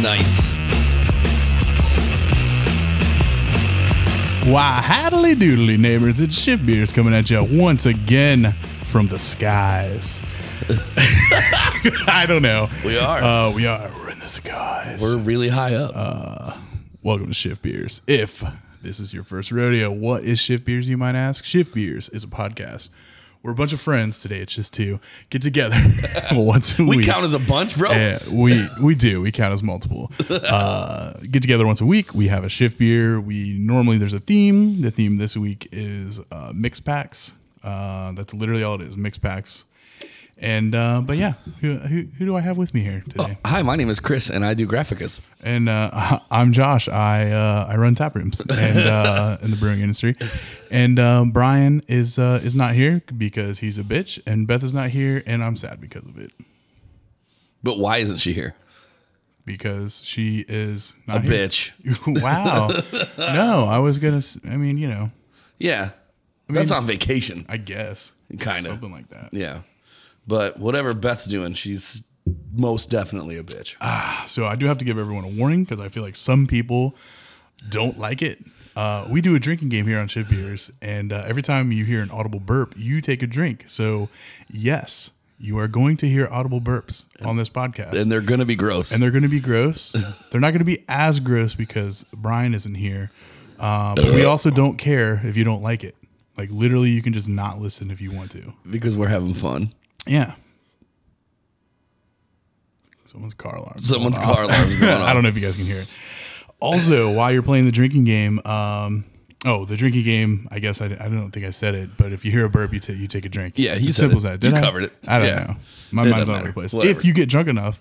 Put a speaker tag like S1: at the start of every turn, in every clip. S1: Nice.
S2: Why, haddly doodly neighbors, it's Shift Beers coming at you once again from the skies. I don't know.
S1: We are.
S2: Uh, we are. We're in the skies.
S1: We're really high up.
S2: Welcome to Shift Beers. If this is your first rodeo, what is Shift Beers, you might ask? Shift Beers is a podcast. We're a bunch of friends today. It's just two get together once a
S1: we,
S2: week.
S1: count as a bunch, bro.
S2: Yeah, we we do. We count as multiple. Uh, get together once a week. We have a shift beer. We normally there's a theme. The theme this week is uh, mix packs. Uh, that's literally all it is. Mix packs. And uh, but yeah, who, who who do I have with me here today?
S1: Hi, my name is Chris, and I do graphicas.
S2: And uh, I'm Josh. I uh, I run tap rooms and uh, in the brewing industry. And uh, Brian is uh, is not here because he's a bitch. And Beth is not here, and I'm sad because of it.
S1: But why isn't she here?
S2: Because she is not
S1: A
S2: here.
S1: bitch.
S2: wow. No, I was gonna. s- I mean, you know,
S1: Yeah. That's on vacation,
S2: I guess
S1: kind of.
S2: something like that.
S1: Yeah. But whatever Beth's doing, she's most definitely a bitch.
S2: Ah. So I do have to give everyone a warning because I feel like some people don't like it. Uh, we do a drinking game here on Chip Beers, and uh, every time you hear an audible burp, you take a drink. So yes, you are going to hear audible burps on this podcast.
S1: and they're going to be gross.
S2: and they're going to be gross. they're not going to be as gross because Brian isn't here. Uh, but we also don't care if you don't like it. Like literally, you can just not listen if you want to.
S1: because we're having fun.
S2: Yeah. Someone's car alarm.
S1: Someone's car alarm's going off.
S2: I don't know if you guys can hear it. Also, while you're playing the drinking game, um, oh, the drinking game. I guess I, I don't think I said it, but if you hear a burp, you, ta- you take a drink.
S1: Yeah, you
S2: It's
S1: said
S2: simple
S1: it.
S2: as that. Did
S1: You
S2: I?
S1: covered it.
S2: I don't
S1: Yeah.
S2: know. My
S1: It doesn't
S2: mind's all over
S1: matter.
S2: the place.
S1: Whatever.
S2: If you get drunk enough,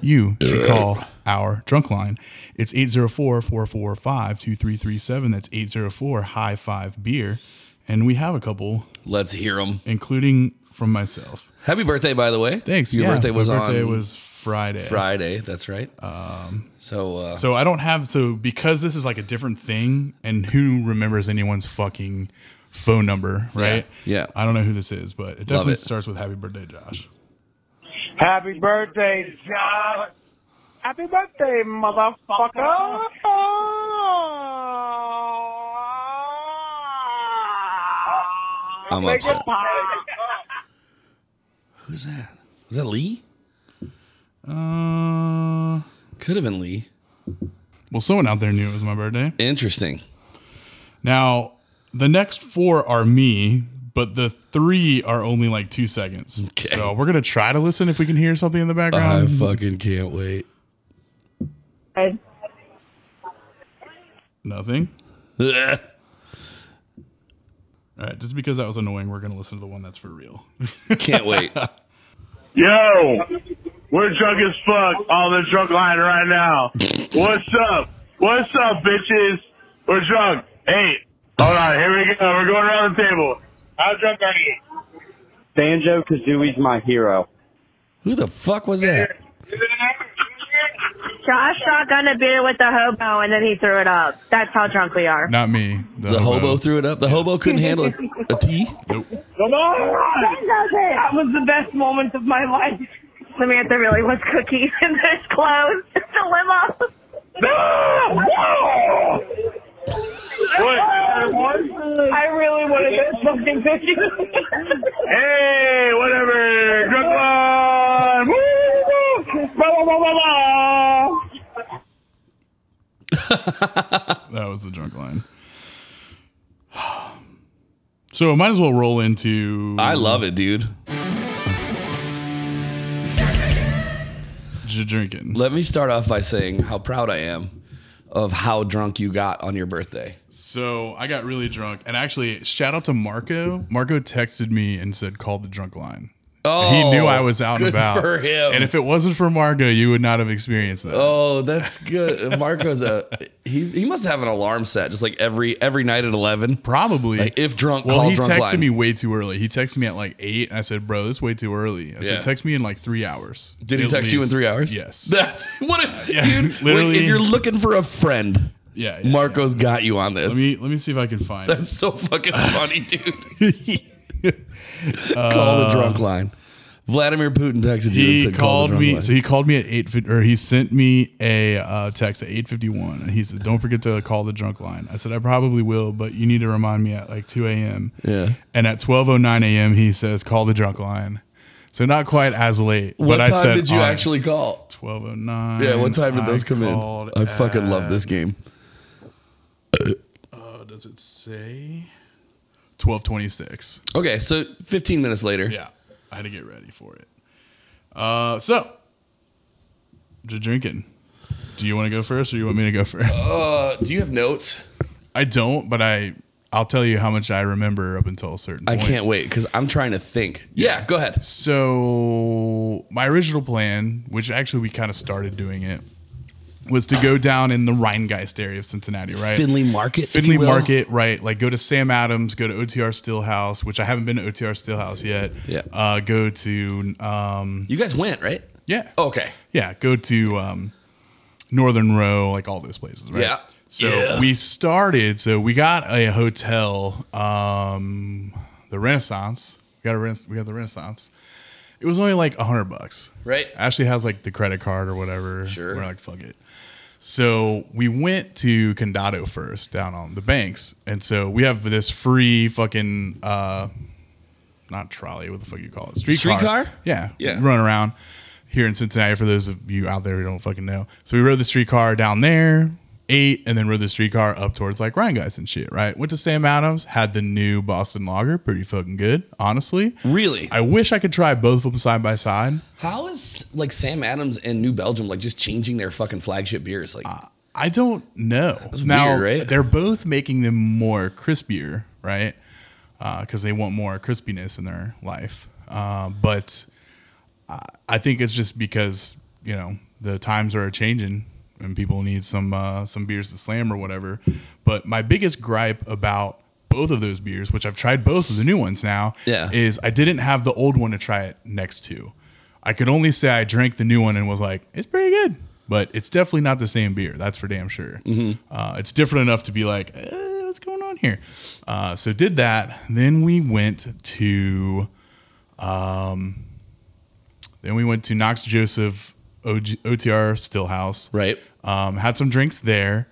S2: you should call our drunk line. It's 804-445-2337. That's 804 high five beer, and we have a couple,
S1: Let's hear them.
S2: including from myself.
S1: Happy birthday, by the way.
S2: Thanks.
S1: Your
S2: yeah.
S1: birthday
S2: My
S1: was
S2: birthday
S1: on
S2: was Friday.
S1: Friday. That's right. Um, so, uh,
S2: So I don't have so because this is like a different thing, and who remembers anyone's fucking phone number, right?
S1: Yeah.
S2: I don't know who this is, but it definitely
S1: it.
S2: starts with "Happy Birthday, Josh."
S3: Happy birthday, John. Happy birthday, motherfucker.
S1: I'm
S3: Make
S1: upset.
S3: it pop.
S1: who's that? Was that Lee?
S2: Uh,
S1: Could have been Lee.
S2: well, someone out there knew it was my birthday.
S1: Interesting.
S2: Now the next four are me, but the three are only like two seconds.
S1: Okay.
S2: So we're gonna try to listen if we can hear something in the
S1: I
S2: background.
S1: fucking can't wait.
S2: Nothing.
S1: Can't
S2: All right, just because that was annoying, we're gonna listen to the one that's for real.
S1: wait.
S4: Yo, Oh, we're drunk as fuck on the drunk line right now. What's up? What's up, bitches? We're drunk. Hey, hold on. Here we go. We're going around the table. How drunk are you?
S5: Banjo Kazooie's my hero.
S1: Who the fuck was that?
S6: Josh shotgun a beer with the hobo and then he threw it up. That's how drunk we are.
S2: Not me.
S1: The hobo threw it up. The hobo couldn't handle a, a tea.
S4: Come on.
S6: That was the best moment of my life. Samantha really wants cookies in this clothes. It's a limo.
S4: No. Whoa. What? What?
S6: I really want to get something cookies.
S4: Hey, whatever. Drunk line. Woo, woo. Blah, blah, blah, blah, blah.
S2: That was the drunk line. So might as well roll into
S1: I love it, dude.
S2: j- drinking.
S1: Let me start off by saying how proud I am of how drunk you got on your birthday.
S2: So I got really drunk, and actually, shout out to Marco. Marco texted me and said, "Call the drunk line."
S1: Oh,
S2: he knew I was out and
S1: good
S2: about.
S1: for him.
S2: And if it wasn't for Marco, you would not have experienced that.
S1: Oh, that's good. Marco's a he's he must have an alarm set just like every every night at eleven.
S2: Probably.
S1: Like, if drunk,
S2: well,
S1: call
S2: he
S1: drunk
S2: texted
S1: line.
S2: me way too early. He texted me at like eight, and I said, "Bro, this is way too early." I
S1: Yeah.
S2: said, "Text me in like three hours."
S1: Did he
S2: At
S1: text you in
S2: least.
S1: three hours?
S2: Yes.
S1: That's what if,
S2: Yeah,
S1: dude. when-
S2: literally.
S1: if you're looking for a friend,
S2: yeah. yeah, yeah.
S1: Marco's got you on this.
S2: Let me let me see if I can find. it.
S1: That's so fucking funny, dude. Call the drunk line. Uh, Vladimir Putin texted you. and
S2: He
S1: said, call
S2: called
S1: the drunk
S2: me.
S1: line."
S2: So he called me at eight, fif- or he sent me a uh, text at eight fifty one, and he says, "Don't forget to call the drunk line." I said, "I probably will, but you need to remind me at like two a.m."
S1: Yeah.
S2: And at twelve oh nine a.m., he says, "Call the drunk line." So not quite as late.
S1: what
S2: but
S1: time
S2: I said,
S1: did you
S2: "All right."
S1: actually call?
S2: 1209.
S1: Yeah, what time did
S2: I
S1: those come in?
S2: called
S1: I fucking love
S2: at-
S1: this game.
S2: Uh, does it say 1226?
S1: Okay, so 15 minutes later.
S2: Yeah, I had to get ready for it. Uh, so just drinking. Do you want to go first, or you want me to go first?
S1: Uh, do you have notes?
S2: I don't, but I I'll tell you how much I remember up until a certain.
S1: I
S2: point.
S1: can't wait because I'm trying to think. Yeah, go ahead.
S2: So my original plan, which actually we kind of started doing it, was to go down in the Rheingeist area of Cincinnati, right?
S1: Finley Market, if
S2: Finley
S1: you will.
S2: Market, right? Like go to Sam Adams, go to OTR Stillhouse, which I haven't been to OTR Stillhouse yet.
S1: Yeah.
S2: Uh, go to um,
S1: You guys went, right?
S2: yeah.
S1: Okay.
S2: Yeah, go to um, Northern Row, like all those places, right?
S1: Yeah.
S2: So
S1: Yeah.
S2: we started. So we got a hotel, um, the Renaissance. We got a Renaissance. We got the Renaissance. It was only like a hundred bucks.
S1: Right.
S2: Ashley has like the credit card or whatever.
S1: Sure.
S2: We're like, fuck it. So we went to Condado first down on the banks. And so we have this free fucking uh not trolley, what the fuck you call it? Street,
S1: Streetcar?
S2: Yeah.
S1: Yeah.
S2: Run around here in Cincinnati for those of you out there who don't fucking know. So we rode the streetcar down there, ate, and then rode the streetcar up towards like Ryan Guys and shit, right? Went to Sam Adams, had the new Boston Lager, pretty fucking good, honestly.
S1: Really?
S2: I wish I could try both of them side by side.
S1: How is like Sam Adams and New Belgium like just changing their fucking flagship beers? Like,
S2: I don't know. now
S1: weird, right?
S2: they're both making them more crispier, right? Because they want more crispiness in their life. Uh, but I, I think it's just because you know the times are changing and people need some uh, some beers to slam or whatever. But my biggest gripe about both of those beers, which I've tried both of the new ones now,
S1: Yeah.
S2: is I didn't have the old one to try it next to. I could only say I drank the new one and was like, it's pretty good, but it's definitely not the same beer. That's for damn sure. Uh, it's different enough to be like, eh, what's going on here? Uh, so did that. Then we went to, um, then we went to Knox Joseph OG, OTR Stillhouse.
S1: right?
S2: Um, had some drinks there.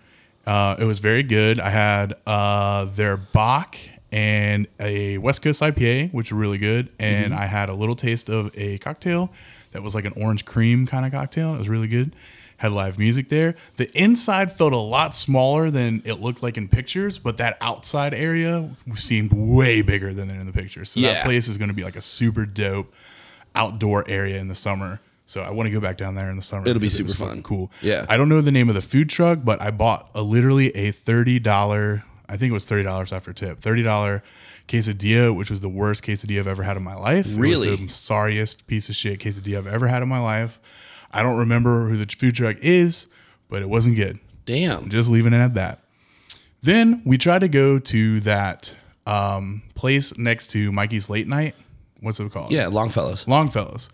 S2: Uh, it was very good. I had uh, their Bach and a West Coast IPA, which were really good. And
S1: Mm-hmm.
S2: I had a little taste of a cocktail that was like an orange cream kind of cocktail. It was really good. Had live music there. The inside felt a lot smaller than it looked like in pictures, but that outside area seemed way bigger than in the pictures. So
S1: Yeah.
S2: that place is going to be like a super dope outdoor area in the summer. So I want to go back down there in the summer.
S1: It'll be
S2: because it
S1: super
S2: was fucking
S1: fun.
S2: Cool.
S1: Yeah.
S2: I don't know the name of the food truck, but I bought a literally a thirty dollar. I think it was thirty dollars after tip. Thirty dollar quesadilla, which was the worst quesadilla I've ever had in my life.
S1: Really?
S2: it was the sorriest piece of shit quesadilla I've ever had in my life. I don't remember who the food truck is, but it wasn't good.
S1: Damn.
S2: Just leaving it at that. Then we tried to go to that um, place next to Mikey's Late Night. What's it called?
S1: Yeah, Longfellows.
S2: Longfellows.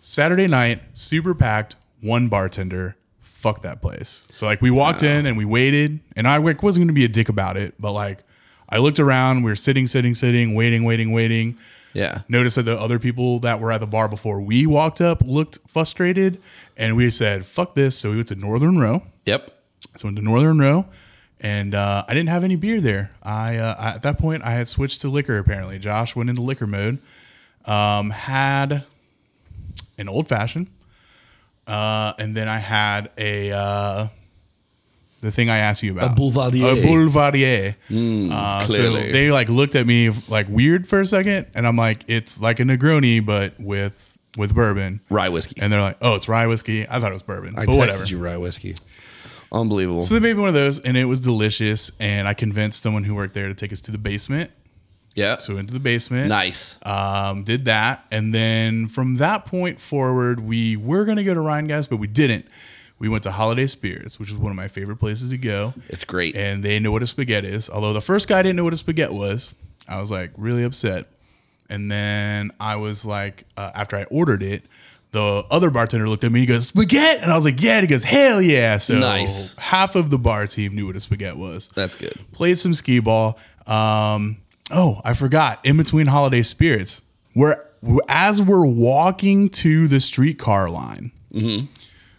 S2: Saturday night, super packed, one bartender. Fuck that place. So like we walked in and we waited, and I like, wasn't gonna be a dick about it, but like I looked around, we were sitting, sitting, sitting, waiting, waiting, waiting.
S1: Yeah.
S2: Noticed that the other people that were at the bar before we walked up looked frustrated, and we said, "Fuck this!" So we went to Northern Row.
S1: Yep.
S2: So went to Northern Row, and uh, I didn't have any beer there. I, uh, I at that point I had switched to liquor. Apparently, Josh went into liquor mode. Um, had an old fashioned, uh, and then I had a uh, the thing I asked you about
S1: A Boulevardier.
S2: A Boulevardier. Uh, so
S1: clearly.
S2: they like looked at me like weird for a second, and I'm like, it's like a Negroni but with with bourbon.
S1: Rye whiskey.
S2: And they're like, oh, it's rye whiskey. I thought it was bourbon,
S1: I
S2: but
S1: texted
S2: whatever.
S1: you rye whiskey. Unbelievable.
S2: So they made me one of those, and it was delicious. And I convinced someone who worked there to take us to the basement.
S1: yeah.
S2: So we went to the basement.
S1: nice.
S2: Um, did that, and then from that point forward, we were gonna go to Ryan Guys, but we didn't. We went to Holiday Spirits, which is one of my favorite places to go.
S1: It's great.
S2: And they know what a spaghetti is. Although the first guy didn't know what a spaghetti was, I was like really upset. And then I was like, uh, after I ordered it, the other bartender looked at me. He goes, "Spaghetti," and I was like, "Yeah." And he goes, "Hell yeah!" So
S1: Nice.
S2: half of the bar team knew what a spaghetti was
S1: That's good.
S2: played some skee ball. Um, oh, I forgot. In between holiday spirits, we're as we're walking to the streetcar line,
S1: Mm-hmm.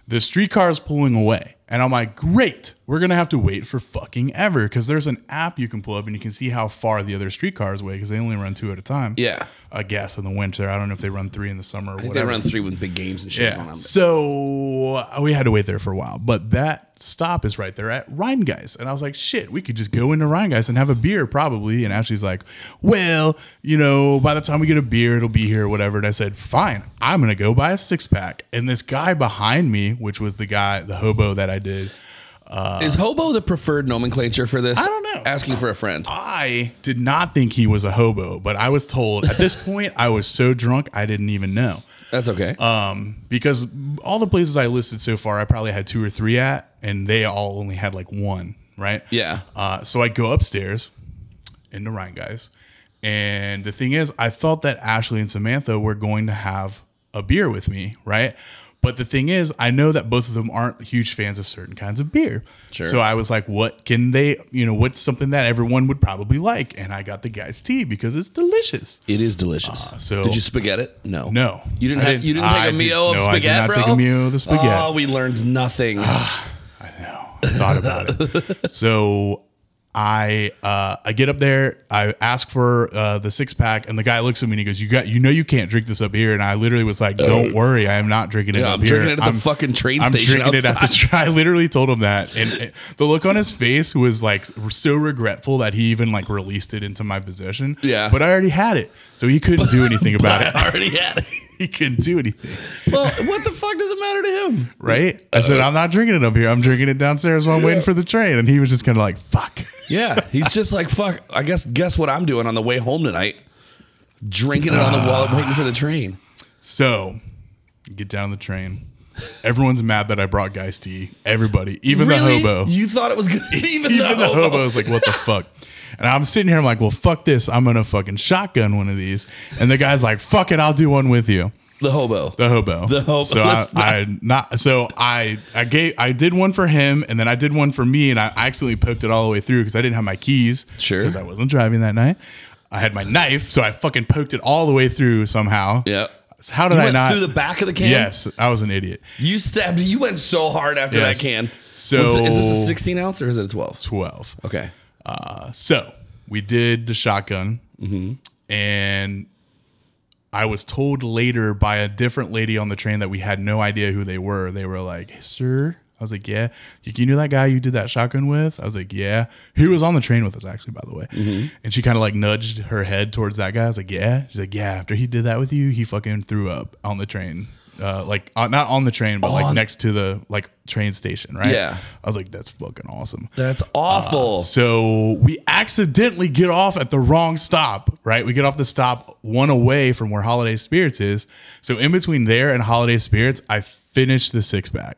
S2: the streetcar is pulling away. And I'm like, great, we're gonna have to wait for fucking ever because there's an app you can pull up and you can see how far the other streetcars away because they only run two at a time.
S1: Yeah.
S2: I guess in the winter. I don't know if they run three in the summer or
S1: I think
S2: whatever.
S1: They run three with big games and shit going
S2: Yeah.
S1: on.
S2: So uh, we had to wait there for a while, but that stop is right there at Rheingeist. And I was like, shit, we could just go into Rheingeist and have a beer probably. And Ashley's like, well, you know, by the time we get a beer, it'll be here, or whatever. And I said, fine, I'm going to go buy a six pack. And this guy behind me, which was the guy, the hobo that I did,
S1: Is hobo the preferred nomenclature for this?
S2: uh, I don't know. Uh,
S1: Asking for a friend.
S2: I did not think he was a hobo, but I was told at this point, I was so drunk, I didn't even know.
S1: That's okay.
S2: um, because all the places I listed so far, I probably had two or three at, and they all only had like one, right?
S1: Yeah.
S2: Uh, so I go upstairs into Ryan guys, and the thing is, I thought that Ashley and Samantha were going to have a beer with me, right? But the thing is, I know that both of them aren't huge fans of certain kinds of beer.
S1: Sure.
S2: So I was like, what can they, you know, what's something that everyone would probably like? And I got the guy's tea because it's delicious.
S1: it is delicious.
S2: uh, so-
S1: did you spaghetti it? No.
S2: No.
S1: You didn't.
S2: I
S1: Have, you didn't take
S2: I
S1: a
S2: did-
S1: meal of
S2: no, I did
S1: spaghetti,
S2: not
S1: bro.
S2: take a meal of the spaghetti.
S1: Oh, we learned nothing.
S2: thought about it. So I uh, I get up there, I ask for uh, the six pack, and the guy looks at me and he goes, "You got you know you can't drink this up here." And I literally was like, "Don't worry, I am not drinking it
S1: Uh, Yeah,
S2: up
S1: I'm
S2: here.
S1: drinking it at the fucking train station
S2: drinking it at the
S1: outside."
S2: tra- I literally told him that, and it- the look on his face was like so regretful that he even like released it into my possession.
S1: Yeah.
S2: but I already had it, so he couldn't do anything about it.
S1: I already had it.
S2: he couldn't do anything
S1: Well, what the fuck does it matter to him?
S2: right? I said, I'm not drinking it up here. I'm drinking it downstairs while I'm waiting for the train. And he was just kind of like, fuck.
S1: Yeah, he's just like fuck. I guess guess what I'm doing on the way home tonight? Drinking it on the wall, waiting for the train.
S2: So get down the train. Everyone's mad that I brought Geist tea. Everybody, even
S1: Really?
S2: the hobo.
S1: You thought it was good. Even,
S2: even the hobo is like, what the fuck? And I'm sitting here, I'm like, well, fuck this. I'm going to fucking shotgun one of these. And the guy's like, fuck it, I'll do one with you.
S1: The hobo.
S2: The hobo.
S1: The hobo.
S2: So I,
S1: Let's
S2: I not so I I gave I did one for him and then I did one for me and I accidentally poked it all the way through because I didn't have my keys.
S1: Sure.
S2: Because I wasn't driving that night. I had my knife, so I fucking poked it all the way through somehow.
S1: Yep.
S2: How did
S1: You
S2: I
S1: went
S2: not
S1: through the back of the can.
S2: Yes, I was an idiot.
S1: You stabbed. You went so hard after
S2: Yes.
S1: that can.
S2: So-
S1: Was- is this a 16 ounce or is it a 12?
S2: Twelve.
S1: Okay.
S2: Uh, so we did the shotgun,
S1: Mm-hmm.
S2: and I was told later by a different lady on the train that we had no idea who they were. They were like, "Sir," I was like, "Yeah." You, you knew that guy you did that shotgun with? I was like, "Yeah." Who was on the train with us actually, by the way?
S1: Mm-hmm.
S2: And she kind of like nudged her head towards that guy. I was like, "Yeah." She's like, "Yeah." After he did that with you, he fucking threw up on the train. Uh, like uh, not on the train, but like
S1: On-
S2: next to the like train station, right?
S1: Yeah.
S2: I was like, that's fucking awesome.
S1: That's awful.
S2: Uh, So we accidentally get off at the wrong stop, right? We get off the stop one away from where Holiday Spirits is. So in between there and Holiday Spirits, I finished the six pack.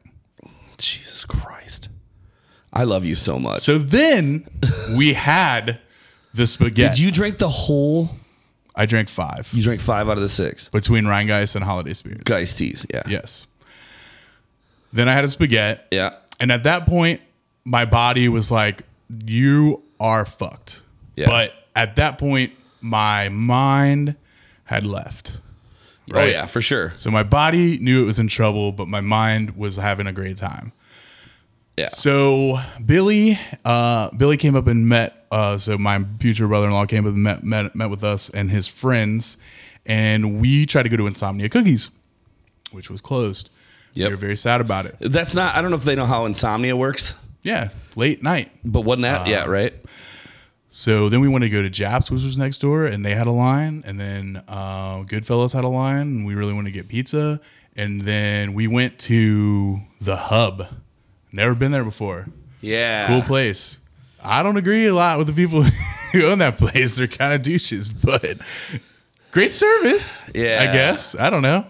S1: Jesus Christ. I love you so much.
S2: So then we had the spaghetti.
S1: Did you drink the whole?
S2: I drank five
S1: You drank five out of the six.
S2: between Rheingeist and Holiday Spirits.
S1: Guys, teas. Yeah.
S2: Yes. Then I had a spaghetti.
S1: Yeah.
S2: And at that point, my body was like, you are fucked.
S1: Yeah.
S2: But at that point, my mind had left.
S1: Oh
S2: Right.
S1: yeah, for sure.
S2: So my body knew it was in trouble, but my mind was having a great time.
S1: Yeah.
S2: So Billy, uh, Billy came up and met. Uh, so my future brother-in-law came up and met, met met with us and his friends, and we tried to go to Insomnia Cookies, which was closed.
S1: Yep.
S2: We were very sad about it.
S1: That's not. I don't know if they know how insomnia works,
S2: Yeah, late night.
S1: but wasn't that?
S2: Uh,
S1: yeah. Right.
S2: So then we wanted to go to Japs, which was next door, and they had a line. And then uh, Goodfellas had a line, and we really wanted to get pizza. And then we went to the Hub. Never been there before.
S1: Yeah.
S2: Cool place. I don't agree a lot with the people who own that place. They're kind of douches, but great service.
S1: Yeah.
S2: I guess. I don't know.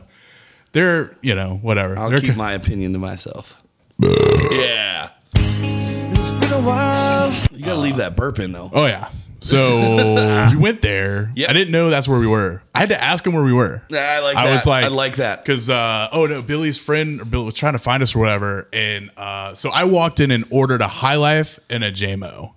S2: They're, you know, whatever.
S1: I'll
S2: They're
S1: keep my opinion to myself. yeah. You gotta leave that burp in though.
S2: Oh yeah. So we went there.
S1: Yep.
S2: I didn't know that's where we were. I had to ask him where we were.
S1: Nah, I like
S2: I
S1: that.
S2: was like,
S1: I like that.
S2: because uh, oh no, Billy's friend or Bill was trying to find us or whatever, and uh, so I walked in and ordered a high life and a JMO.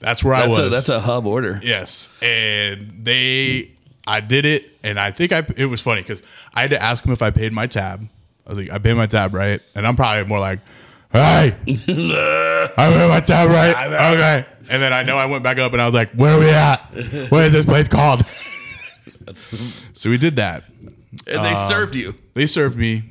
S2: That's where I
S1: That's
S2: was.
S1: a, that's a hub order.
S2: yes, and they I did it, and I think I it was funny because I had to ask him if I paid my tab. I was like, I paid my tab, right? And I'm probably more like, hey, I paid my tab, right? Okay. And then I know I went back up and I was like, where are we at? What is this place called? so we did that.
S1: And
S2: Uh,
S1: they served you.
S2: They served me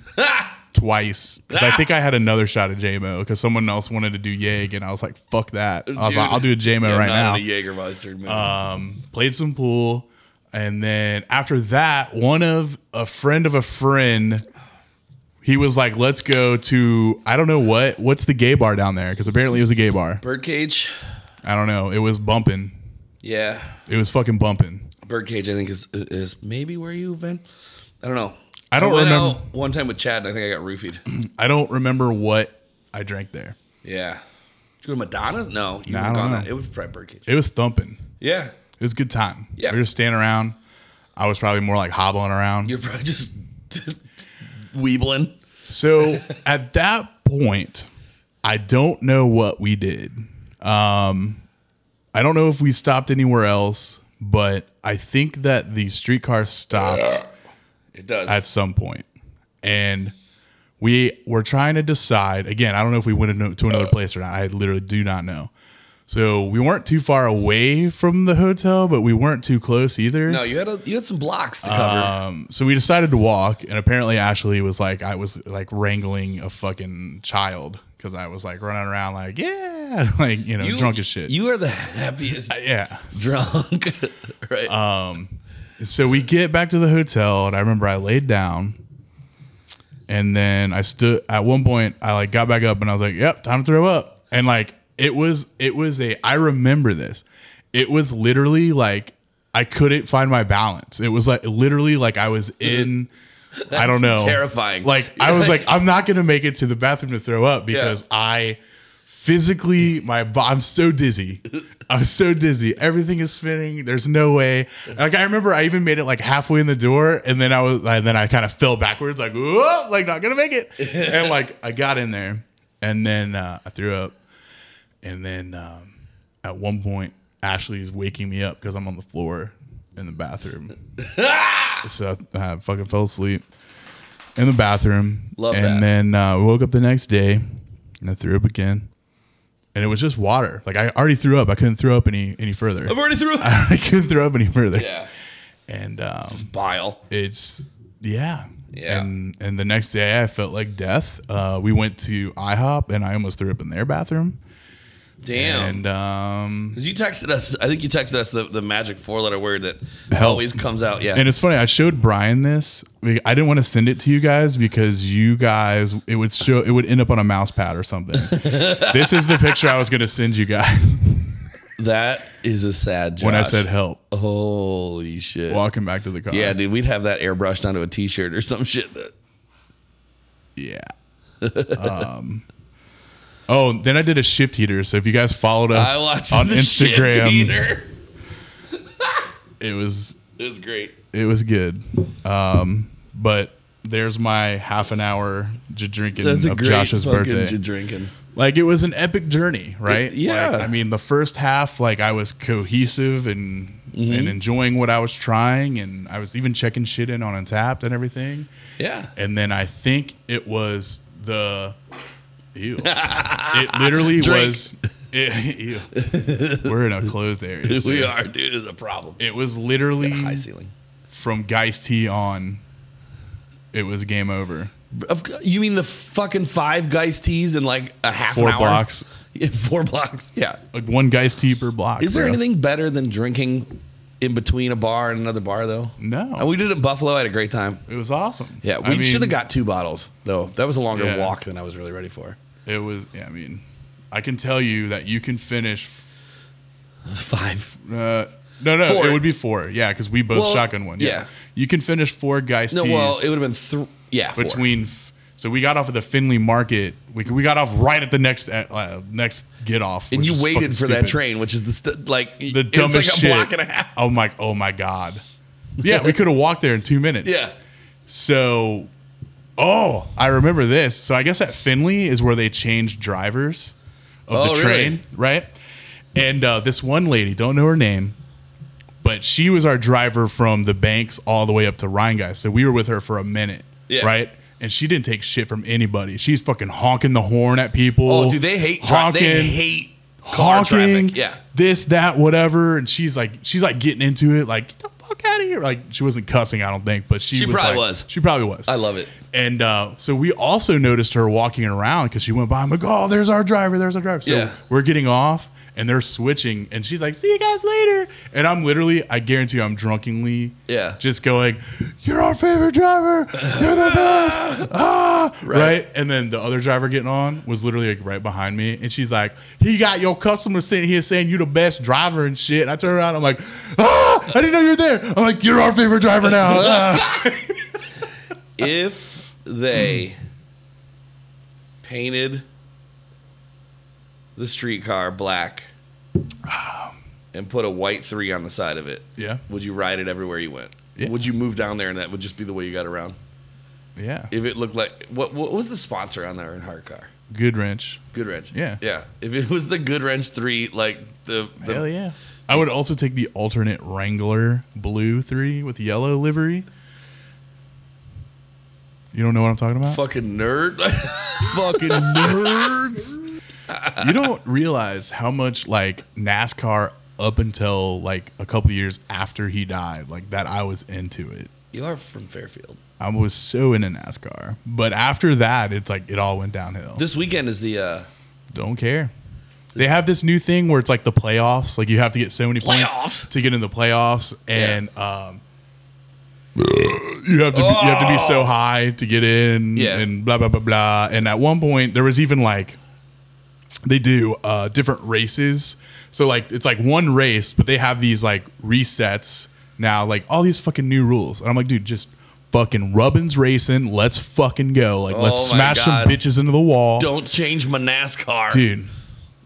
S2: twice 'Cause I think I had another shot at JMO because someone else wanted to do Yeg, and I was like, fuck that. I was like,
S1: Dude.
S2: I'll do a JMO
S1: Yeah,
S2: right
S1: not
S2: now.
S1: A Jägermeister, man.
S2: um, played some pool, and then after that, one of a friend of a friend, he was like, "Let's go to I don't know what what's the gay bar down there?" Because apparently it was a gay bar.
S1: Birdcage.
S2: I don't know. It was bumping.
S1: Yeah.
S2: It was fucking bumping.
S1: Birdcage, I think, is is maybe where you've been. I don't know.
S2: I don't
S1: went
S2: remember-
S1: out one time with Chad, and I think I got roofied.
S2: I don't remember what I drank there.
S1: Yeah. Did you go to Madonna's? No, you
S2: Nah,
S1: would
S2: I
S1: have
S2: don't
S1: gone
S2: know.
S1: that. It was probably Birdcage.
S2: It was thumping.
S1: Yeah.
S2: It was a good time.
S1: Yeah.
S2: we were just standing around. I was probably more like hobbling around.
S1: You're probably just weebling.
S2: So at that point, I don't know what we did. Um, I don't know if we stopped anywhere else, but I think that the streetcar stopped
S1: It does.
S2: at some point, and we were trying to decide. Again, I don't know if we went into- to another place or not. I literally do not know. So we weren't too far away from the hotel, but we weren't too close either.
S1: no, you had a, you had some blocks to cover.
S2: Um, so we decided to walk, and apparently Ashley was like, I was like wrangling a fucking child because I was like running around like, yeah, like you know,
S1: you,
S2: drunk as shit.
S1: You are the happiest
S2: yeah.
S1: drunk, right?
S2: Uh, So we get back to the hotel, and I remember I laid down, and then I stood. At one point, I like got back up, and I was like, "Yep, time to throw up." And like it was, it was a. I remember this. It was literally like I couldn't find my balance. It was like literally like I was in. I don't know.
S1: That's terrifying.
S2: Like I
S1: You're
S2: was
S1: like-
S2: like, I'm not gonna make it to the bathroom to throw up because I physically my bo- I'm so dizzy. I'm so dizzy. Everything is spinning. There's no way. Like I remember I even made it like halfway in the door and then I was and then I kind of fell backwards like whoa, like not gonna make it. And like I got in there and then uh, I threw up and then um, at one point Ashley is waking me up because I'm on the floor in the bathroom. so I, I fucking fell asleep in the bathroom.
S1: Love
S2: and
S1: that.
S2: then uh, we woke up the next day and I threw up again. And it was just water. Like I already threw up. I couldn't throw up any any further.
S1: I've already threw.
S2: I couldn't throw up any further.
S1: yeah,
S2: And um,
S1: bile.
S2: it's yeah.
S1: Yeah.
S2: And and the next day I felt like death. Uh, we went to IHOP and I almost threw up in their bathroom.
S1: Damn.
S2: And um,
S1: Because you texted us, I think you texted us the, the magic four letter word that
S2: Help.
S1: always comes out. Yeah.
S2: And it's funny, I showed Brian this. I I didn't want to send it to you guys because you guys it would show it would end up on a mouse pad or something. this is the picture I was gonna send you guys
S1: that is a sad joke.
S2: when I said help.
S1: holy shit.
S2: Walking back to the car.
S1: yeah, dude, we'd have that airbrushed onto a t shirt or some shit. That,
S2: Yeah. um Oh, then I did a shift heater. So if you guys followed us
S1: I watched
S2: on
S1: the
S2: Instagram,
S1: shit either.
S2: it was
S1: It was great.
S2: it was good. Um, but there's my half an hour j- drinking
S1: That's a
S2: of
S1: great
S2: Josh's birthday.
S1: fucking drinking.
S2: like it was an epic journey, right?
S1: It- yeah.
S2: Like, I mean, the first half, like I was cohesive and
S1: Mm-hmm.
S2: and enjoying what I was trying, and I was even checking shit in on Untapped and everything.
S1: Yeah.
S2: And then I think it was the ew. it literally
S1: Drink.
S2: was. It, ew. We're in a closed area.
S1: we
S2: sir.
S1: are, dude, is a problem.
S2: It was literally
S1: High ceiling.
S2: from Geist T on. It was game over.
S1: Of- You mean the fucking five guys tees in like a half an
S2: Four
S1: hour?
S2: blocks.
S1: Yeah, four blocks. Yeah.
S2: Like one Geist T per block.
S1: Is there
S2: bro.
S1: anything better than drinking in between a bar and another bar, though?
S2: No.
S1: And we did it in Buffalo. I had a great time.
S2: It was awesome.
S1: Yeah,
S2: I
S1: we
S2: mean,
S1: should have got two bottles though. That was a longer
S2: Yeah.
S1: walk than I was really ready for.
S2: It was. Yeah, I mean, I can tell you that you can finish.
S1: Five.
S2: Uh, no, no,
S1: Four.
S2: it would be four. Yeah, because we both
S1: Well,
S2: shotgun one.
S1: yeah.
S2: you can finish four Geist
S1: No,
S2: T's
S1: well, it would have been three. Yeah, four.
S2: between. f- So we got off at the Finley Market. We we got off right at the next uh, uh, next get off,
S1: and
S2: which
S1: you
S2: is
S1: waited
S2: fucking
S1: for that
S2: stupid.
S1: train, which is the st- like
S2: the dumbest
S1: it's like a
S2: shit.
S1: block and a half.
S2: I'm like, oh my god. Yeah, we could have walked there in two minutes.
S1: Yeah,
S2: So, oh, I remember this. So I guess at Finley is where they change drivers of
S1: Oh,
S2: the
S1: really?
S2: train, right? And uh, this one lady, don't know her name, But she was our driver from the banks all the way up to Rhine guys. So we were with her for a minute,
S1: Yeah.
S2: right? And she didn't take shit from anybody. She's fucking honking the horn at people.
S1: Oh, do they hate? Dri- they hate car
S2: honking,
S1: traffic. Yeah.
S2: this, that, whatever. And she's like, she's like getting into it, like get the fuck out of here. Like she wasn't cussing, I don't think, but she,
S1: She
S2: was
S1: probably
S2: like-
S1: was.
S2: She probably was.
S1: I love it.
S2: And uh, so we also noticed her walking around because she went by. I'm like, oh, there's our driver. There's our driver. So
S1: Yeah.
S2: we're getting off and they're switching. And she's like, see you guys later. And I'm literally, I guarantee you, I'm drunkenly
S1: Yeah.
S2: just going, you're our favorite driver. You're the best. Ah, right. And then the other driver getting on was literally like right behind me. And she's like, he got your customer sitting here saying you the best driver and shit. And I turn around. I'm like, ah, I didn't know you were there. I'm like, you're our favorite driver now. Ah.
S1: If they painted the streetcar black and put a white three on the side of it,
S2: Yeah.
S1: would you ride it everywhere you went?
S2: Yeah.
S1: Would you move down there and that would just be the way you got around?
S2: Yeah.
S1: If it looked like what what was the sponsor on there in hard car?
S2: Good wrench.
S1: Good wrench.
S2: Yeah.
S1: Yeah. If it was the Good wrench three, like the, the
S2: Hell yeah. I would also take the alternate Wrangler blue three with yellow livery. You don't know what I'm talking about?
S1: fucking nerd.
S2: fucking nerds. you don't realize how much like NASCAR up until like a couple years after he died, like that I was into it.
S1: you are from Fairfield.
S2: I was so into NASCAR. But after that, it's like it all went downhill.
S1: This weekend is the uh
S2: Don't care. They have this new thing where it's like the playoffs. Like you have to get so many points
S1: Playoffs?
S2: to get in the playoffs, and um, you have to be, you have to be so high to get in,
S1: Oh. Yeah.
S2: and blah blah blah blah. And at one point, there was even like they do uh, different races. So like it's like one race, but they have these like resets now, like all these fucking new rules. And I'm like, dude, just fucking Rubbins racing. Let's fucking go. Like let's
S1: Oh my
S2: smash some
S1: God.
S2: bitches into the wall,
S1: Don't change my NASCAR.
S2: dude.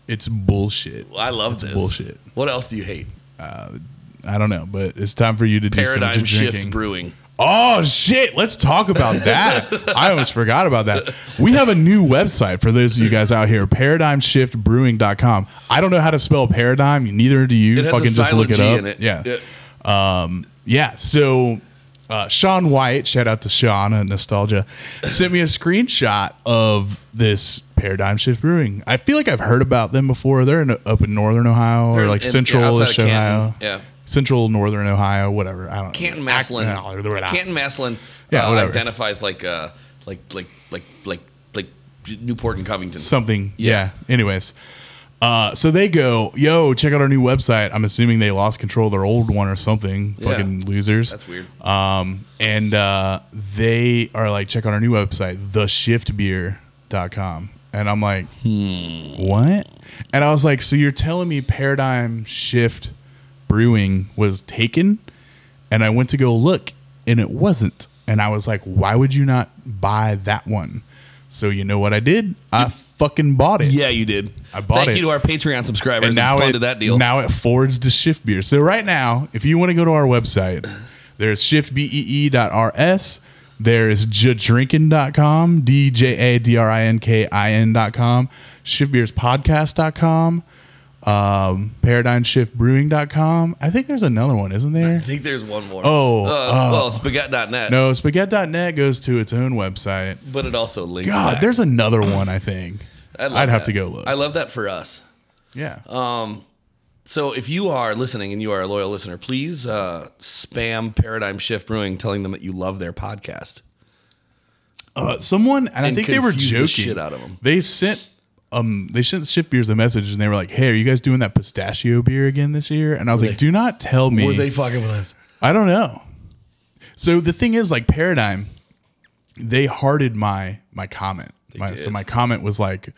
S2: It's bullshit.
S1: I love this.
S2: bullshit.
S1: What else do you hate?
S2: I don't know, but it's time for you to do some
S1: Paradigm
S2: of your
S1: Shift
S2: drinking.
S1: Brewing.
S2: Oh shit! Let's talk about that. I almost forgot about that. We have a new website for those of you guys out here: ParadigmShiftBrewing.com. I don't know how to spell paradigm. Neither do you.
S1: It has a
S2: Fucking just
S1: silent
S2: look it
S1: G
S2: up.
S1: in it.
S2: Yeah. Um, yeah. So uh, Sean White, shout out to Sean and Nostalgia, sent me a screenshot of this Paradigm Shift Brewing. I feel like I've heard about them before. They're in, up in northern Ohio or
S1: They're
S2: like
S1: in- yeah,
S2: central-ish
S1: outside of Canton.
S2: Ohio.
S1: Yeah.
S2: Central northern Ohio, whatever. I don't
S1: Canton
S2: know. Act-
S1: Maslin.
S2: no, they're not.
S1: Canton Maslin
S2: Yeah,
S1: uh,
S2: whatever.
S1: identifies like uh like like like like like Newport and Covington.
S2: something.
S1: Yeah.
S2: Yeah. Anyways, uh, so they go, yo, check out our new website. I'm assuming they lost control of their old one or something.
S1: Yeah.
S2: Fucking losers.
S1: That's weird.
S2: Um, and uh, they are like, check out our new website, theshiftbeer.com. And I'm like, what? And I was like, so you're telling me Paradigm Shift Brewing was taken? And I went to go look and it wasn't. And I was like, why would you not buy that one? So you know what I did? I fucking bought it.
S1: yeah, you did.
S2: I bought
S1: Thank
S2: it.
S1: you to our Patreon subscribers.
S2: And now
S1: it's
S2: it,
S1: funded that deal.
S2: now it forwards to Shift Beer. So right now, if you want to go to our website, there's E shiftbee.rs. There's jadrinkin.com, D J A D R I N K I N.com, shiftbeerspodcast.com, um, paradigmshiftbrewing.com. I think there's another one, isn't there?
S1: I think there's one more.
S2: Oh,
S1: uh,
S2: uh,
S1: well, spaghetti.net.
S2: No, spaghetti.net goes to its own website.
S1: but it also links.
S2: God,
S1: back.
S2: there's another one, I think.
S1: I love
S2: I'd have
S1: that.
S2: to go look.
S1: I Um, love that for us.
S2: yeah.
S1: So if you are listening and you are a loyal listener, please uh, spam Paradigm Shift Brewing, telling them that you love their podcast.
S2: Uh, someone, and, I
S1: And
S2: think they were
S1: confuse the
S2: joking.
S1: shit out of 'em.
S2: They sent, um, they sent Ship Beers a message, and they were like, "Hey, are you guys doing that pistachio beer again this year?" And I was like, "Do not tell me."
S1: fucking with us?
S2: I don't know. So the thing is, like Paradigm, they hearted my my comment. My, so
S1: did.
S2: my comment was like,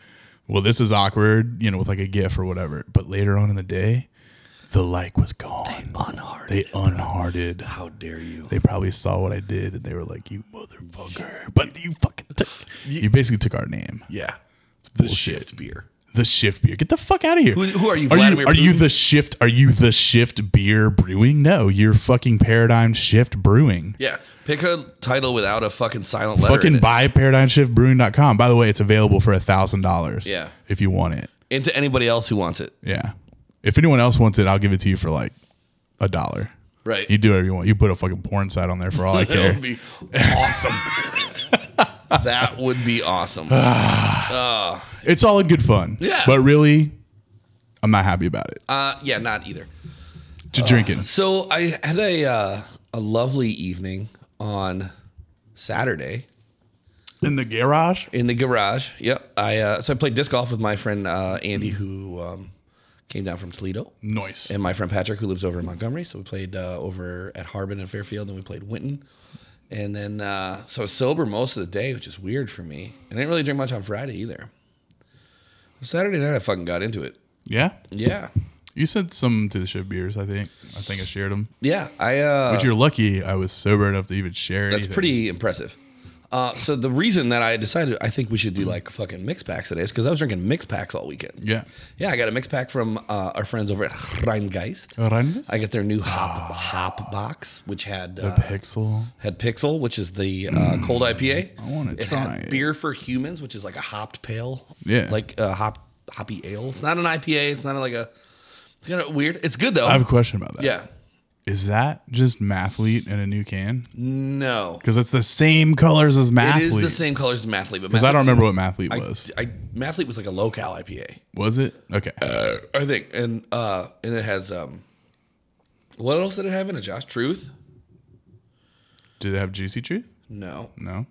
S2: "Well, this is awkward," you know, with like a GIF or whatever. But later on in the day, the like was gone.
S1: Unhard.
S2: They unhearted.
S1: How dare you?
S2: They probably saw what I did, and they were like, "You motherfucker!" But you fucking took. You basically took our name.
S1: Yeah. It's the
S2: bullshit.
S1: shift beer.
S2: The shift beer. Get the fuck out of here.
S1: Who- who are you,
S2: Are you,
S1: Vladimir
S2: are you
S1: Putin?
S2: the shift? Are you the shift beer brewing? No, you're fucking paradigm shift brewing.
S1: Yeah. Pick a title without a fucking silent letter. in
S2: fucking
S1: it.
S2: buy paradigmshiftbrewing.com. By the way, it's available for a thousand dollars.
S1: Yeah.
S2: if you want it.
S1: into anybody else who wants it.
S2: Yeah. If anyone else wants it, I'll give it to you for like a dollar.
S1: Right.
S2: You do whatever you want. You put a fucking porn site on there for all I
S1: That
S2: care.
S1: would be awesome. that would be awesome.
S2: it's all in good fun.
S1: Yeah.
S2: But really, I'm not happy about it.
S1: Uh, yeah, not either.
S2: to
S1: Uh,
S2: drinking.
S1: So I had a uh, a lovely evening on Saturday
S2: In the garage?
S1: in the garage. Yep. I uh, so I played disc golf with my friend uh, Andy, who um, came down from Toledo,
S2: Noise.
S1: and my friend Patrick, who lives over in Montgomery. So we played uh, over at Harbin and Fairfield, and we played Winton. And then uh, so I was sober most of the day, which is weird for me. I didn't really drink much on Friday either. Saturday night, I fucking got into it.
S2: Yeah.
S1: Yeah,
S2: You sent some to the ship beers, I think. I think I shared them.
S1: yeah. I uh,
S2: But you're lucky I was sober enough to even share
S1: That's
S2: anything.
S1: pretty impressive. Uh, so the reason that I decided I think we should do like fucking mix packs today is because I was drinking mix packs all weekend.
S2: Yeah.
S1: Yeah, I got a mix pack from uh, our friends over at Rheingeist.
S2: Horrendous?
S1: I got their new hop hop box, which had
S2: Ah. the
S1: uh,
S2: pixel.
S1: had Pixel, which is the uh, cold IPA. I
S2: wanna try it.
S1: Beer for Humans, which is like a hopped pale.
S2: Yeah.
S1: like a hop hoppy ale. It's not an IPA. It's not like a. It's kind of weird. It's good though.
S2: I have a question about that.
S1: yeah.
S2: Is that just Mathlete in a new can?
S1: No.
S2: Because it's the same colors as Mathlete.
S1: It is the same colors as Mathlete, but
S2: Because I don't
S1: Mathlete-
S2: remember what Mathlete
S1: I,
S2: was.
S1: I Mathlete was like a local IPA,
S2: was it? Okay.
S1: I think, and uh, and it has um, what else did it have in it? Josh Truth?
S2: Did it have Juicy Truth?
S1: No,
S2: No.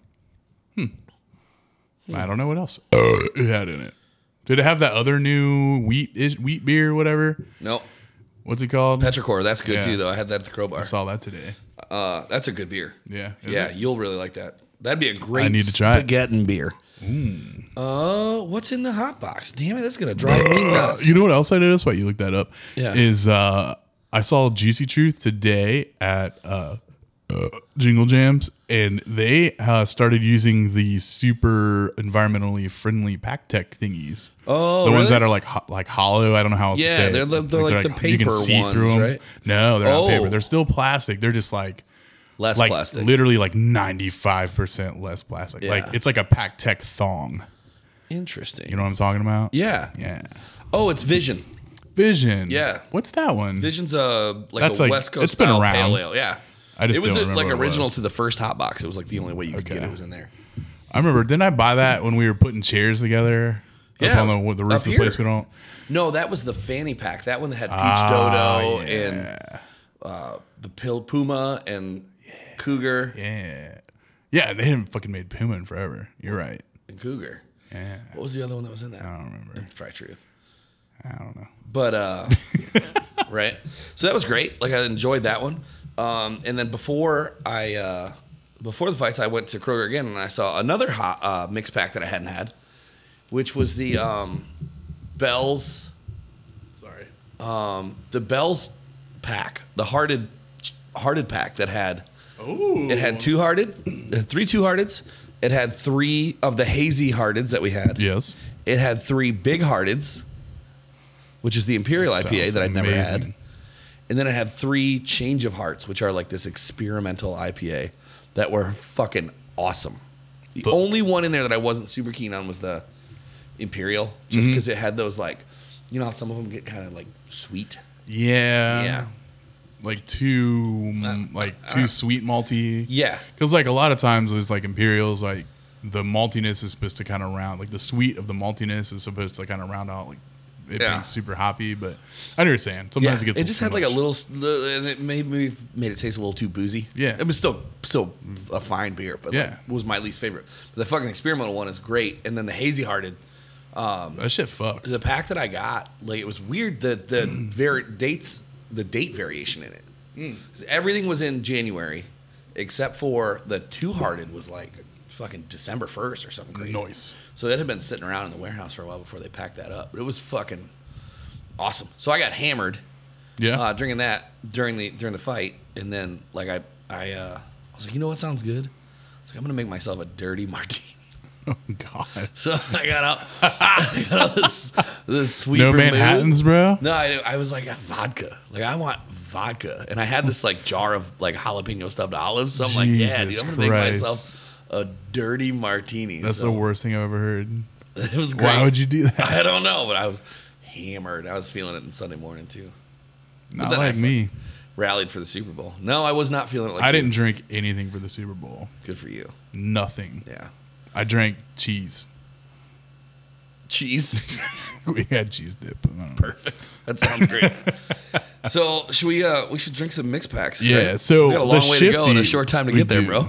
S2: Hmm. I don't know what else it had in it. Did it have that other new wheat ish, wheat beer, whatever?
S1: no,
S2: What's it called?
S1: Petrichor. That's good
S2: Yeah.
S1: too, though. I had that at the crowbar.
S2: I saw that today.
S1: Uh, that's a good beer.
S2: Yeah, is
S1: yeah,
S2: it?
S1: you'll really like that. That'd be a great.
S2: I need to try it. Mm.
S1: spaghetti beer. Oh, what's in the hot box? Damn it, that's gonna drive me nuts.
S2: Uh, You know what else I noticed? Why you looked that up?
S1: Yeah.
S2: Is uh, I saw Juicy Truth today at uh, uh, Jingle Jams, and they uh, started using the super environmentally friendly pack tech thingies.
S1: Oh,
S2: the ones
S1: really?
S2: that are like ho- like hollow. I don't know how else
S1: Yeah,
S2: to say. it.
S1: they're the- they're like the
S2: you can
S1: paper
S2: see
S1: ones,
S2: through 'em.
S1: right?
S2: No, they're
S1: Oh.
S2: not paper. They're still plastic. They're just like
S1: Less
S2: like
S1: plastic.
S2: literally like ninety five percent less plastic. Like
S1: Yeah.
S2: it's like a pack tech thong.
S1: Interesting.
S2: You know what I'm talking about?
S1: yeah.
S2: Yeah.
S1: Oh, it's Vision.
S2: Vision.
S1: Yeah.
S2: What's that one?
S1: Vision's a like
S2: That's
S1: a
S2: like-
S1: West Coast.
S2: it's been
S1: style
S2: around.
S1: Pale ale. Yeah,
S2: I just
S1: it was
S2: don't
S1: uh,
S2: remember
S1: like
S2: what it
S1: original
S2: was.
S1: to the first hot box. It was like the only way you could get
S2: Okay.
S1: it was in there.
S2: I remember. Didn't I buy that when we were putting chairs together
S1: Yeah,
S2: up
S1: it
S2: on the,
S1: was
S2: the roof
S1: up
S2: of the
S1: here.
S2: place we don't?
S1: No, that was the fanny pack. That one that had peach
S2: Ah,
S1: dodo and uh, the pill puma and cougar
S2: Yeah, yeah. They haven't fucking made Puma in forever. You're right.
S1: and cougar.
S2: Yeah,
S1: What was the other one that was in that?
S2: I don't remember.
S1: Fry truth.
S2: I don't know.
S1: But uh, right, so that was great. Like I enjoyed that one. Um, and then before I uh, before the fights, I went to Kroger again and I saw another hot uh, mix pack that I hadn't had, which was the um, Bell's um,
S2: Sorry.
S1: the Bell's pack, the hearted hearted pack that had
S2: Oh,
S1: it had two hearted, uh, three two hearteds. It had three of the hazy hearteds that we had.
S2: Yes.
S1: It had three big hearteds, which is the Imperial
S2: That
S1: IPA
S2: sounds
S1: that I'd never had.
S2: amazing.
S1: And then I had three change of hearts, which are like this experimental IPA that were fucking awesome. The
S2: But-
S1: only one in there that I wasn't super keen on was the Imperial, just
S2: Mm-hmm.
S1: because it had those like, you know, how some of them get kind of like sweet.
S2: Yeah.
S1: yeah. Uh,
S2: Like too, mm, like too sweet malty.
S1: Yeah.
S2: Because like a lot of times it's like Imperials, like the maltiness is supposed to kind of round, like the sweet of the maltiness is supposed to kind of round out, like it
S1: Yeah.
S2: being super hoppy. But I understand. Sometimes it gets.
S1: just
S2: too
S1: had like a
S2: much.
S1: little, s- li- and it made me made it taste a little too boozy.
S2: Yeah.
S1: it was still still a fine beer, but
S2: Yeah.
S1: like, was my least favorite. But the fucking experimental one is great, and then the hazy hearted,
S2: That shit fucked.
S1: the pack that I got, like it was weird the the ver- dates the date variation in it.
S2: Mm.
S1: 'Cause Everything was in January, except for the two hearted was like fucking December first or something crazy.
S2: Nice.
S1: So that had been sitting around in the warehouse for a while before they packed that up. But it was fucking awesome. So I got hammered
S2: Yeah.
S1: uh, drinking that during the during the fight, and then like I I uh, I was like, you know what sounds good? I was like, I'm gonna make myself a dirty martini.
S2: oh god.
S1: So I got out, I got out this this sweet
S2: No
S1: vermouth.
S2: Manhattans, bro?
S1: No, I, I was like vodka. Like I want vodka, and I had this like jar of like jalapeno stuffed olives. So I'm like, yeah, dude,
S2: Jesus
S1: I'm gonna make
S2: Christ.
S1: myself a dirty martini.
S2: That's
S1: so
S2: the worst thing I've ever heard.
S1: It was great.
S2: Why would you do that?
S1: I don't know, but I was hammered. I was feeling it on Sunday morning too.
S2: Not
S1: then I
S2: like
S1: fuck-
S2: me.
S1: rallied for the Super Bowl. No, I was not feeling it like
S2: I
S1: you.
S2: didn't drink anything for the Super Bowl.
S1: Good for you.
S2: Nothing.
S1: Yeah.
S2: I drank cheese.
S1: Cheese.
S2: we had cheese dip. I don't know.
S1: Perfect. That sounds great. so should we? Uh, we should drink some mix packs. right?
S2: Yeah. So
S1: we got a
S2: the
S1: long way to go and a
S2: shifty-
S1: short time to
S2: we
S1: get there,
S2: do.
S1: bro.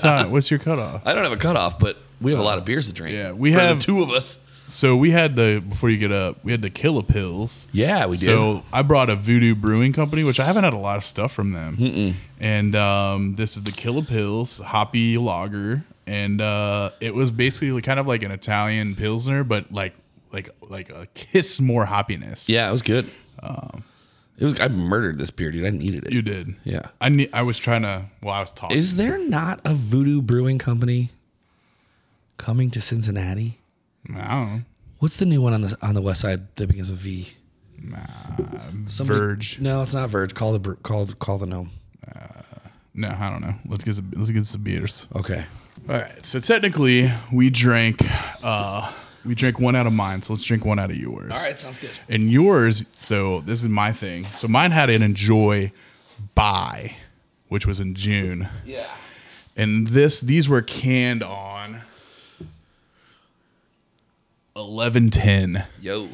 S2: time? What's your cutoff?
S1: I don't have a cutoff, but we have a lot of beers to drink.
S2: Yeah, we
S1: For
S2: have-
S1: the two of us.
S2: So we had the before you get up, we had the Killer Pills.
S1: Yeah, we
S2: So I brought a Voodoo Brewing Company, which I haven't had a lot of stuff from them. And um, this is the Killer Pills Hoppy Lager, and uh, it was basically kind of like an Italian Pilsner, but like like like a kiss more hoppiness.
S1: Yeah, it was good.
S2: Um,
S1: it was. I murdered this beer, dude. I needed it.
S2: you did.
S1: Yeah.
S2: I ne- I was trying to. Well, I was talking.
S1: Is there not a Voodoo Brewing Company coming to Cincinnati?
S2: I
S1: What's the new one on the on the west side that begins with V?
S2: don't know.
S1: Somebody-
S2: Verge.
S1: No, it's not Verge. Call the br- call call the gnome.
S2: No, I don't know. Let's get some, let's get some beers.
S1: Okay.
S2: All right. So technically, we drank uh, we drank one out of mine. So let's drink one out of yours. All
S1: sounds good.
S2: And yours. So this is my thing. So mine had an enjoy by, which was in June,
S1: Yeah.
S2: and this these were canned on eleven ten.
S1: Yo.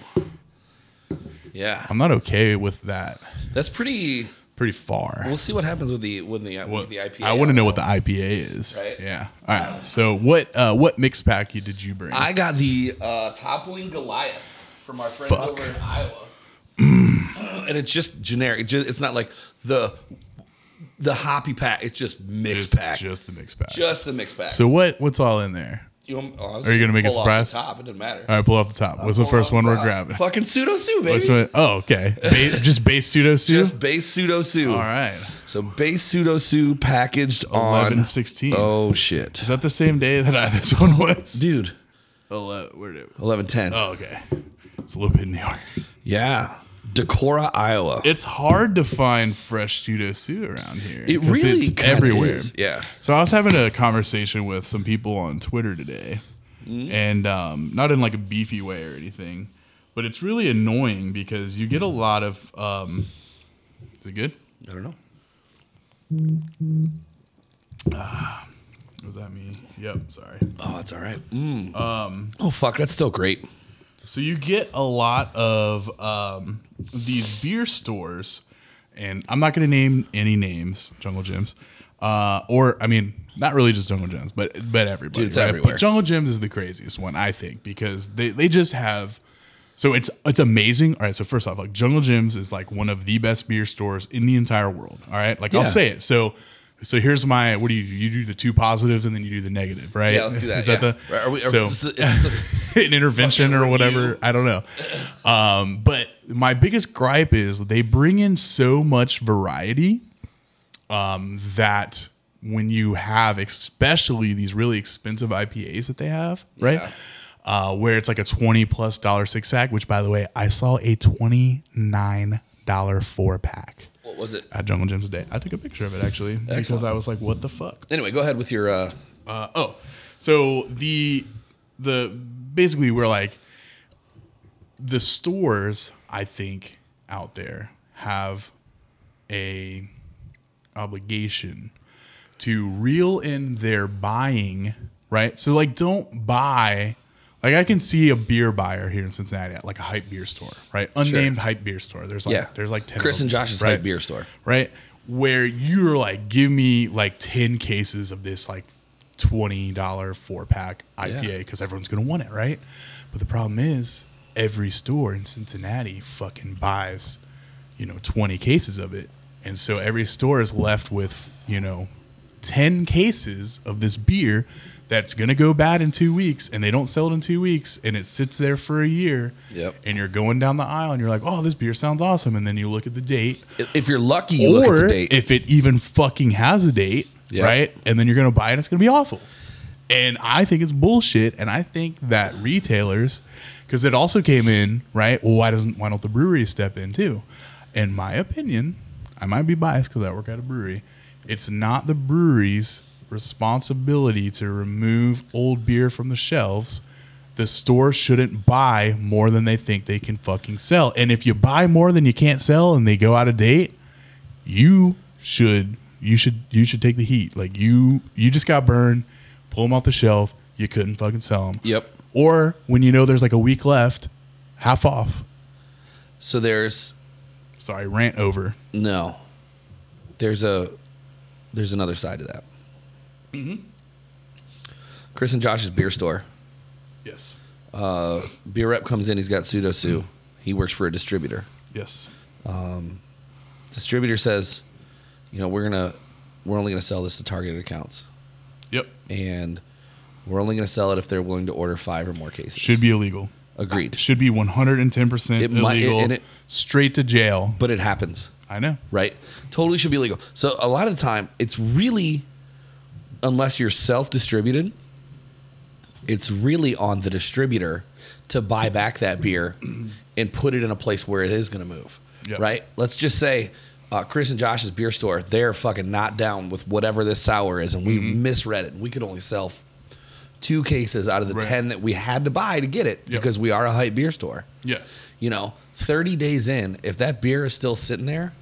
S1: Yeah.
S2: I'm not okay with that.
S1: That's pretty.
S2: Pretty far.
S1: We'll see what happens with the with the with the IPA.
S2: I want to know what the IPA is.
S1: Right.
S2: Yeah. All right. So what uh, what mix pack you did you bring?
S1: I got the uh, toppling Goliath from our friends
S2: Fuck. Mm.
S1: over in Iowa, and it's just generic. Ju- It's not like the the hoppy pack. It's just mixed
S2: It's
S1: pack. Just,
S2: just the mix pack.
S1: a mixed pack.
S2: So what what's all in there?
S1: you, want- oh, I was
S2: are you
S1: just
S2: gonna make a
S1: pull off the
S2: surprise?
S1: Top. It doesn't matter.
S2: All right, pull off the top. What's the
S1: Pull
S2: first
S1: off
S2: one
S1: the
S2: we're
S1: top.
S2: grabbing?
S1: Fucking pseudo sue, baby.
S2: What's one- Oh, okay. Ba- just base pseudo sue.
S1: Just base pseudo sue.
S2: all right.
S1: So base pseudo sue packaged on
S2: 1116.
S1: Oh shit,
S2: Is that the same day that I, this one was?
S1: dude.
S2: where did?
S1: Eleven ten.
S2: Oh, okay. It's a little bit New York.
S1: Yeah, Decorah, Iowa.
S2: It's hard to find fresh pseudo sue around here.
S1: It
S2: 'cause
S1: really
S2: it's
S1: kinda
S2: everywhere.
S1: is, yeah.
S2: So I was having a conversation with some people on Twitter today,
S1: Mm-hmm.
S2: and um, not in like a beefy way or anything, but it's really annoying because you get a lot of. Um, is it good?
S1: I don't know.
S2: Was that me? Yep. Sorry.
S1: Oh, it's all right. Um, oh fuck, that's still great.
S2: So you get a lot of um, these beer stores, and I'm not going to name any names, Jungle Gyms, uh, or I mean, not really just Jungle Gyms, but but everybody.
S1: Dude, it's everywhere.
S2: But Jungle Gyms is the craziest one, I think, because they they just have. So it's it's amazing. All right, so first off, like Jungle Gyms is like one of the best beer stores in the entire world. All right, like I'll
S1: Yeah.
S2: say it. So so here's my what do you do? you do the two positives and then you do the negative, right?
S1: Yeah, let's do that.
S2: Is that
S1: yeah.
S2: the
S1: Are we, are
S2: so-
S1: is this a- is this
S2: an intervention or whatever. I don't know. Um, but my biggest gripe is they bring in so much variety um, that when you have, especially these really expensive IPAs that they have, right? Uh, where it's like a 20 plus dollar six pack, which by the way, I saw a $29 four pack
S1: a- what was it?
S2: at Jungle Gym today. I took a picture of it actually because
S1: Excellent.
S2: I was like, what the fuck?
S1: Anyway, go ahead with your. Uh,
S2: Uh, oh, so the the basically we're like the stores I think out there have a obligation to reel in their buying, right? So like don't buy like I can see a beer buyer here in Cincinnati at like a hype beer store, right? Unnamed hype beer store. There's like
S1: yeah,
S2: there's like 10 of
S1: Chris
S2: them,
S1: and Josh's
S2: right?
S1: hype beer store.
S2: right? Where you're like, give me like 10 cases of this like $20 four pack IPA because everyone's going to want it, right? But the problem is, every store in Cincinnati fucking buys, you know, 20 cases of it. And so every store is left with, you know, 10 cases of this beer that's going to go bad in two weeks and they don't sell it in two weeks and it sits there for a year.
S1: Yep.
S2: And you're going down the aisle and you're like, oh, this beer sounds awesome. And then you look at the date
S1: If you're lucky, you look at
S2: or
S1: the date.
S2: if it even fucking has a date,
S1: Yeah.
S2: right? And then you're gonna buy it, it's gonna be awful. And I think it's bullshit. And I think that retailers, because it also came in, right? Well, why doesn't why don't the breweries step in too? In my opinion, I might be biased because I work at a brewery. It's not the brewery's responsibility to remove old beer from the shelves. The store shouldn't buy more than they think they can fucking sell. And if you buy more than you can't sell and they go out of date, you should you should you should take the heat. Like you you just got burned, pull them off the shelf. You couldn't fucking sell them.
S1: Yep.
S2: Or when you know there's like a week left, half off.
S1: So there's
S2: Sorry, rant over.
S1: no. There's a there's another side to that. Mm-hmm. Chris and Josh's beer store.
S2: Yes.
S1: Beer rep comes in. He's got pseudo sue. He works for a distributor.
S2: Yes.
S1: Distributor says, you know, we're gonna we're only gonna sell this to targeted accounts,
S2: Yep.
S1: and we're only gonna sell it if they're willing to order five or more cases.
S2: Should be illegal.
S1: agreed,
S2: Should be 110%
S1: It
S2: illegal.
S1: might- and it-
S2: straight to jail.
S1: but it happens.
S2: I know.
S1: right? Totally should be legal. So a lot of the time, it's really, unless you're self-distributed, it's really on the distributor to buy back that beer and put it in a place where it is going to move,
S2: Yep.
S1: right? Let's just say. Uh, Chris and Josh's beer store, they're fucking not down with whatever this sour is, and we misread it. We could only sell two cases out of the
S2: Right.
S1: 10 that we had to buy to get it because we are a hype beer store
S2: Yes.
S1: you know, 30 days in, if that beer is still sitting there,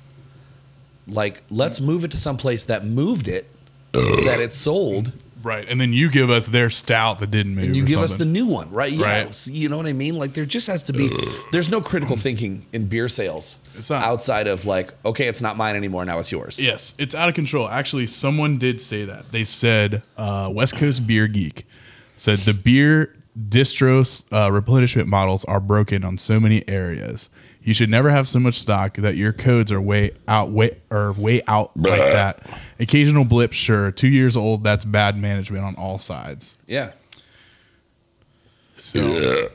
S1: like let's move it to some place that moved it, that it's sold,
S2: Right. And then you give us their stout that didn't move.
S1: and you
S2: or
S1: give us the
S2: something.
S1: new one, right? Yeah,
S2: Right.
S1: s- you know what I mean. Like there just has to be. There's no critical thinking in beer sales
S2: It's not.
S1: outside of like, okay, it's not mine anymore. Now it's yours.
S2: Yes, it's out of control. Actually, someone did say that. They said uh, West Coast Beer Geek said the beer distros uh, replenishment models are broken on so many areas. You should never have so much stock that your codes are way out, way or way out like that. Occasional blip, sure. Two years old, that's bad management on all sides.
S1: Yeah.
S2: So,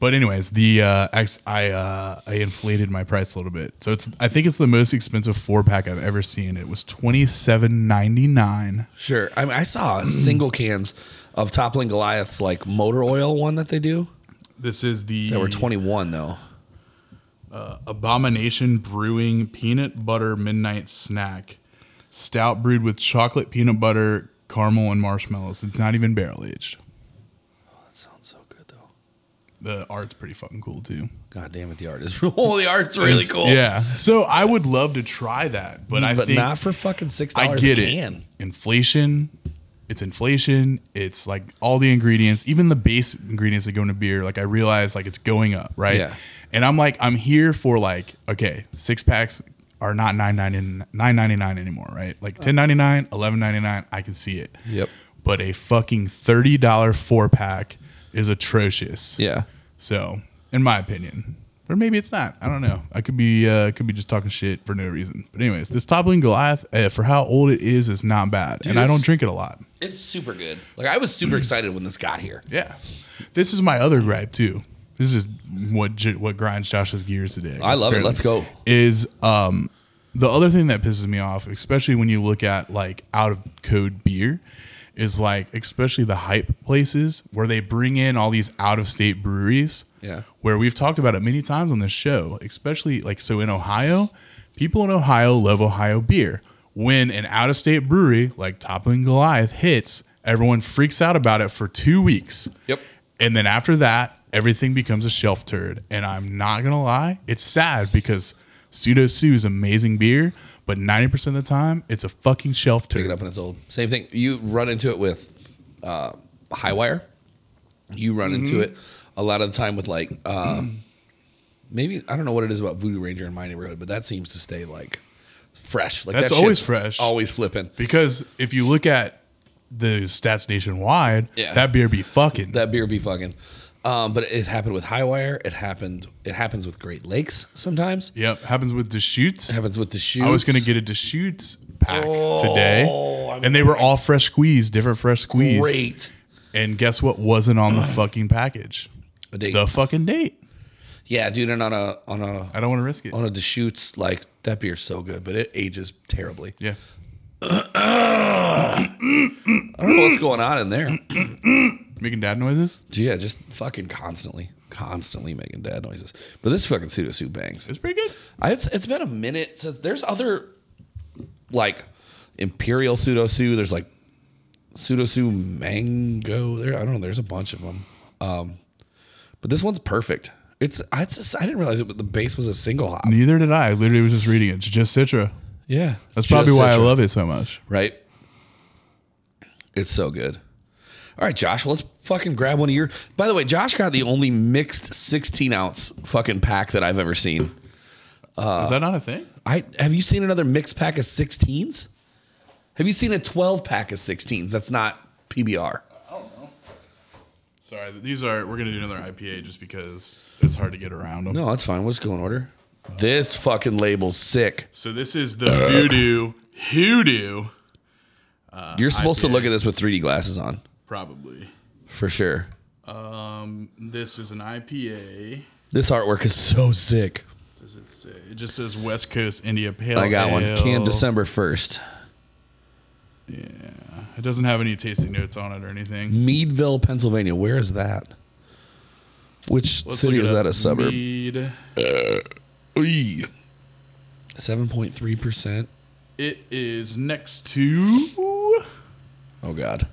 S2: but anyways, the uh, ex- I uh, I inflated my price a little bit. So it's I think it's the most expensive four pack I've ever seen. It was twenty seven ninety nine.
S1: Sure. I, mean, I saw single cans of Toppling Goliath's like motor oil one that they do.
S2: This is the
S1: They were 21 though.
S2: Abomination Brewing Peanut Butter Midnight Snack Stout brewed with chocolate, peanut butter, caramel, and marshmallows. It's not even barrel aged.
S1: Sounds so good though.
S2: The art's pretty fucking cool too.
S1: God damn it, the art is oh, the art's really cool.
S2: Yeah. So I would love to try that, but I
S1: but
S2: think
S1: not for fucking six
S2: I
S1: dollars.
S2: get
S1: a
S2: it.
S1: can.
S2: Inflation. It's inflation. It's like all the ingredients, even the base ingredients that go into beer. Like I realize, like it's going up, right?
S1: Yeah.
S2: And I'm like, I'm here for like, okay, six packs are not nine ninety nine ninety nine anymore, right? Like ten ninety nine, eleven ninety nine. I can see it.
S1: Yep.
S2: But a fucking thirty dollar four pack is atrocious.
S1: Yeah.
S2: So, in my opinion, or maybe it's not. I don't know. I could be uh, could be just talking shit for no reason. But anyways, this toppling Goliath uh, for how old it is is not bad, and I
S1: it's-
S2: don't drink it a lot.
S1: It's super good. Like I was super excited when this got here.
S2: Yeah, this is my other gripe too. This is what j- what grinds Josh's gears today.
S1: I love it. Let's go.
S2: Is um the other thing that pisses me off, especially when you look at like out of code beer, is like especially the hype places where they bring in all these out of state breweries.
S1: Yeah.
S2: Where we've talked about it many times on this show, especially like so in Ohio, people in Ohio love Ohio beer. When an out of state brewery like Toppling Goliath hits, everyone freaks out about it for two weeks.
S1: Yep.
S2: And then after that, everything becomes a shelf turd. And I'm not gonna lie, it's sad because Pseudo Sue is amazing beer, but 90% of the time, it's a fucking shelf
S1: Pick
S2: turd.
S1: it up and it's old. Same thing. You run into it with uh high wire. You run into it a lot of the time with like uh maybe I don't know what it is about Voodoo Ranger in my neighborhood, but that seems to stay like fresh. Like
S2: That's
S1: that
S2: always
S1: shit's
S2: fresh.
S1: Always flipping.
S2: Because if you look at the stats nationwide,
S1: Yeah.
S2: that beer be fucking.
S1: that beer be fucking. Um, but it happened with Highwire. It happened. It happens with Great Lakes sometimes.
S2: yep. Happens with Deschutes.
S1: It happens with the shoes.
S2: I was gonna get a Deschutes pack today.
S1: Oh,
S2: and they were all fresh squeezed, different fresh squeezed.
S1: great.
S2: And guess what wasn't on the fucking package?
S1: A date.
S2: The fucking date.
S1: yeah, dude, and on a on a
S2: I don't want to risk it.
S1: on a Deschutes, like that beer's so good, but it ages terribly.
S2: Yeah.
S1: I don't know what's going on in there.
S2: Making dad noises?
S1: yeah, just fucking constantly, constantly making dad noises. But this fucking pseudo suit bangs.
S2: It's pretty good.
S1: I, it's, it's been a minute since there's other like imperial pseudo sue. There's like pseudo sue mango. There, I don't know. There's a bunch of them. Um, but this one's perfect. It's I it's just, I didn't realize it, but the base was a single hop.
S2: Neither did I. I literally was just reading it. It's just Citra.
S1: Yeah.
S2: That's probably why I love it so much.
S1: Right? It's so good. All right, Josh, let's fucking grab one of your. By the way, Josh got the only mixed 16 ounce fucking pack that I've ever seen. Uh.
S2: Is that not a thing?
S1: I have you seen another mixed pack of 16s? Have you seen a 12 pack of 16s? That's not PBR.
S2: Sorry, these are. We're gonna do another IPA just because it's hard to get around them.
S1: No, that's fine. Let's go in order. This fucking label's sick.
S2: So this is the voodoo hoodoo,
S1: You're supposed to
S2: IPA.
S1: look at this with 3D glasses on,
S2: probably.
S1: for sure.
S2: Um, this is an IPA.
S1: This artwork is so sick.
S2: Does it say? It just says West Coast India Pale.
S1: I got one.
S2: Ale.
S1: Canned December 1st.
S2: It doesn't have any tasting notes on it or anything.
S1: Meadville, Pennsylvania. Where is that? Which
S2: Let's
S1: city
S2: look
S1: is
S2: it
S1: that?
S2: up.
S1: A suburb?
S2: Mead.
S1: Seven point three percent.
S2: It is next to.
S1: Oh God,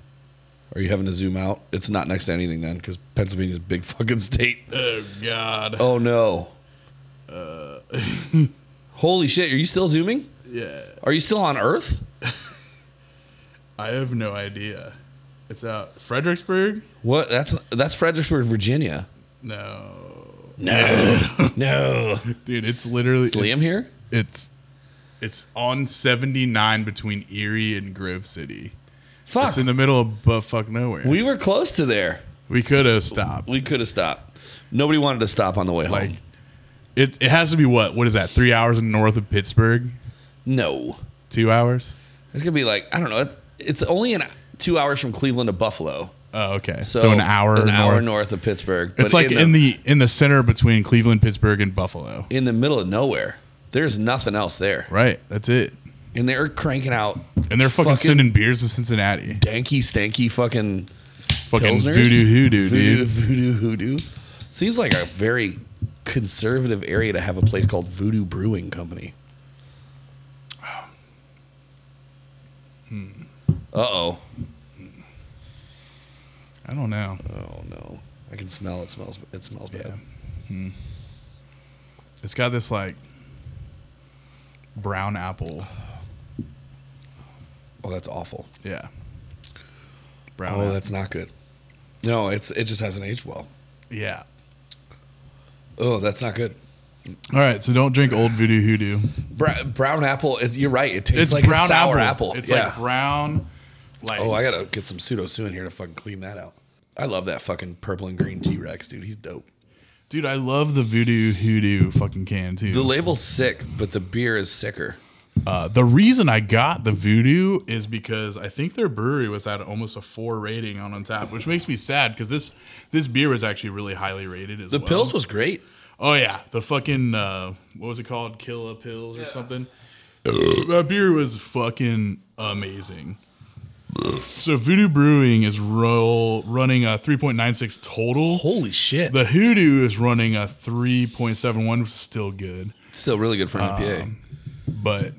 S1: are you having to zoom out? It's not next to anything then, because Pennsylvania's a big fucking state.
S2: Oh God.
S1: Oh no.
S2: Uh,
S1: Holy shit! Are you still zooming?
S2: Yeah.
S1: Are you still on Earth?
S2: I have no idea. It's out Fredericksburg.
S1: What? That's that's Fredericksburg, Virginia.
S2: No,
S1: No,
S2: dude, it's literally
S1: is Liam
S2: it's-
S1: here?
S2: It's it's on seventy nine between Erie and Grove City.
S1: Fuck,
S2: It's in the middle of butt fuck nowhere.
S1: we
S2: We,
S1: were close to there.
S2: could have stopped.
S1: We could have stopped. Nobody wanted to stop on the way home.
S2: like it, it has to be what? What is that? Three hours north of Pittsburgh?
S1: no.
S2: Two hours?
S1: It's gonna be like I don't know. it- It's only an two hours from Cleveland to Buffalo,
S2: Oh, okay. So, an hour
S1: an
S2: north.
S1: hour north of Pittsburgh.
S2: It's like in, the, in the center between Cleveland, Pittsburgh, and Buffalo.
S1: in the middle of nowhere. There's nothing else there,
S2: Right. That's it.
S1: and they're cranking out
S2: And they're fucking,
S1: Fucking-
S2: sending beers to Cincinnati.
S1: danky, stanky, fucking
S2: Fucking
S1: pilsners.
S2: voodoo hoodoo,
S1: voodoo,
S2: dude.
S1: voodoo hoodoo. Seems like a very conservative area to have a place called Voodoo Brewing Company.
S2: Hmm.
S1: Uh oh.
S2: I don't know.
S1: Oh no. I can smell it. Smells. It smells bad.
S2: It's got this like brown apple.
S1: Oh, that's awful.
S2: Yeah. Brown
S1: Oh,
S2: apple.
S1: that's not good. No, it's it just hasn't aged well.
S2: yeah.
S1: Oh, that's not good.
S2: All right, so don't drink old voodoo hoodoo.
S1: Bra- brown apple is. You're right. It tastes
S2: It's,
S1: like
S2: brown
S1: a sour apple.
S2: apple. It's
S1: yeah.
S2: like brown like
S1: oh, I gotta get some pseudo soon here to fucking clean that out. I love that fucking purple and green T Rex, dude. He's dope.
S2: Dude, I love the voodoo hoodoo fucking can too.
S1: The
S2: The,
S1: label's sick, but the beer is sicker.
S2: uh, the reason I got the voodoo is because I think their brewery was at almost a 4 rating on Untappd, which makes me sad cuz this this beer was actually really highly rated as
S1: The
S2: well.
S1: pills was great.
S2: Oh yeah, the fucking uh, what was it called? Killa pills or something. that beer was fucking amazing. so Voodoo Brewing is roll running a 3.96 total.
S1: Holy shit!
S2: The Hoodoo is running a 3.71, still good.
S1: It's still really good for an IPA.
S2: But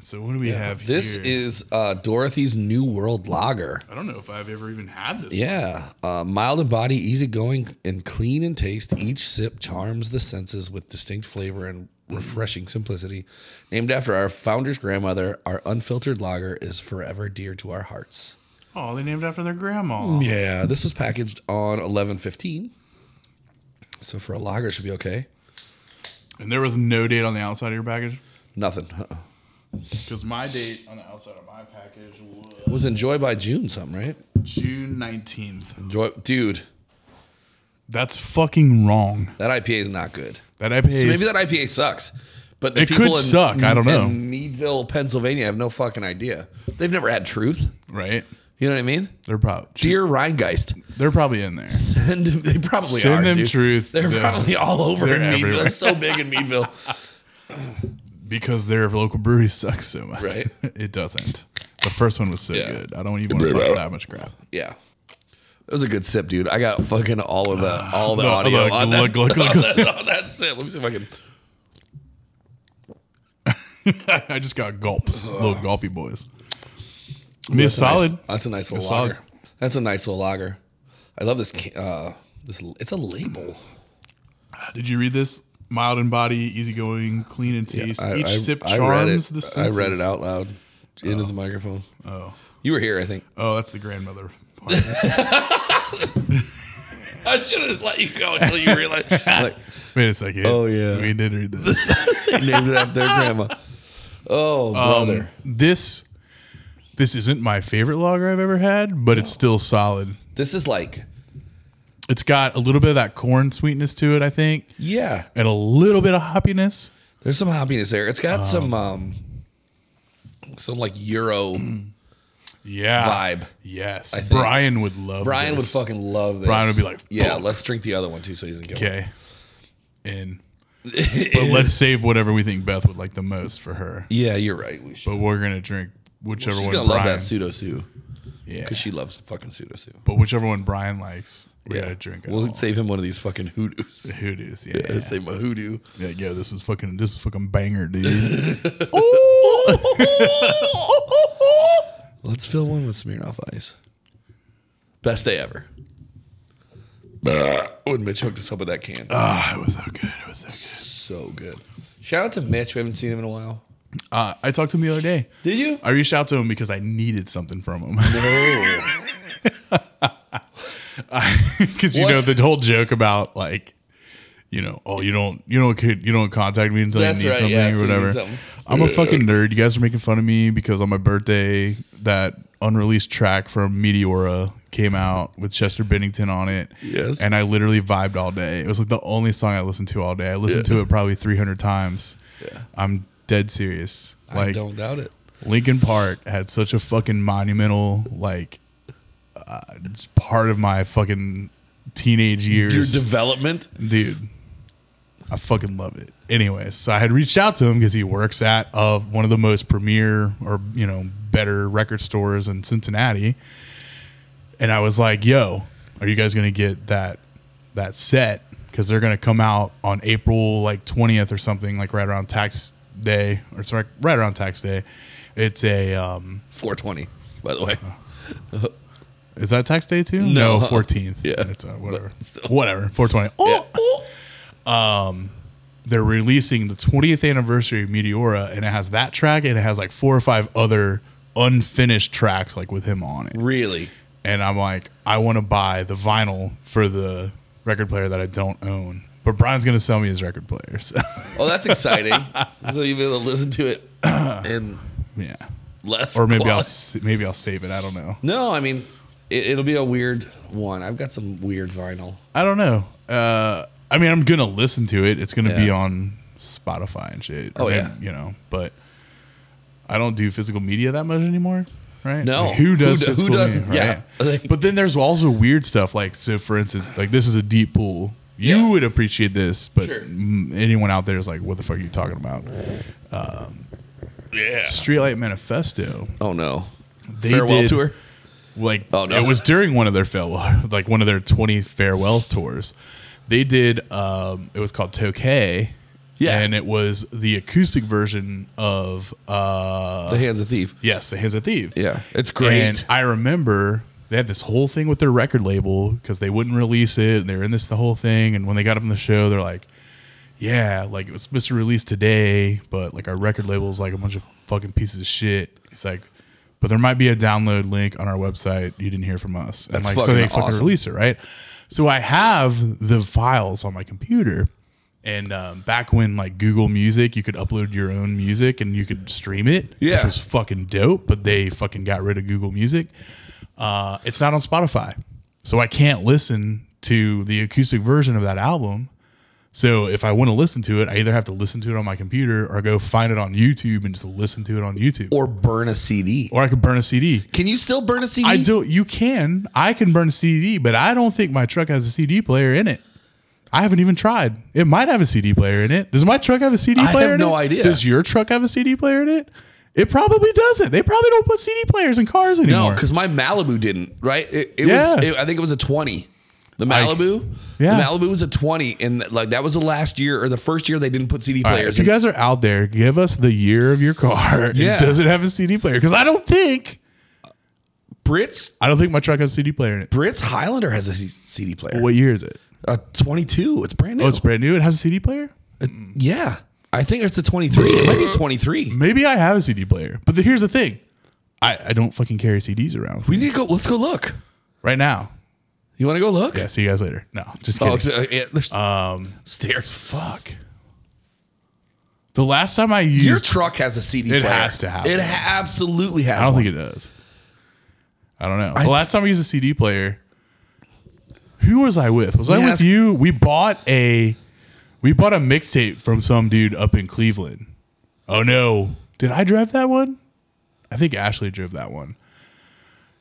S2: so what do Um, we have
S1: This
S2: here?
S1: is uh, Dorothy's New World Lager.
S2: I don't know if I've ever even had this.
S1: Yeah, uh, mild in body, easygoing, and clean in taste. Each sip charms the senses with distinct flavor and refreshing simplicity. Named after our founder's grandmother, our unfiltered lager is forever dear to our hearts.
S2: Oh, they named it after their grandma.
S1: Yeah, this was packaged on eleven fifteen, so for a lager, it should be okay.
S2: And there was no date on the outside of your package
S1: Nothing Uh-uh.
S2: because my date on the outside of my package was
S1: was enjoy by June, something right?
S2: June 19th.
S1: Enjoy, dude.
S2: That's fucking wrong.
S1: That IPA is not good.
S2: That IPA.
S1: So
S2: is-
S1: maybe that IPA sucks. But the
S2: It could
S1: people in,
S2: suck. I don't know.
S1: in Meadville, Pennsylvania, have no fucking idea. They've never had truth.
S2: right.
S1: You know what I mean?
S2: They're probably
S1: Dear Rheingeist,
S2: they're probably in there.
S1: send them. They probably
S2: Send
S1: are,
S2: them
S1: dude.
S2: truth.
S1: They're
S2: They're-
S1: probably all over
S2: they're
S1: in Meadville.
S2: everywhere.
S1: They're so big in Meadville.
S2: Because their local brewery sucks so much.
S1: Right.
S2: it doesn't. The first one was so
S1: Yeah.
S2: good. I don't even want to talk that much crap.
S1: yeah, it was a good sip, dude. I got fucking all of the all the
S2: Look,
S1: audio
S2: look,
S1: on,
S2: look,
S1: that,
S2: look, look,
S1: on
S2: look.
S1: that on that sip. Let me see if I can.
S2: I just got gulps. Little gulpy boys. I mean, it's solid.
S1: Nice, that's a nice little
S2: It's
S1: lager.
S2: solid.
S1: That's a nice little lager. I love this. ca- Uh, this it's a label.
S2: Did you read this? mild in body, easygoing, clean in taste.
S1: I-
S2: Each
S1: I-
S2: sip
S1: I read
S2: charms
S1: it-
S2: the
S1: I
S2: senses.
S1: read it out loud into the microphone.
S2: Oh,
S1: You were here, I think.
S2: oh, that's the grandmother part.
S1: I should have just let you go until you realized. like,
S2: Wait a second.
S1: Oh, yeah.
S2: we did read this.
S1: they named it after their grandma. Oh, brother.
S2: Um, this this isn't my favorite lager I've ever had, but it's still solid.
S1: this is like,
S2: It's got a little bit of that corn sweetness to it, I think,
S1: yeah.
S2: and a little bit of hoppiness.
S1: There's some hoppiness there. It's got some,
S2: Uh,
S1: um, some like Euro
S2: Yeah,
S1: vibe.
S2: Yes,
S1: think.
S2: Brian would love.
S1: Brian would
S2: this.
S1: fucking love this.
S2: Brian would be like,
S1: "Yeah,
S2: "Fuck."
S1: let's drink the other one too, so he doesn't get
S2: okay. And but let's save whatever we think Beth would like the most for her.
S1: Yeah, you're right. We should.
S2: But we're gonna drink whichever
S1: She's
S2: one
S1: gonna
S2: Brian.
S1: love that pseudo sue
S2: yeah,
S1: because she loves fucking pseudo sue.
S2: but whichever one Brian likes, we
S1: Yeah,
S2: gotta drink it.
S1: We'll
S2: all.
S1: save him one of these fucking hoodoos.
S2: Hoodoos, yeah.
S1: Yeah. Save him a hoodoo.
S2: Yeah, yo, this was fucking this was fucking banger, dude.
S1: Let's fill one with Smirnoff Ice. Best day ever. When Mitch hooked us up with that can,
S2: Ah, it was so good. It was so good.
S1: so good. Shout out to Mitch. We haven't seen him in a while.
S2: Uh, I talked to him the other day.
S1: Did you?
S2: I reached out to him because I needed something from him.
S1: Oh,
S2: Because you
S1: What?
S2: know the whole joke about like, you know, oh you don't you don't you don't contact me until
S1: That's
S2: you need
S1: right,
S2: something
S1: yeah,
S2: or
S1: until you need
S2: whatever.
S1: something.
S2: I'm a fucking nerd. You guys are making fun of me because on my birthday that unreleased track from Meteora came out with Chester Bennington on it.
S1: Yes.
S2: And I literally vibed all day. It was like the only song I listened to all day. I listened
S1: Yeah.
S2: to it probably 300 times.
S1: Yeah.
S2: I'm dead serious.
S1: I
S2: Like
S1: don't doubt it.
S2: Lincoln Park had such a fucking monumental like uh, just part of my fucking teenage
S1: Your
S2: years,
S1: development.
S2: dude. I fucking love it. Anyways, so I had reached out to him because he works at uh, one of the most premier or you know better record stores in Cincinnati, and I was like, "Yo, are you guys gonna get that that set? Because they're gonna come out on April like twentieth or something, like right around tax day or sorry, right around tax day. It's a um,
S1: 420, by the way.
S2: Uh-huh. is that tax day too?
S1: No.
S2: fourteenth.
S1: Yeah.
S2: it's, uh, whatever,
S1: But still.
S2: whatever. Four twenty. Oh,
S1: Yeah.
S2: they're releasing the 20th anniversary of Meteora, and it has that track, and it has like four or five other unfinished tracks like with him on it.
S1: Really?
S2: And I'm like, I want to buy the vinyl for the record player that I don't own, but Brian's gonna sell me his record player. So
S1: Oh, that's exciting. so you'll be able to listen to it in
S2: yeah,
S1: less.
S2: or maybe I'll
S1: cloth.
S2: s- maybe I'll save it. I don't know.
S1: No, I mean, it, it'll be a weird one. I've got some weird vinyl.
S2: I don't know. Uh, I mean, I'm gonna listen to it. It's gonna be
S1: Yeah.
S2: on Spotify and shit.
S1: Oh,
S2: Or
S1: yeah.
S2: you know. But I don't do physical media that much anymore, right?
S1: No.
S2: Like, who does
S1: Who do- who
S2: physical
S1: does-
S2: media?
S1: yeah.
S2: Right? but then there's also weird stuff like so. For instance, like this is a deep pool. You
S1: Yeah.
S2: would appreciate this, but
S1: Sure.
S2: mm, anyone out there is like, "What the fuck are you talking about?" Um, yeah, Streetlight Manifesto.
S1: Oh no,
S2: They
S1: farewell
S2: did-
S1: tour.
S2: like
S1: Oh, no.
S2: it was during one of their farewell, like one of their 20 farewells tours. They did um it was called Tokay.
S1: Yeah.
S2: And it was the acoustic version of uh
S1: The Hands of Thief.
S2: Yes, The Hands of Thief.
S1: Yeah, it's great.
S2: And I remember they had this whole thing with their record label because they wouldn't release it. And they were in this the whole thing. And when they got up on the show, they're like, yeah, like it was supposed to release today, but like our record label is like a bunch of fucking pieces of shit. It's like, but there might be a download link on our website. You didn't hear from us. And
S1: That's
S2: like, so
S1: fucking
S2: they fucking
S1: awesome.
S2: release it, right? So I have the files on my computer. And um, back when like Google Music, you could upload your own music and you could stream it.
S1: Yeah.
S2: Which was fucking dope, but they fucking got rid of Google Music. Uh, it's not on Spotify. So I can't listen to the acoustic version of that album. So if I want to listen to it, I either have to listen to it on my computer or go find it on YouTube and just listen to it on YouTube. Or,
S1: or burn a CD.
S2: I could burn a CD.
S1: Can you still burn a CD?
S2: I don't you can. I can burn a CD, but I don't think my truck has a CD player in it. I haven't even tried. It might have a CD player in it. Does my truck have a CD
S1: I
S2: player
S1: have
S2: in
S1: no
S2: it?
S1: idea.
S2: Does your truck have a CD player in it? It probably doesn't. They probably don't put CD players in cars anymore.
S1: No, because my Malibu didn't. Right? It, it
S2: Yeah.
S1: was. It, I think it was a twenty. The Malibu,
S2: yeah.
S1: the Malibu was a twenty, and like that was the last year or the first year they didn't put CD
S2: All right,
S1: players.
S2: if you
S1: in.
S2: guys are out there, give us the year of your car. and
S1: Yeah.
S2: Does it have a CD player? Because I don't think
S1: Brits,
S2: I don't think my truck has a CD player in it.
S1: Brits Highlander has a C- CD player.
S2: What year is it?
S1: Uh, twenty two. It's brand new.
S2: Oh, it's brand new. It has a CD player.
S1: Uh, yeah, I think it's a 23. It might be 23.
S2: Maybe I have a CD player, but the, here's the thing: I, I don't fucking carry CDs around
S1: We need to go. Let's go look.
S2: right now.
S1: You want to go look?
S2: Yeah, see you guys later. No, just
S1: Oh,
S2: kidding.
S1: it's, uh, yeah, there's
S2: um,
S1: stairs.
S2: fuck. The last time I used,
S1: Your truck has a CD
S2: It
S1: player.
S2: has to have
S1: It
S2: one.
S1: ha- absolutely has.
S2: I don't
S1: one.
S2: think it does. I don't know. the last time I used a CD player, who was I with? Was I
S1: me
S2: with
S1: ask-
S2: you? We bought a we bought a mixtape from some dude up in Cleveland. Oh no. Did I drive that one? I think Ashley drove that one.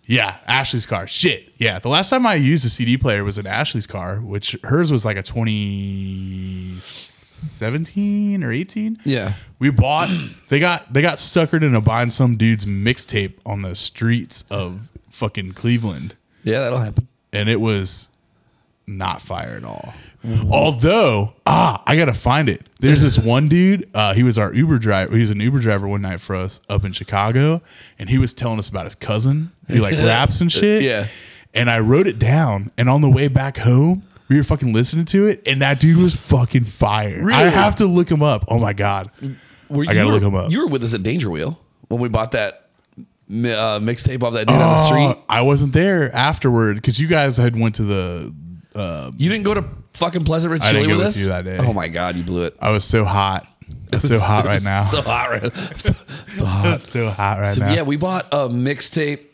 S2: Yeah, Ashley's car. Shit. Yeah. The last time I used a CD player was in Ashley's car, which hers was like a 2017 or 18.
S1: Yeah.
S2: We bought they got they got suckered into buying some dude's mixtape on the streets of fucking Cleveland.
S1: Yeah, that'll happen.
S2: And it was not fire at all. Although, ah, I gotta find it. There's this one dude. Uh, he was our Uber driver. He was an Uber driver one night for us up in Chicago, and he was telling us about his cousin. He like raps and shit.
S1: Yeah.
S2: And I wrote it down. And on the way back home, we were fucking listening to it, and that dude was fucking fire. I
S1: Really?
S2: have to look him up. Oh my god.
S1: Were,
S2: I gotta
S1: you
S2: look
S1: were-
S2: him up.
S1: You were with us at Danger Wheel when we bought that mi- uh, mixtape off that dude on the
S2: Uh,
S1: street.
S2: I wasn't there afterward because you guys had went to the.
S1: You didn't go to fucking Pleasant Ridge
S2: I
S1: Chili
S2: didn't go
S1: with,
S2: with
S1: us
S2: you that day.
S1: Oh my god, you blew it.
S2: I was so hot. I'm so hot right now.
S1: So hot right. So, so
S2: I'm
S1: hot.
S2: so Oh, hot right
S1: So,
S2: now.
S1: yeah, we bought a mixtape.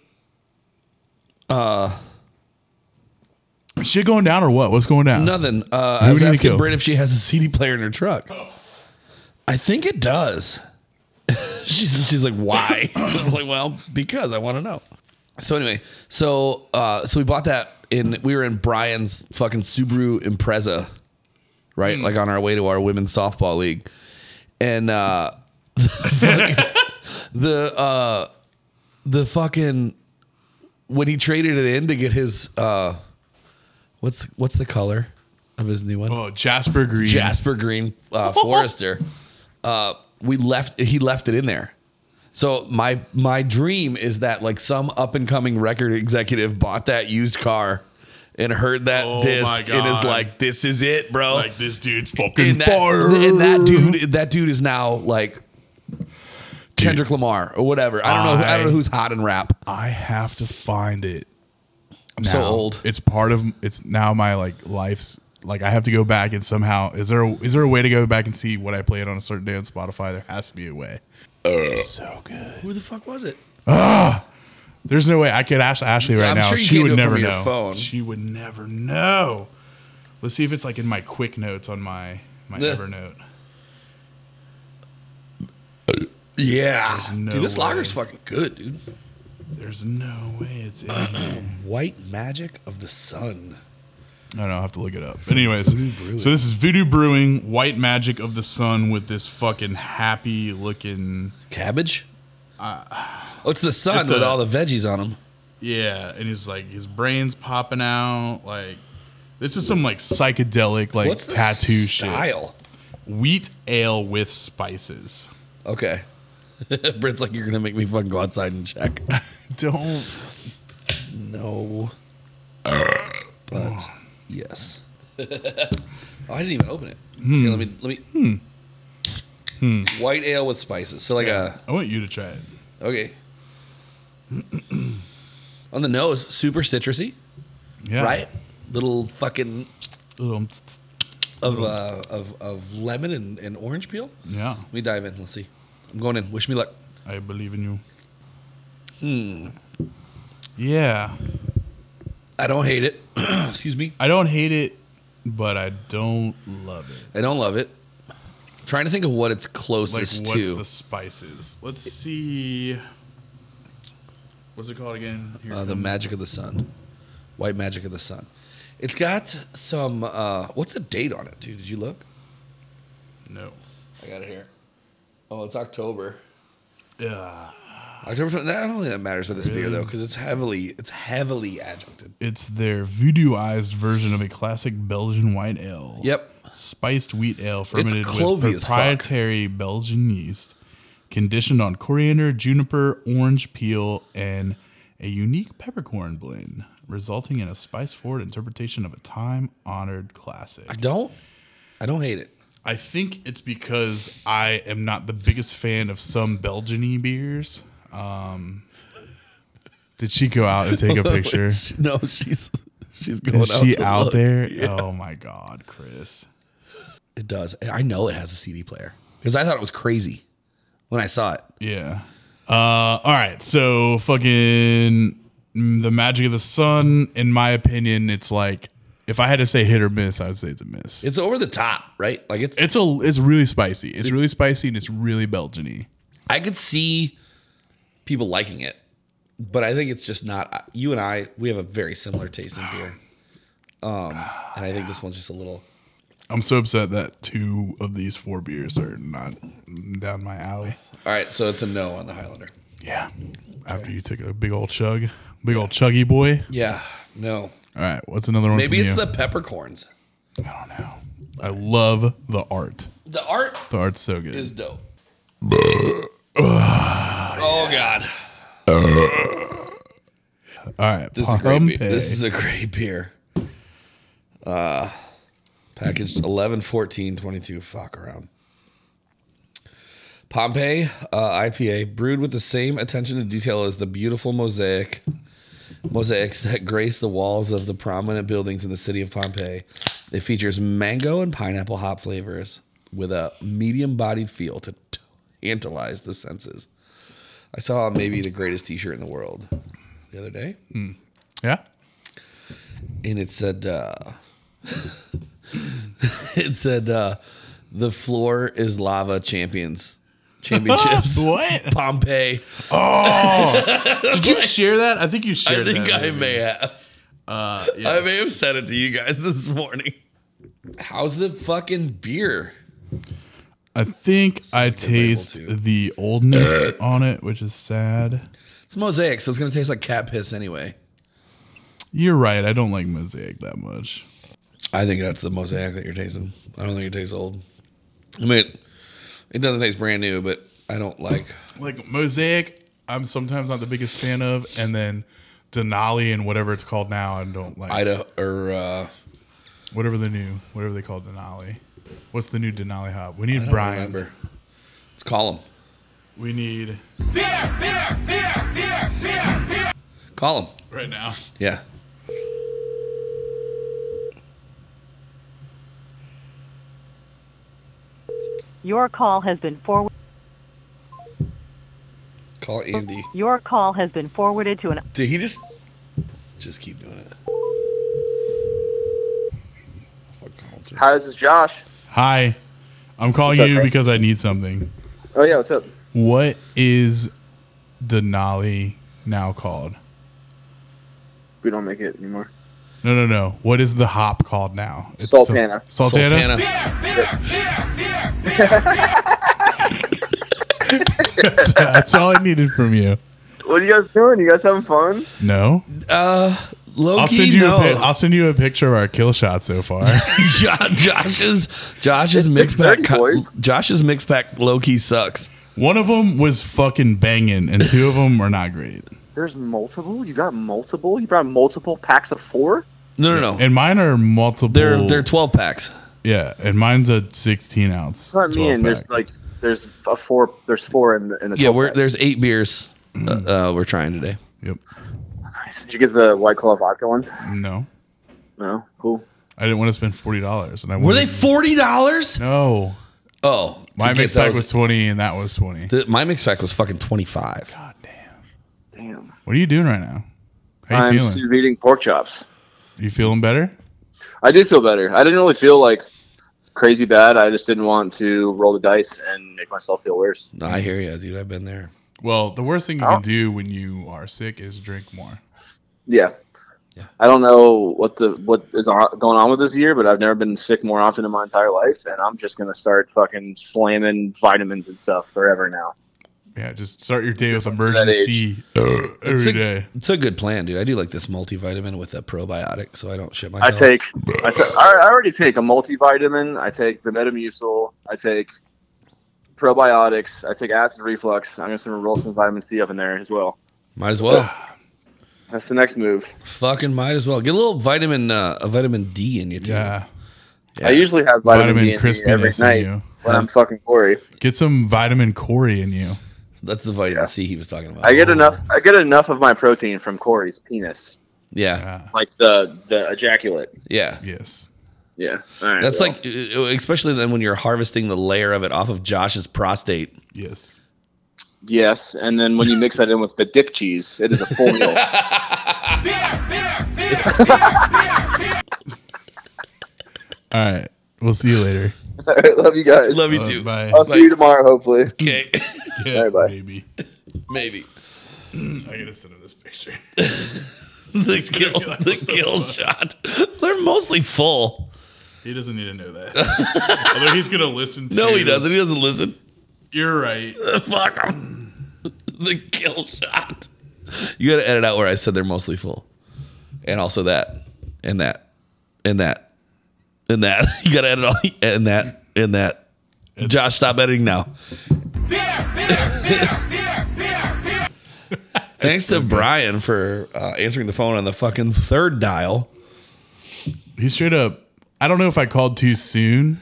S2: Shit going down or what? What's going down?
S1: Nothing. Uh, I
S2: Who
S1: was
S2: do you
S1: asking
S2: kill?
S1: Britt if she has a CD player in her truck. I think it does. she's she's like, why? I'm like, well, because I want to know. So anyway, so uh, so we bought that in. We were in Brian's fucking Subaru Impreza, right? Like on our way to our women's softball league, and uh, the uh, the fucking when he traded it in to get his uh, what's what's the color of his new one?
S2: Oh, Jasper Green.
S1: Jasper Green uh, Forrester. Uh, we left. He left it in there. So my my dream is that like some up and coming record executive bought that used car and heard that
S2: Oh my
S1: disc and is
S2: God.
S1: like, "This is it, bro."
S2: this dude's
S1: and
S2: fucking
S1: that, and that dude, that dude is now like Kendrick Lamar or whatever. I don't know. I,
S2: I-
S1: don't know who's hot in rap.
S2: I have to find it. I'm
S1: so old.
S2: It's part of. It's now my like life's. Like I have to go back and somehow is there is there a way to go back and see what I played on a certain day on Spotify? There has to be a way.
S1: Uh,
S2: so good.
S1: Who the fuck was it?
S2: There's no way I could ask Ashley right
S1: I'm
S2: now.
S1: sure you
S2: she
S1: can't do
S2: would
S1: it from
S2: never
S1: your
S2: know.
S1: phone.
S2: She would never know. Let's see if it's like in my quick notes on my my
S1: Yeah.
S2: Evernote.
S1: Yeah,
S2: no
S1: dude, this
S2: way.
S1: lager's fucking good, dude.
S2: There's no way it's in here.
S1: White magic of the sun.
S2: I don't know. I'll have to look it up. But anyways, so this is Voodoo Brewing, White Magic of the Sun with this fucking happy looking.
S1: Cabbage? oh, it's the sun
S2: it's
S1: with
S2: a-
S1: all the veggies on them.
S2: Yeah. And he's like, his brain's popping out. Like, this is some like psychedelic, like
S1: What's the
S2: tattoo shit.
S1: style?
S2: Wheat ale with spices.
S1: Okay. Britt's like, you're going to make me fucking go outside and check.
S2: Don't.
S1: no. but yes. oh, I didn't even open it.
S2: Hmm.
S1: Here, let me, let me. White ale with spices. So, like uh,
S2: I want you to try it.
S1: a, okay. on the nose, super citrusy,
S2: Yeah.
S1: right? Little fucking
S2: Little, um, tsk, tsk.
S1: of, uh, of, of lemon and, and orange peel.
S2: Yeah.
S1: Let me dive in. Let's see. I'm going in. Wish me luck.
S2: I believe in you. Hmm.
S1: Hmm.
S2: Yeah.
S1: I don't hate it. Excuse me.
S2: I don't hate it, but I don't love it.
S1: I don't love it. trying to think of what it's
S2: Like,
S1: closest
S2: what's
S1: to.
S2: the spices? Let's see. What's it called again? Here
S1: uh,
S2: it
S1: the
S2: comes.
S1: magic of the sun, white magic of the sun. It's got some. Uh, what's the date on it, dude? Did you look?
S2: No.
S1: I got it here. Oh, it's October.
S2: Yeah.
S1: October. 20 I don't think that matters for this beer though, because it's heavily it's heavily adjuncted.
S2: It's their voodooized version of a classic Belgian white ale.
S1: Yep.
S2: Spiced wheat ale fermented
S1: clovey
S2: with
S1: as fuck.
S2: proprietary Belgian yeast, conditioned on coriander, juniper, orange peel, and a unique peppercorn blend, resulting in a spice forward interpretation of a time honored classic.
S1: I don't. I don't hate it.
S2: I think it's because I am not the biggest fan of some Belgian beers. Um, did she go out and take a picture?
S7: No, she's she's going
S2: Is
S7: out.
S2: she
S7: to
S2: out
S7: look.
S2: there?
S7: Yeah.
S2: Oh my God, Chris.
S1: It does. I know it has a CD player because I thought it was crazy when I saw it.
S2: Yeah. Uh, all right. So fucking mm, the magic of the sun. In my opinion, it's like if I had to say hit or miss, I would say it's a miss.
S1: It's over the top, right? Like it's.
S2: It's a it's really spicy. It's really spicy and it's really Belgiany.
S1: I could see people liking it, but I think it's just not. You and I, we have a very similar taste in beer, um, and I think this one's just a little.
S2: I'm so upset that two of these four beers are not down my alley.
S1: All right, so it's a no on the Highlander.
S2: Yeah. After you took a big old chug, big old chuggy boy.
S1: Yeah, no.
S2: All right, what's another one?
S1: Maybe
S2: from
S1: it's
S2: you?
S1: the peppercorns.
S2: I don't know. I love the art.
S1: The art
S2: The art's so good.
S1: is dope. oh God,
S2: All right,
S1: this is a great. Beer.
S2: Pompeii.
S1: This is a great beer. Uh, packaged 11, 14, 22. Fuck around. Pompeii uh, IPA, brewed with the same attention to detail as the beautiful mosaic mosaics that grace the walls of the prominent buildings in the city of Pompeii. It features mango and pineapple hop flavors with a medium-bodied feel to tantalize the senses. I saw maybe the greatest T-shirt in the world the other day
S2: yeah.
S1: and it said uh it said uh the floor is lava champions championships
S2: What?
S1: pompeii
S2: Did you share that? I think you shared
S1: i think
S2: that.
S1: i may have
S2: Uh, yeah.
S1: i may have said it to you guys this morning how's the fucking beer
S2: I think I
S1: good label,
S2: taste
S1: too.
S2: the oldness on it, which is sad.
S1: it's mosaic so it's gonna taste like cat piss anyway
S2: You're right. I don't like mosaic that much.
S1: i think that's the mosaic that you're tasting i don't think it tastes old i mean it, it doesn't taste brand new but i don't like
S2: Like mosaic, I'm sometimes not the biggest fan of, and then Denali and whatever it's called now, I don't like.
S1: idaho or uh
S2: whatever the new, whatever they call Denali. What's the new Denali hop? We need
S1: I don't
S2: Brian.
S1: remember it's column
S2: We need
S1: column
S2: right now.
S1: Yeah.
S8: Your call has been forwarded.
S1: Call Andy.
S8: Your call has been forwarded to an
S1: Did he just just keep doing it? Fuck Colin, too.
S9: Hi, this is Josh.
S2: Hi, I'm calling
S9: What's up,
S2: you
S9: man?
S2: because I need something.
S9: Oh yeah, what's up?
S2: What is Denali now called?
S9: We don't make it anymore.
S2: No, no, no. What is the hop called now?
S9: Sultana.
S2: Sul- Sultana.
S1: Sultana.
S2: That's all I needed from you.
S9: What are you guys doing? You guys having fun?
S2: No,
S1: Low
S2: I'll
S1: key,
S2: send you.
S1: no.
S2: A, pic- I'll send you a picture of our kill shot so far.
S1: Jo- Josh's Josh's
S9: It's
S1: mix pack.
S9: 6:30,
S1: co-
S9: boys.
S1: Josh's mix pack low key sucks.
S2: One of them was fucking banging, and two of them were not great.
S9: There's multiple. You got multiple. You brought multiple packs of four.
S1: No, no, no.
S2: And mine are multiple.
S1: they're they're twelve packs.
S2: yeah, and mine's a 16 ounce.
S9: That's what I mean. There's like there's a four. There's four in the in the.
S1: Yeah,
S9: 12
S1: we're
S9: pack.
S1: there's eight beers uh, uh, we're trying today.
S2: Yep.
S9: Nice. Did you get the White Claw vodka ones?
S2: No,
S9: No. Cool.
S2: I didn't want to spend forty dollars, and I
S1: Were they
S2: wanted-
S1: forty dollars?
S2: No,
S1: Oh, to
S2: my
S1: get
S2: mix pack
S1: those-
S2: was 20, and that was 20.
S1: th- my mix pack was fucking twenty five.
S2: God damn.
S9: Damn.
S2: What are you doing right now? How you
S9: I'm
S2: feeling?
S9: sous videing pork chops.
S2: you feeling better?
S9: I do feel better. I didn't really feel like crazy bad. I just didn't want to roll the dice and make myself feel worse.
S1: No, I hear you, dude. I've been there.
S2: Well, the worst thing you
S9: Oh.
S2: can do when you are sick is drink more.
S9: Yeah. I don't know what the what is on, going on with this year, but I've never been sick more often in my entire life, and I'm just gonna start fucking slamming vitamins and stuff forever now.
S2: Yeah, just start your day with
S9: that age.
S2: emergency every day.
S1: It's a good plan, dude. I do like this multivitamin with a probiotic, so I don't shit
S9: I
S1: myself.
S9: take I ta- I I already take a multivitamin. I take the Metamucil. I take probiotics. I take acid reflux. I'm just gonna roll some vitamin C up in there as well.
S1: might as well.
S9: That's the next move.
S1: Fucking might as well get a little vitamin, uh, a vitamin D in you too.
S2: Yeah.
S9: I usually have vitamin,
S2: Vitamin
S9: D and D
S2: crispiness
S9: every
S2: in
S9: night
S2: you.
S9: when I'm fucking gory.
S2: Get some vitamin Corey in you.
S1: That's the vitamin C he was talking about.
S9: I get enough. I get enough of my protein from Corey's penis,
S1: Yeah,
S9: like the the ejaculate.
S1: yeah.
S2: Yes.
S9: Yeah, all right.
S1: That's
S9: well,
S1: like, uh, especially then when you're harvesting the layer of it off of Josh's prostate.
S2: Yes.
S9: yes, and then when you mix that in with the dick cheese, it is a full meal.
S2: All right. We'll see you later.
S9: all right, love you guys.
S1: Love you
S2: Uh,
S1: too.
S2: Bye.
S9: I'll see you tomorrow, hopefully.
S1: Okay,
S2: Yeah,
S9: Bye, bye.
S2: Baby.
S1: maybe
S2: I gotta send her this picture.
S1: the kill, the kill shot. They're mostly full.
S2: He doesn't need to know that. Although he's gonna listen. to
S1: No, he doesn't. He doesn't listen.
S2: You're right.
S1: Fuck him. The kill shot. You got to edit out where I said they're mostly full, and also that, and that, and that, and that. You got to edit all and that, and that. Josh, stop editing now. Thanks to Brian for uh, answering the phone on the fucking third dial.
S2: He straight up. I don't know if I called too soon.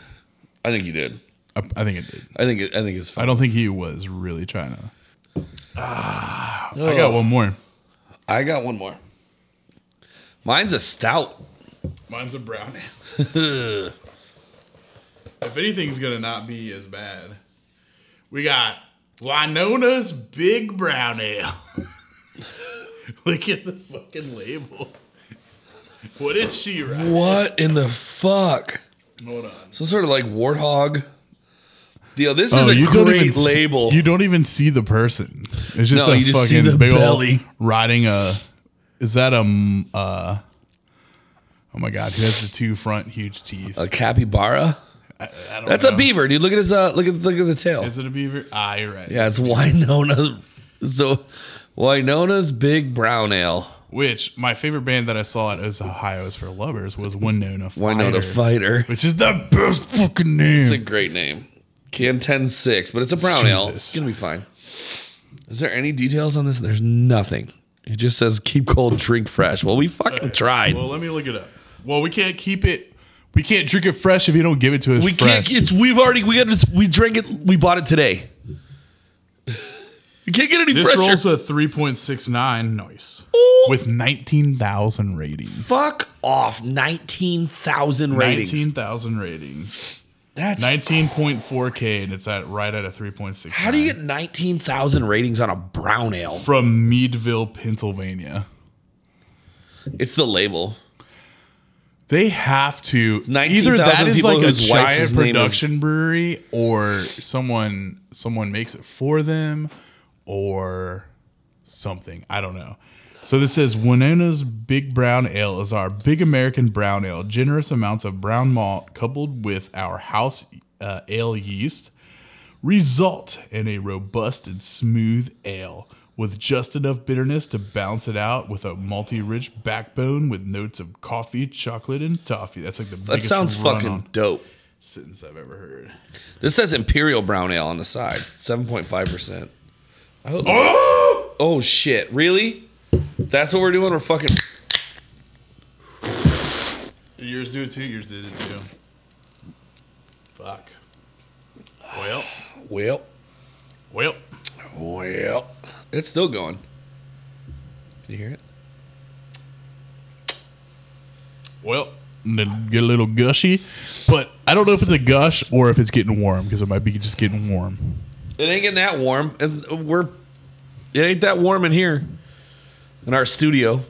S1: I think you did.
S2: I, I think it did.
S1: I think it, I think it's
S2: I
S1: fine.
S2: don't think he was really trying to. Ah, I got one more.
S1: I got one more. Mine's a stout.
S2: Mine's a brown ale. if anything's gonna not be as bad, we got Winona's Big Brown Ale. Look at the fucking label. What is she right?
S1: What in the fuck?
S2: Hold on.
S1: Some sort of like warthog deal. This
S2: Oh,
S1: is a great label.
S2: you don't even see the person. It's just
S1: No,
S2: a
S1: you just see
S2: fucking
S1: the
S2: big
S1: belly.
S2: old riding a. Is that a? m- Uh, oh my god! Who has the two front huge teeth?
S1: a capybara.
S2: I don't
S1: That's
S2: know.
S1: a beaver, dude. Look at his uh, look at look at the tail.
S2: Is it a beaver? Ah, you're right.
S1: yeah, it's Winona. So Winona's Big Brown Ale.
S2: Which my favorite band that I saw at Os- Ohio's for Lovers was Winona Fighter.
S1: Winona Fighter.
S2: Which is the best fucking name.
S1: It's a great name. Can 106, but it's a brown ale.
S2: Jesus.
S1: It's gonna be fine. Is there any details on this? There's nothing. It just says keep cold, drink fresh. Well, we fucking tried.
S2: well, let me look it up. Well, we can't keep it. We can't drink it fresh if you don't give it to us.
S1: we
S2: fresh.
S1: can't. It's we've already we got this- we drank it. We bought it today. You can't get any
S2: This
S1: fresher.
S2: rolls a 3.69. Nice.
S1: Ooh,
S2: With 19,000 ratings.
S1: fuck off. Nineteen thousand ratings.
S2: 19,000 ratings.
S1: That's
S2: 19.4K, and it's at right at a 3.6.
S1: how do you get nineteen thousand ratings on a brown ale?
S2: From Meadville, Pennsylvania.
S1: It's the label.
S2: They have to
S1: 19,000
S2: either that is
S1: people
S2: like a
S1: whose wife is
S2: giant
S1: named is-
S2: production brewery, or someone someone makes it for them, or something. I don't know. So this says Winona's Big Brown Ale is our big American brown ale. Generous amounts of brown malt coupled with our house uh, ale yeast result in a robust and smooth ale with just enough bitterness to balance it out with a malty-rich backbone with notes of coffee, chocolate, and toffee. That's like the
S1: That
S2: biggest
S1: sounds
S2: run-on
S1: fucking dope.
S2: sentence I've ever heard.
S1: This says Imperial Brown Ale on the side, seven point five percent. I hope. Oh shit! Really? That's what we're doing. We're fucking.
S2: Yours do it too. Yours did it too. Fuck. Well,
S1: Well,
S2: well.
S1: well, it's still going. Can you hear it?
S2: Well, and then get a little gushy, but I don't know if it's a gush or if it's getting warm because it might be just getting warm.
S1: It ain't getting that warm. It's- We're it ain't that warm in here in our studio.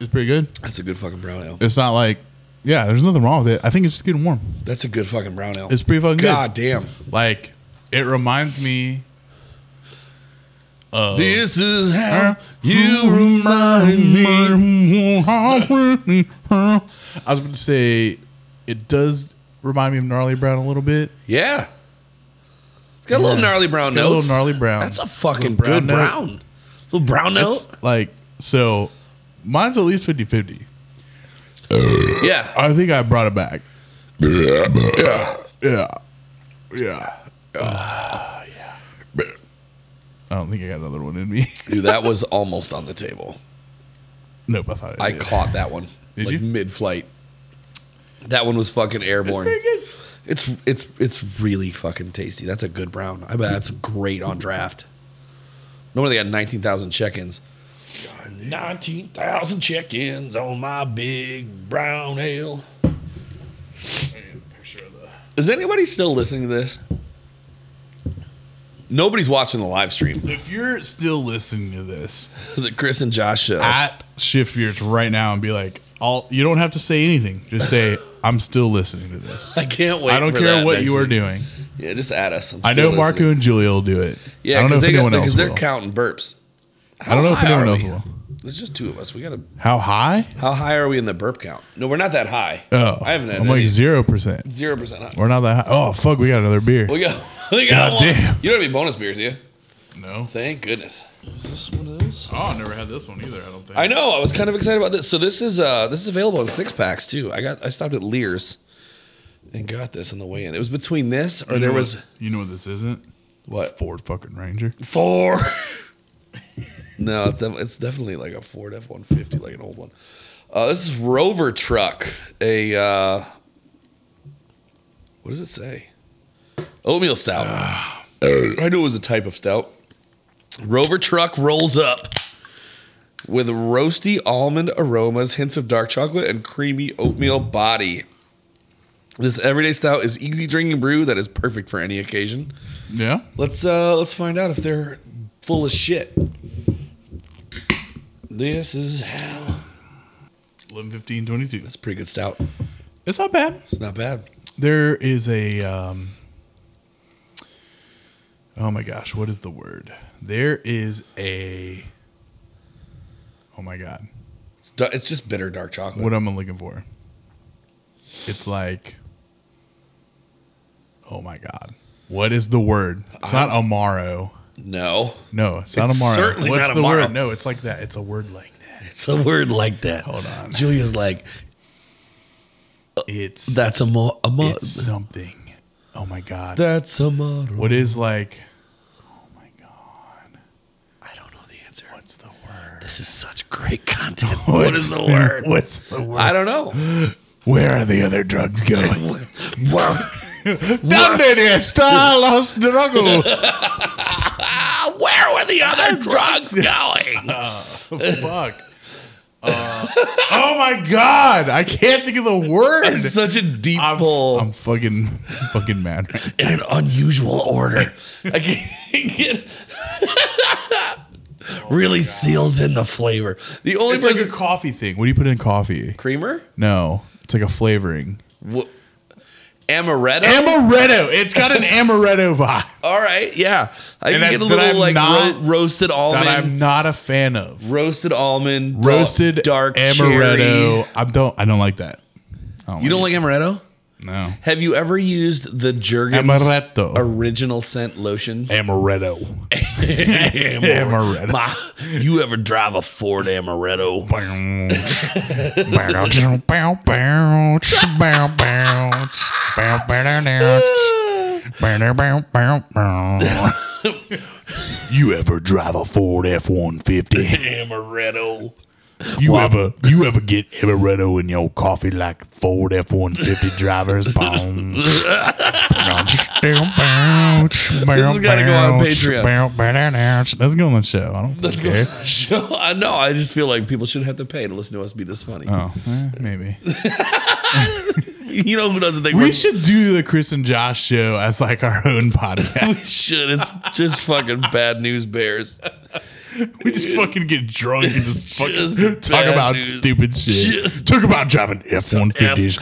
S2: It's pretty good.
S1: That's a good fucking brown ale.
S2: It's not like, yeah, there's nothing wrong with it. I think it's just getting warm.
S1: That's a good fucking brown ale.
S2: It's pretty fucking good.
S1: God damn.
S2: Like, it reminds me.
S1: This is how
S2: You remind me. I was about to say, it does remind me of Gnarly Brown a little bit.
S1: Yeah. It's got a little
S2: Yeah.
S1: gnarly brown
S2: It's got a little
S1: notes.
S2: gnarly brown.
S1: That's a fucking
S2: Little brown
S1: good
S2: note.
S1: brown. Little brown note.
S2: It's like, so mine's at least 50 50.
S1: yeah.
S2: I think I brought it back. Yeah. Yeah. Yeah. Ah, yeah. I don't think I got another one in me.
S1: Dude, that was almost on the table.
S2: nope, I thought I
S1: I
S2: did.
S1: caught that one.
S2: Did
S1: like
S2: you?
S1: mid flight. That one was fucking airborne. It's it's it's really fucking tasty. That's a good brown. I bet that's great on draft. Normally they got nineteen thousand check-ins. Nineteen thousand check-ins on my big brown ale. Is anybody still listening to this? Nobody's watching the live stream.
S2: If you're still listening to this
S1: the Chris and Josh show.
S2: at Shift Beards right now and be like, I'll, you don't have to say anything. Just say, I'm still listening to this.
S1: I can't wait.
S2: I don't
S1: for
S2: care
S1: that
S2: what
S1: next
S2: you are
S1: week.
S2: doing.
S1: Yeah, just add us. I'm
S2: I
S1: still
S2: know Marco
S1: listening.
S2: and Julia will do it.
S1: Yeah,
S2: I don't know if
S1: they got-
S2: anyone
S1: because
S2: else
S1: they're
S2: will.
S1: counting burps.
S2: I don't know if
S1: How high
S2: anyone
S1: are
S2: else
S1: we?
S2: will.
S1: There's just two of us. We gotta.
S2: How high?
S1: How high are we in the burp count? No, we're not that high.
S2: Oh,
S1: I haven't. Had
S2: I'm like zero percent.
S1: zero percent high.
S2: We're not that high. Oh fuck, we got another beer.
S1: We got. We got
S2: God
S1: one.
S2: damn.
S1: You don't have any bonus beers, do you?
S2: No.
S1: Thank goodness. Is this one of those?
S2: Oh, I never had this one either. I don't think.
S1: I know. I was kind of excited about this. So this is uh this is available in six packs too. I got. I stopped at Lear's. And got this on the way in. It was between this or
S2: Mm.
S1: there was
S2: You know what this isn't?
S1: what
S2: Ford fucking Ranger.
S1: four. no, it's, def- it's definitely like a Ford F one fifty, like an old one. Uh, this is Rover Truck. A uh, what does it say? Oatmeal stout. I knew it was a type of stout. Rover Truck rolls up with roasty almond aromas, hints of dark chocolate, and creamy oatmeal body. This everyday stout is easy drinking brew that is perfect for any occasion.
S2: Yeah.
S1: Let's uh let's find out if they're full of shit. This is how
S2: 11, 15, 22.
S1: it's pretty good stout.
S2: It's not bad.
S1: It's not bad.
S2: There is a. Um, oh my gosh, what is the word? There is a. Oh my god,
S1: It's, du- it's just bitter dark chocolate.
S2: what am I looking for? It's like. Oh my god, what is the word? It's not amaro.
S1: no,
S2: No, it's not
S1: It's
S2: amaro.
S1: certainly
S2: What's
S1: not
S2: the
S1: amaro.
S2: word? No, it's like that. It's a word like that.
S1: it's a word like that.
S2: Hold on.
S1: Julia's like
S2: It's
S1: that's a mo- a mo-
S2: it's something. Oh my god,
S1: that's a model.
S2: what is like? oh
S1: I don't know the answer.
S2: What's the word?
S1: This is such great content.
S2: What's
S1: what is the word?
S2: What's the word?
S1: I don't know.
S2: Where are the other drugs going?
S1: Wow.
S2: ¿Dónde están los drugos?
S1: Where were the other drugs going?
S2: Fuck. Uh, oh my god! I can't think of the word.
S1: It's such a deep
S2: I'm,
S1: pull.
S2: I'm fucking fucking mad. Right
S1: in an unusual order. I can't get- really seals in the flavor. The only
S2: it's like
S1: person
S2: a coffee thing. What do you put in coffee?
S1: creamer,
S2: No, it's like a flavoring.
S1: Wha- amaretto.
S2: Amaretto. It's got an amaretto vibe
S1: All right, yeah, I
S2: And
S1: can
S2: I-
S1: get a
S2: that
S1: little
S2: I'm
S1: like
S2: not-
S1: ro- roasted
S2: that
S1: almond,
S2: I'm not a fan of.
S1: roasted almond, da-
S2: Roasted
S1: dark
S2: amaretto.
S1: cherry.
S2: I don't. I don't like that. I
S1: You don't like amaretto?
S2: it. no
S1: Have you ever used the Jergens
S2: amaretto.
S1: original scent lotion?
S2: Amaretto. Amaretto.
S1: Ma, you ever drive a Ford Amaretto?
S2: You ever drive a Ford F one fifty?
S1: Amaretto.
S2: You ever you ever get amaretto in your coffee like Ford F one fifty drivers? this is
S1: gotta go on
S2: Patreon. Let's go on the show. I don't Let's care.
S1: Joe, I know. I just feel like people should have to pay to listen to us be this funny.
S2: Oh, eh, maybe.
S1: You know who doesn't think
S2: We
S1: we
S2: should do the Chris and Josh show as like our own podcast.
S1: should? It's just fucking bad news bears.
S2: we just fucking get drunk and just fucking
S1: Just
S2: talk
S1: bad
S2: about
S1: news.
S2: stupid shit.
S1: Just-
S2: talk about driving F one fifties.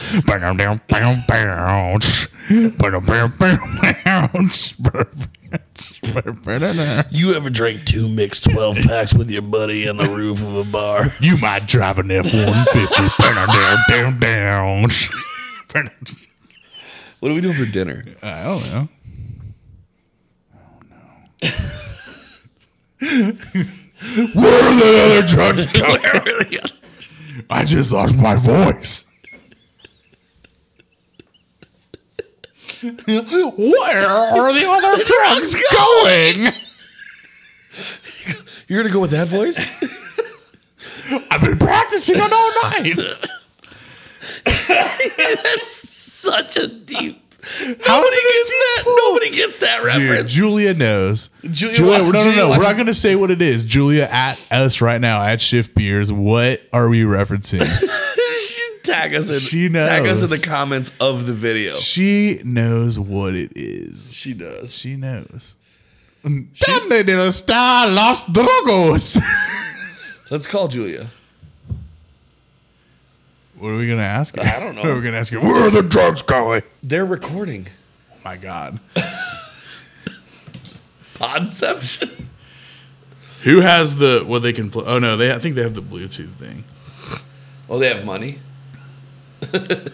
S1: You ever drank two mixed twelve packs with your buddy in the roof of a bar?
S2: You might drive an F one fifty.
S1: What are we doing for dinner?
S2: I don't know. I don't know. Where are the other drugs going? I just lost my voice. Where are the other drugs going?
S1: You're gonna go with that voice?
S2: I've been practicing it all night.
S1: That's such a deep. Nobody gets that. Nobody gets that
S2: Dude,
S1: reference.
S2: Julia knows.
S1: Julia
S2: Julia,
S1: wa-
S2: no, no,
S1: Julia
S2: no. We're not
S1: watches-
S2: going to say what it is. Julia at us right now at Shift Beers. What are we referencing?
S1: She tag us in.
S2: She
S1: Tag us in the
S2: knows.
S1: comments of the video.
S2: she knows what it is.
S1: She does.
S2: She knows. ¿Dónde de está los drogos?
S1: Let's call Julia.
S2: what are we going to ask her?
S1: I don't know.
S2: We're going to ask her, where are the drugs going?
S1: They're recording.
S2: Oh my God.
S1: Podception.
S2: Who has the, what they can play? Oh no, they. I think they have the Bluetooth thing.
S1: Oh, they have money. Where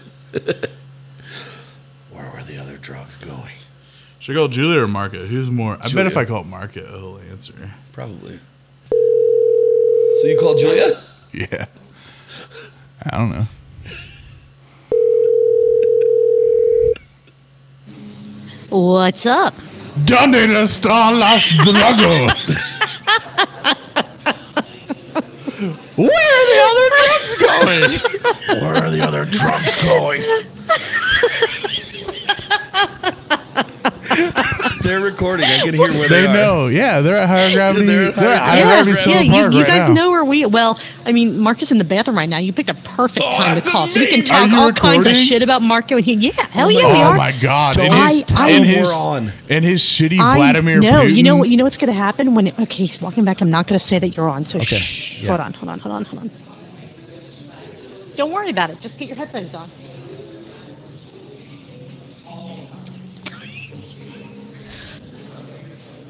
S1: were the other drugs going?
S2: Should I call Julia or Marco? Who's more? I bet
S1: Julia.
S2: if I call Marco, he'll answer.
S1: Probably. So you called Julia?
S2: Yeah. I don't know.
S10: What's up?
S2: ¿Dónde están los drogos? Where are the other drugs going?
S1: Where are the other drugs going? They're recording. I can hear where they,
S2: They
S1: are.
S2: know. Yeah, they're at higher gravity.
S1: They're
S2: they're,
S1: at
S2: at
S1: higher
S2: higher
S10: yeah,
S2: gravity
S10: yeah
S2: Central
S10: you,
S2: Park
S10: you
S2: right
S10: guys
S2: now.
S10: know where we. Well, I mean, Marco's in the bathroom right now. You picked a perfect
S1: Oh,
S10: time to
S1: that's
S10: call, so we can
S1: amazing.
S10: talk
S2: Are you
S10: all kinds of
S2: recording?
S10: shit about Marco. And he, yeah, hell yeah, we
S2: oh
S10: are.
S2: my god!
S1: Don't
S2: In his,
S10: I- I-
S2: in his,
S1: We're on.
S2: in his shitty
S10: I
S2: Vladimir
S10: know.
S2: Putin.
S10: You know what? You know what's going to happen when? It, okay, he's walking back. I'm not going to say that you're on. So shh.
S1: yeah.
S10: Hold on. Hold on. Hold on. Hold on. Don't worry about it. Just get your headphones on.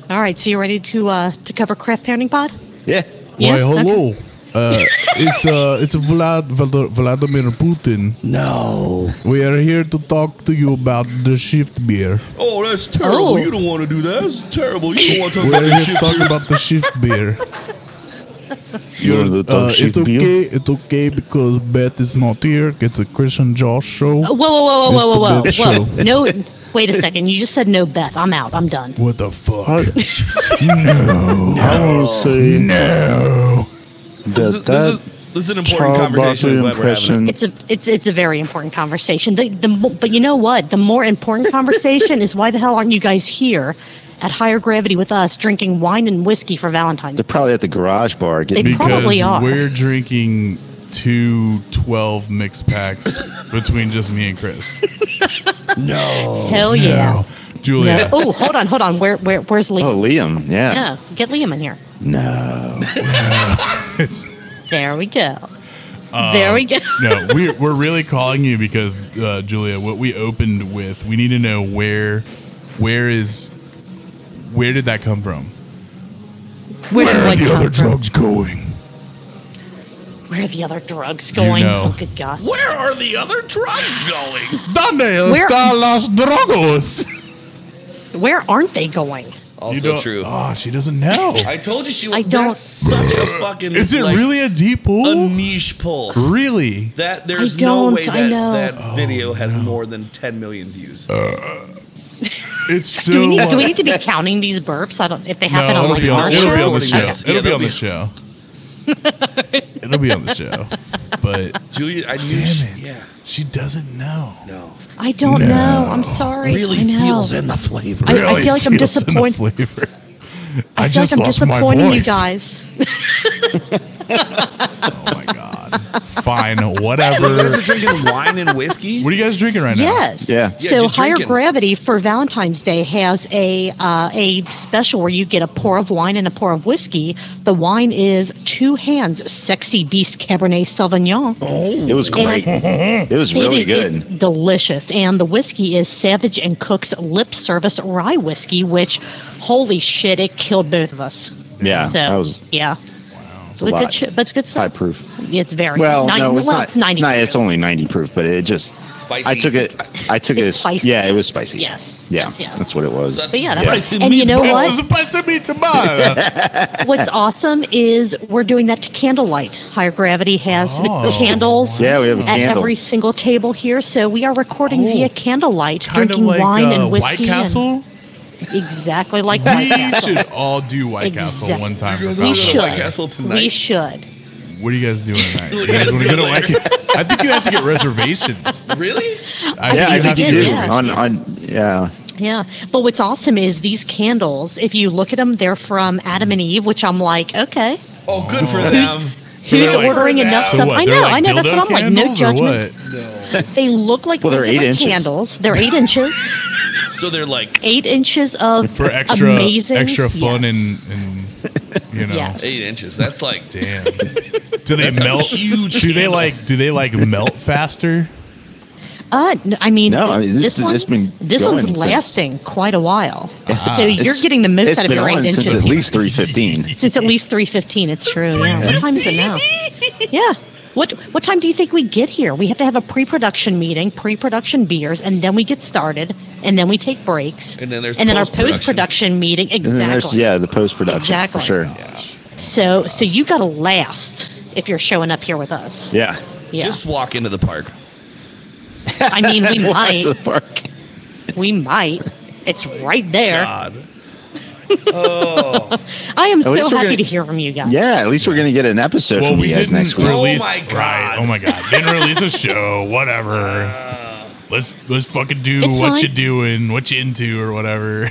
S10: All right. So you ready to uh, to cover craft pounding pod?
S7: Yeah.
S2: Why,
S10: Yeah, okay.
S2: hello. Uh, it's uh, it's Vlad, Vlad- Vladimir Putin.
S1: No.
S2: We are here to talk to you about the shift beer.
S1: Oh, that's terrible.
S10: Oh.
S1: You don't want to do that. That's terrible. You don't want to talk
S2: We're
S1: about
S2: here
S1: this
S2: to
S1: shit.
S2: talk about the shift beer.
S7: You're the
S2: Uh,
S7: top shit
S2: it's okay.
S7: beer.
S2: It's okay because Beth is not here. It's a Christian Josh show.
S10: Whoa, whoa, whoa, whoa, whoa, whoa,
S2: It's the
S10: whoa!
S2: best
S10: No, wait a second. You just said no, Beth. I'm out. I'm done.
S2: What the fuck?
S7: I,
S2: no,
S7: I want to say
S2: no.
S1: This is,
S7: that
S1: this,
S7: that
S1: is, this is an important
S7: Charles
S1: conversation.
S7: Barkley
S1: I'm glad we're having it.
S7: impression.
S10: It's a it's it's a very important conversation. The, the mo- but you know what? The more important conversation is why the hell aren't you guys here at higher gravity with us drinking wine and whiskey for Valentine's?
S7: They're probably at the garage bar getting.
S10: They probably are.
S2: we're drinking two 12 mix packs between just me and Chris.
S10: hell yeah!
S2: No. Julia.
S10: Oh, hold on, hold on. Where where where's
S7: Oh,
S10: Liam?
S7: Liam. Yeah.
S10: Yeah, get Liam in here.
S7: No.
S2: It's-
S10: There we go. there we go.
S2: no, we're, we're really calling you because uh, Julia, what we opened with, we need to know where, where is, where did that come from?
S10: Where, did I come from?
S2: going?
S10: Where are the other drugs going?
S2: know.
S10: Oh, good God.
S1: Where are the other drugs going?
S2: Donde
S10: Where-
S2: están los drogos?
S10: Where aren't they going?
S2: You
S1: Also
S2: don't-
S1: true.
S2: Oh, she doesn't know.
S1: I told you she was.
S10: I don't-
S1: That's such a fucking.
S2: Is it
S1: like,
S2: really a deep pool?
S1: a niche pull?
S2: really?
S1: That there's
S10: I
S1: no
S10: don't,
S1: way
S10: I
S1: that
S10: know.
S1: that
S2: Oh.
S1: video has more than 10 million views.
S2: It's so.
S10: Do we need,
S2: uh,
S10: do we need to be counting these burps? I don't. If they happen
S2: no,
S10: on
S2: it'll,
S10: like
S2: be
S10: our
S2: on, it'll be on
S10: show.
S2: the show.
S1: Yeah,
S2: it'll be
S1: that'll
S2: on
S1: be-
S2: the show. it'll be on the show. But
S1: Julia, I knew. she-
S2: damn it,
S1: Yeah.
S2: she doesn't know.
S1: No.
S10: I don't
S2: No.
S10: know. I'm sorry. I know.
S1: the flavor.
S10: I- I feel like I'm
S2: seals in the
S10: disappoint-
S2: flavor.
S10: I, feel
S2: just
S10: like I'm
S2: lost my
S10: disappointing you
S2: voice.
S10: guys.
S2: Oh my god. Fine, whatever.
S1: Are drinking wine and whiskey?
S2: what are you guys drinking right now?
S10: yes.
S7: Yeah. Yeah,
S10: So
S1: just
S10: Higher
S1: drinking.
S10: Gravity for Valentine's Day has a uh, a special where you get a pour of wine and a pour of whiskey. The wine is Two Hands Sexy Beast Cabernet Sauvignon.
S7: Oh. It was great. It was really
S10: it
S7: good.
S10: is it's delicious, and the whiskey is Savage and Cook's Lip Service Rye Whiskey, which, holy shit, it killed both of us.
S7: yeah.
S10: So
S7: that was
S10: yeah,
S7: it's a
S10: but good
S7: lot.
S10: shit, but it's good
S7: High
S10: stuff.
S7: proof.
S10: It's very
S7: Well,
S10: Nine-
S7: no, it's
S10: well,
S7: not.
S10: It's ninety.
S7: no, it's only 90 proof, but it just.
S1: Spicy.
S7: I took it. I took it.
S10: It's
S7: as-
S10: spicy.
S7: Yeah, it was spicy.
S10: Yes.
S7: Yeah,
S10: Yes, yes.
S7: that's what it was.
S1: That's-
S10: But yeah,
S1: Yeah.
S10: that's,
S1: Spicy
S10: and you know
S2: This
S10: what?
S2: is supposed to be tomorrow.
S10: What's awesome is we're doing that to candlelight. Higher gravity has
S2: Oh,
S10: candles
S7: Yeah, we have a
S10: at
S7: candle.
S10: every single table here, so we are recording
S2: Oh,
S10: via candlelight,
S2: kind of
S10: drinking
S2: like
S10: wine
S2: uh,
S10: and
S2: White
S10: whiskey.
S2: Castle.
S10: And exactly like
S2: we
S10: White Castle.
S2: should all do White Castle
S10: Exact-
S2: one time. for
S1: We
S10: We
S2: Valentine's
S10: should.
S1: White
S2: Day.
S1: Castle
S10: We
S1: tonight?
S10: should.
S2: What are you guys doing tonight? You
S1: you
S2: guys
S1: guys
S2: want to
S1: do
S2: go to
S1: later.
S2: Wacky? I think you have to get reservations.
S1: Really?
S2: I
S7: yeah, I think you
S10: have
S7: do.
S10: to get
S7: On, on, yeah.
S10: Yeah, but what's awesome is these candles. If you look at them, they're from Adam and Eve, which I'm like, okay,
S1: Oh, good for
S10: Who's-
S1: them.
S10: So who's they're like- ordering enough
S2: So
S10: stuff?
S2: what,
S10: I
S2: they're
S10: know,
S2: like
S10: I know, that's
S2: dildo
S10: what I'm like, no
S2: candles or
S10: judgment.
S2: what?
S10: they look like
S7: Well, they're eight
S10: regular
S7: inches.
S10: candles. They're eight inches,
S1: So they're like,
S10: eight inches of
S2: For extra,
S10: amazing,
S2: extra fun
S10: yes.
S2: and, and you know.
S10: Yes.
S1: Eight inches. That's like
S2: Damn. Do they
S1: That's a
S2: melt?
S1: huge
S2: do they
S1: candle.
S2: like? Do they like melt faster?
S10: Uh, n- I mean,
S7: No, I mean,
S10: this,
S7: this is- it's
S10: one's,
S7: been
S10: this one's
S7: going since-
S10: lasting quite a while.
S2: Ah.
S10: so you're
S7: It's-
S10: getting the most
S7: It's
S10: out of
S7: been
S10: your eight
S7: on
S10: inches
S7: since at
S10: here.
S7: least 315.
S10: since at least 3.15 it's true yeah. what time is it now yeah what what time do you think we get here we have to have a pre-production meeting pre-production beers and then we get started and then we take breaks
S1: And then there's
S10: our
S1: post-production.
S10: post-production meeting
S7: And then there's,
S10: exactly
S7: yeah, the post production.
S10: Exactly.
S7: For sure.
S10: so so you gotta last if you're showing up here with us
S7: Yeah.
S10: yeah
S1: just walk into the park.
S10: i mean we
S7: Walk
S10: might
S7: to the park.
S10: we might it's right there
S1: God. Oh,
S10: i am so
S7: least
S10: happy
S7: we're gonna-
S10: to hear from you guys
S7: Yeah, at least we're going to get an episode
S2: Well,
S7: from
S2: we
S7: you guys
S2: didn't
S7: next week.
S2: release.
S1: Oh my God.
S2: Right, oh my god! Didn't release a show. Whatever.
S1: Uh.
S2: let's let's fucking do
S10: It's
S2: what
S10: fine.
S2: you doing, what you into, or whatever.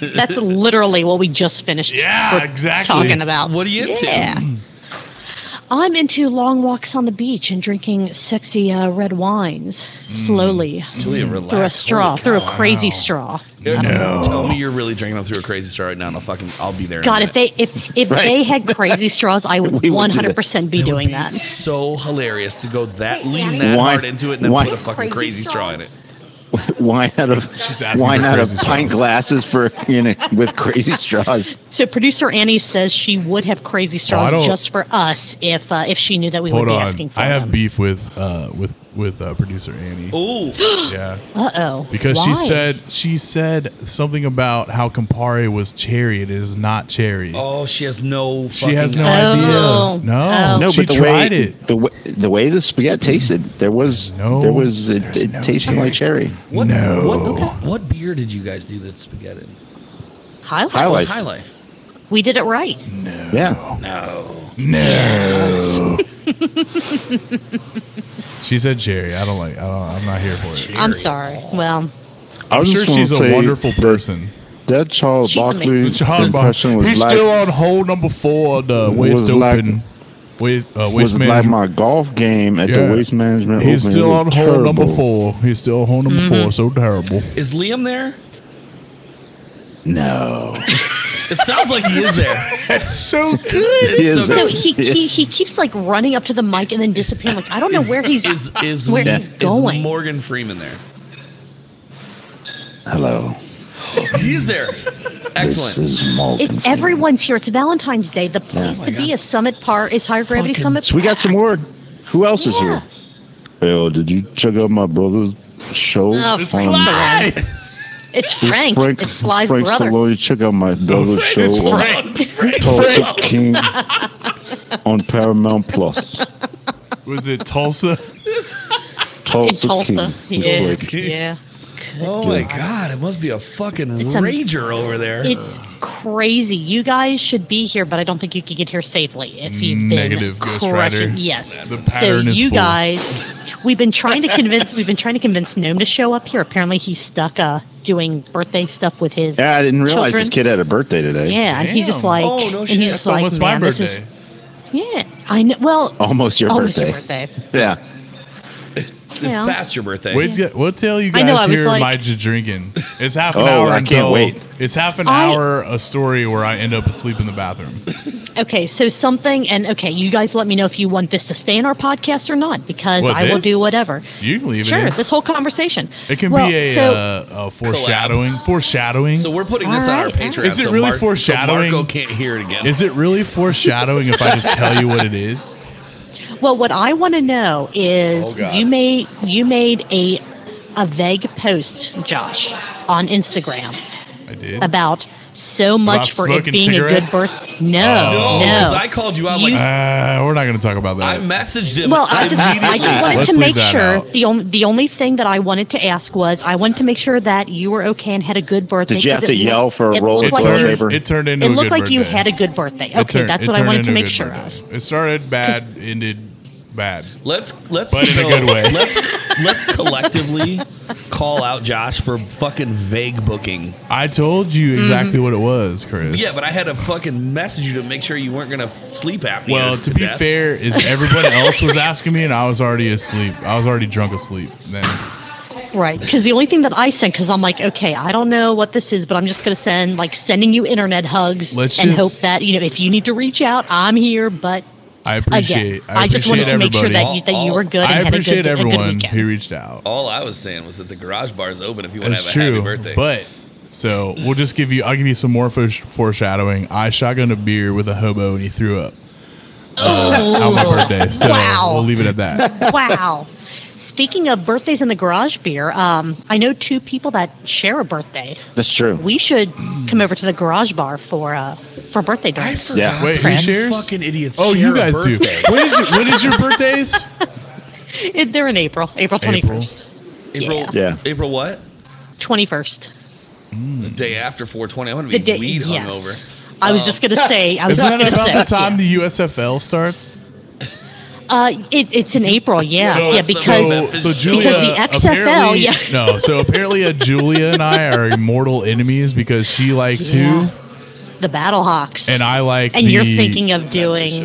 S10: that's literally what we just finished
S2: Yeah,
S10: we're
S2: exactly.
S10: talking about
S1: what are you into?
S10: Yeah. I'm into long walks on the beach and drinking sexy uh, red wines
S1: Hmm.
S10: slowly
S1: Julia, relax.
S10: through a straw,
S1: Holy
S10: through a
S1: cow.
S10: crazy straw.
S1: No. Tell me you're really drinking them through a crazy straw right now, and I'll fucking, I'll be there. in a
S10: God, if
S1: minute.
S10: they if if
S7: Right.
S10: they had crazy straws, I would
S7: We would do that.
S10: 100 percent be doing
S1: Be
S10: that.
S1: So hilarious to go that
S10: Wait,
S1: lean
S10: Annie?
S1: that
S7: Why-
S1: hard into it and then
S7: why-
S1: put a fucking
S10: Crazy
S1: crazy, straw in it.
S7: Wine out of
S2: She's asking
S7: wine
S2: for
S7: out of
S2: crazy
S7: pint
S2: straws.
S7: glasses for you know with crazy straws.
S10: So producer Annie says she would have crazy
S2: I
S10: straws
S2: don't-
S10: just for us if uh, if she knew that we
S2: Hold
S10: would be
S2: on,
S10: asking for
S2: I have
S10: them.
S2: beef with uh with with uh, producer Annie.
S1: Oh,
S2: Yeah,
S10: Uh oh.
S2: because she said she said something about how Campari was cherry. It is not cherry.
S1: oh, she has no. Fucking
S2: She has no
S10: Oh.
S2: idea. No,
S10: Oh.
S7: No,
S2: she
S7: but the
S2: tried
S7: way
S2: it.
S7: the way the way the spaghetti tasted, there was
S2: No,
S7: there was it,
S2: there's
S7: it
S2: no
S7: tasted like cherry.
S1: What,
S2: No.
S1: What, what beer did you guys do that spaghetti? in?
S10: highlight.
S7: High
S1: Oh, it's
S7: life.
S1: High Life.
S10: We did it right.
S7: Yeah,
S1: No.
S2: No. she said cherry. I don't like. I don't, I'm not here for it.
S10: I'm sorry. Well,
S7: I
S2: I'm
S7: was
S2: sure
S7: just gonna
S2: she's a
S7: say
S2: wonderful
S7: that
S2: person.
S7: That Charles
S10: She's
S7: Barkley
S10: amazing.
S2: John
S7: impression was
S2: he's
S7: like
S2: still on hole number four on the waist
S7: Was like-
S2: open. Waist, uh, waist
S7: was like
S2: management.
S7: my golf game at
S2: Yeah.
S7: the waste management.
S2: He's
S7: Open. It
S2: still
S7: was
S2: on hole number
S7: terrible.
S2: four. He's still on hole number four. So terrible.
S1: Is Liam there?
S7: No,
S1: It sounds like he is there.
S2: That's so good.
S7: He is
S10: so
S7: a-
S10: he, he he keeps like running up to the mic and then disappearing. Like I don't know where he's
S1: Is is,
S10: where
S1: is
S10: he's going.
S1: Morgan Freeman there?
S7: hello.
S1: He is there.
S7: This
S1: Excellent.
S7: is Morgan.
S10: If everyone's here, it's Valentine's Day. The place to be is Summit Park. Is Higher Gravity Summit?
S7: So we got some more. Who else is
S10: Yeah.
S7: here? Bill, did you check out my brother's show?
S10: Oh,
S7: on-
S10: Sly! It's Frank.
S7: Frank,
S10: It's Sly's
S7: Frank
S10: brother.
S7: Stallone, check out my brother's show
S2: It's
S7: on
S2: Frank.
S7: Tulsa King on Paramount Plus.
S2: Was it Tulsa?
S10: In
S7: Tulsa,
S10: Tulsa.
S7: King.
S10: Yeah.
S7: Frank.
S10: yeah.
S1: Oh my God! It must be a fucking
S10: It's a-
S1: rager over there.
S10: It's crazy. You guys should be here, but I don't think you could get here safely if you've been
S2: Negative, Ghost
S10: crushing.
S2: Rider.
S10: Yes.
S2: The
S10: So
S2: pattern is
S10: you
S2: full.
S10: guys, we've been trying to convince we've been trying to convince Gnome to show up here. Apparently, he's stuck uh, doing birthday stuff with his.
S7: Yeah, I didn't realize
S10: Children.
S7: this kid had a birthday today.
S10: Yeah, and he's just
S2: Damn.
S10: like,
S1: Oh, no
S10: and
S1: shit.
S10: he's
S2: That's
S10: just like,
S2: almost
S10: man,
S2: my
S10: this
S2: birthday.
S10: is yeah. I know. Well,
S7: Almost your
S10: almost
S7: Oh, birthday.
S10: your birthday.
S7: Yeah.
S1: it's
S10: yeah.
S1: past your birthday.
S2: Wait, till- we'll tell you
S10: I know,
S2: guys
S10: I was
S2: here
S10: like-
S2: my j- drinking. It's half an
S7: Oh,
S2: hour.
S7: I can't
S2: until-
S7: wait.
S2: It's half an
S10: I-
S2: hour a story where I end up asleep in the bathroom.
S10: Okay, so something, and okay, you guys let me know if you want this to stay in our podcast or not, because
S2: What,
S10: I will
S2: this?
S10: do whatever.
S2: You can leave it
S10: Sure,
S2: in.
S10: this whole conversation.
S2: It can
S10: Well,
S2: be a,
S10: so-
S2: uh, a foreshadowing. Foreshadowing.
S1: So we're putting this on our
S10: Alright, alright.
S1: Patreon.
S2: Is it
S1: so
S2: really
S1: Mar- so
S2: foreshadowing?
S1: Marco can't hear it again.
S2: Is it really foreshadowing if I just tell you what it is?
S10: Well, what I want to know
S1: Oh,
S10: is
S1: God.
S10: you made you made a a vague post, Josh, on Instagram
S2: I did.
S10: about so much for it
S2: smoking
S10: being
S2: cigarettes? Oh.
S10: a good birth. No,
S1: Oh, No,
S10: no.
S1: 'cause I called you out like
S2: Uh, we're not going to talk about
S1: I
S2: that.
S1: messaged him.
S10: Well, I just I just wanted
S2: Let's
S10: to
S2: leave
S10: make
S2: that
S10: sure
S2: out.
S10: the only the only thing that I wanted to ask was I wanted to make sure that you were okay and had a good birthday.
S7: Did you
S10: 'cause
S7: have to
S10: it looked-
S7: yell for a
S10: it
S7: roll
S10: looked
S7: of
S10: like
S7: toilet
S10: you-
S7: paper?
S2: It turned into
S10: It
S2: a
S10: looked
S2: good
S10: like you
S2: birthday.
S10: had a good birthday.
S2: It
S10: Okay,
S2: turned-
S10: that's
S2: it
S10: what I
S2: turned
S10: wanted
S2: into
S10: to
S2: a
S10: make
S2: good
S10: sure
S2: birthday.
S10: of.
S2: It started bad, ended bad.
S1: Let's let's
S2: But in a good way.
S1: Let's let's collectively call out Josh for fucking vague booking.
S2: I told you
S10: Mm-hmm.
S2: exactly what it was, Chris.
S1: Yeah, but I had to fucking message you to make sure you weren't gonna sleep apnea.
S2: Well, to be
S1: death.
S2: fair, is everyone else was asking me, and I was already asleep. I was already drunk asleep then.
S10: Right, because the only thing that I sent, because I'm like, okay, I don't know what this is, but I'm just going to send like sending you internet hugs
S2: Let's
S10: and
S2: just-
S10: hope that you know if you need to reach out, I'm here. But
S2: I appreciate.
S10: again, I, just wanted
S2: appreciate
S10: to make sure that
S2: everybody.
S10: you that you were good.
S2: I
S10: and had a
S2: appreciate
S10: good, a good
S2: everyone
S10: weekend.
S2: who reached out.
S1: All I was saying was that the garage bar is open if you want to
S2: That's
S1: have a
S2: true.
S1: happy birthday.
S2: But so we'll just give you. I'll give you some more foresh- foreshadowing. I shotgunned a beer with a hobo, and he threw up uh, on my birthday. So
S10: Wow.
S2: we'll leave it at that.
S10: wow. Speaking of birthdays in the garage beer, um, I know two people that share a birthday.
S7: That's true.
S10: We should come over to the garage bar for uh, for birthday drinks.
S7: Yeah.
S2: Wait, who
S10: Chris.
S2: shares?
S1: fucking idiots.
S2: Oh,
S1: share
S2: you
S1: a
S2: guys do.
S1: birthday.
S2: When is, your, when is your birthdays?
S10: It- They're in April, April
S2: April.
S10: twenty first,
S1: April.
S7: Yeah.
S1: April what?
S10: twenty first.
S1: The day after 420. I'm gonna be
S10: The day.
S1: weed
S10: yes.
S1: hungover.
S10: I was just gonna say. I was
S2: Isn't
S10: just
S2: that
S10: gonna
S2: about
S10: say.
S2: the time
S10: yeah.
S2: the USFL starts?
S10: Uh, it, it's in April, yeah,
S1: So
S10: yeah,
S1: it's the
S10: because
S1: moment.
S2: so, so
S1: because
S2: Julia,
S10: the XFL,
S2: apparently-
S10: yeah.
S2: no, so apparently uh Julia and I are immortal enemies because she likes
S10: Yeah.
S2: who
S10: the Battle Hawks,
S2: and I like.
S10: and
S2: the,
S10: you're thinking of doing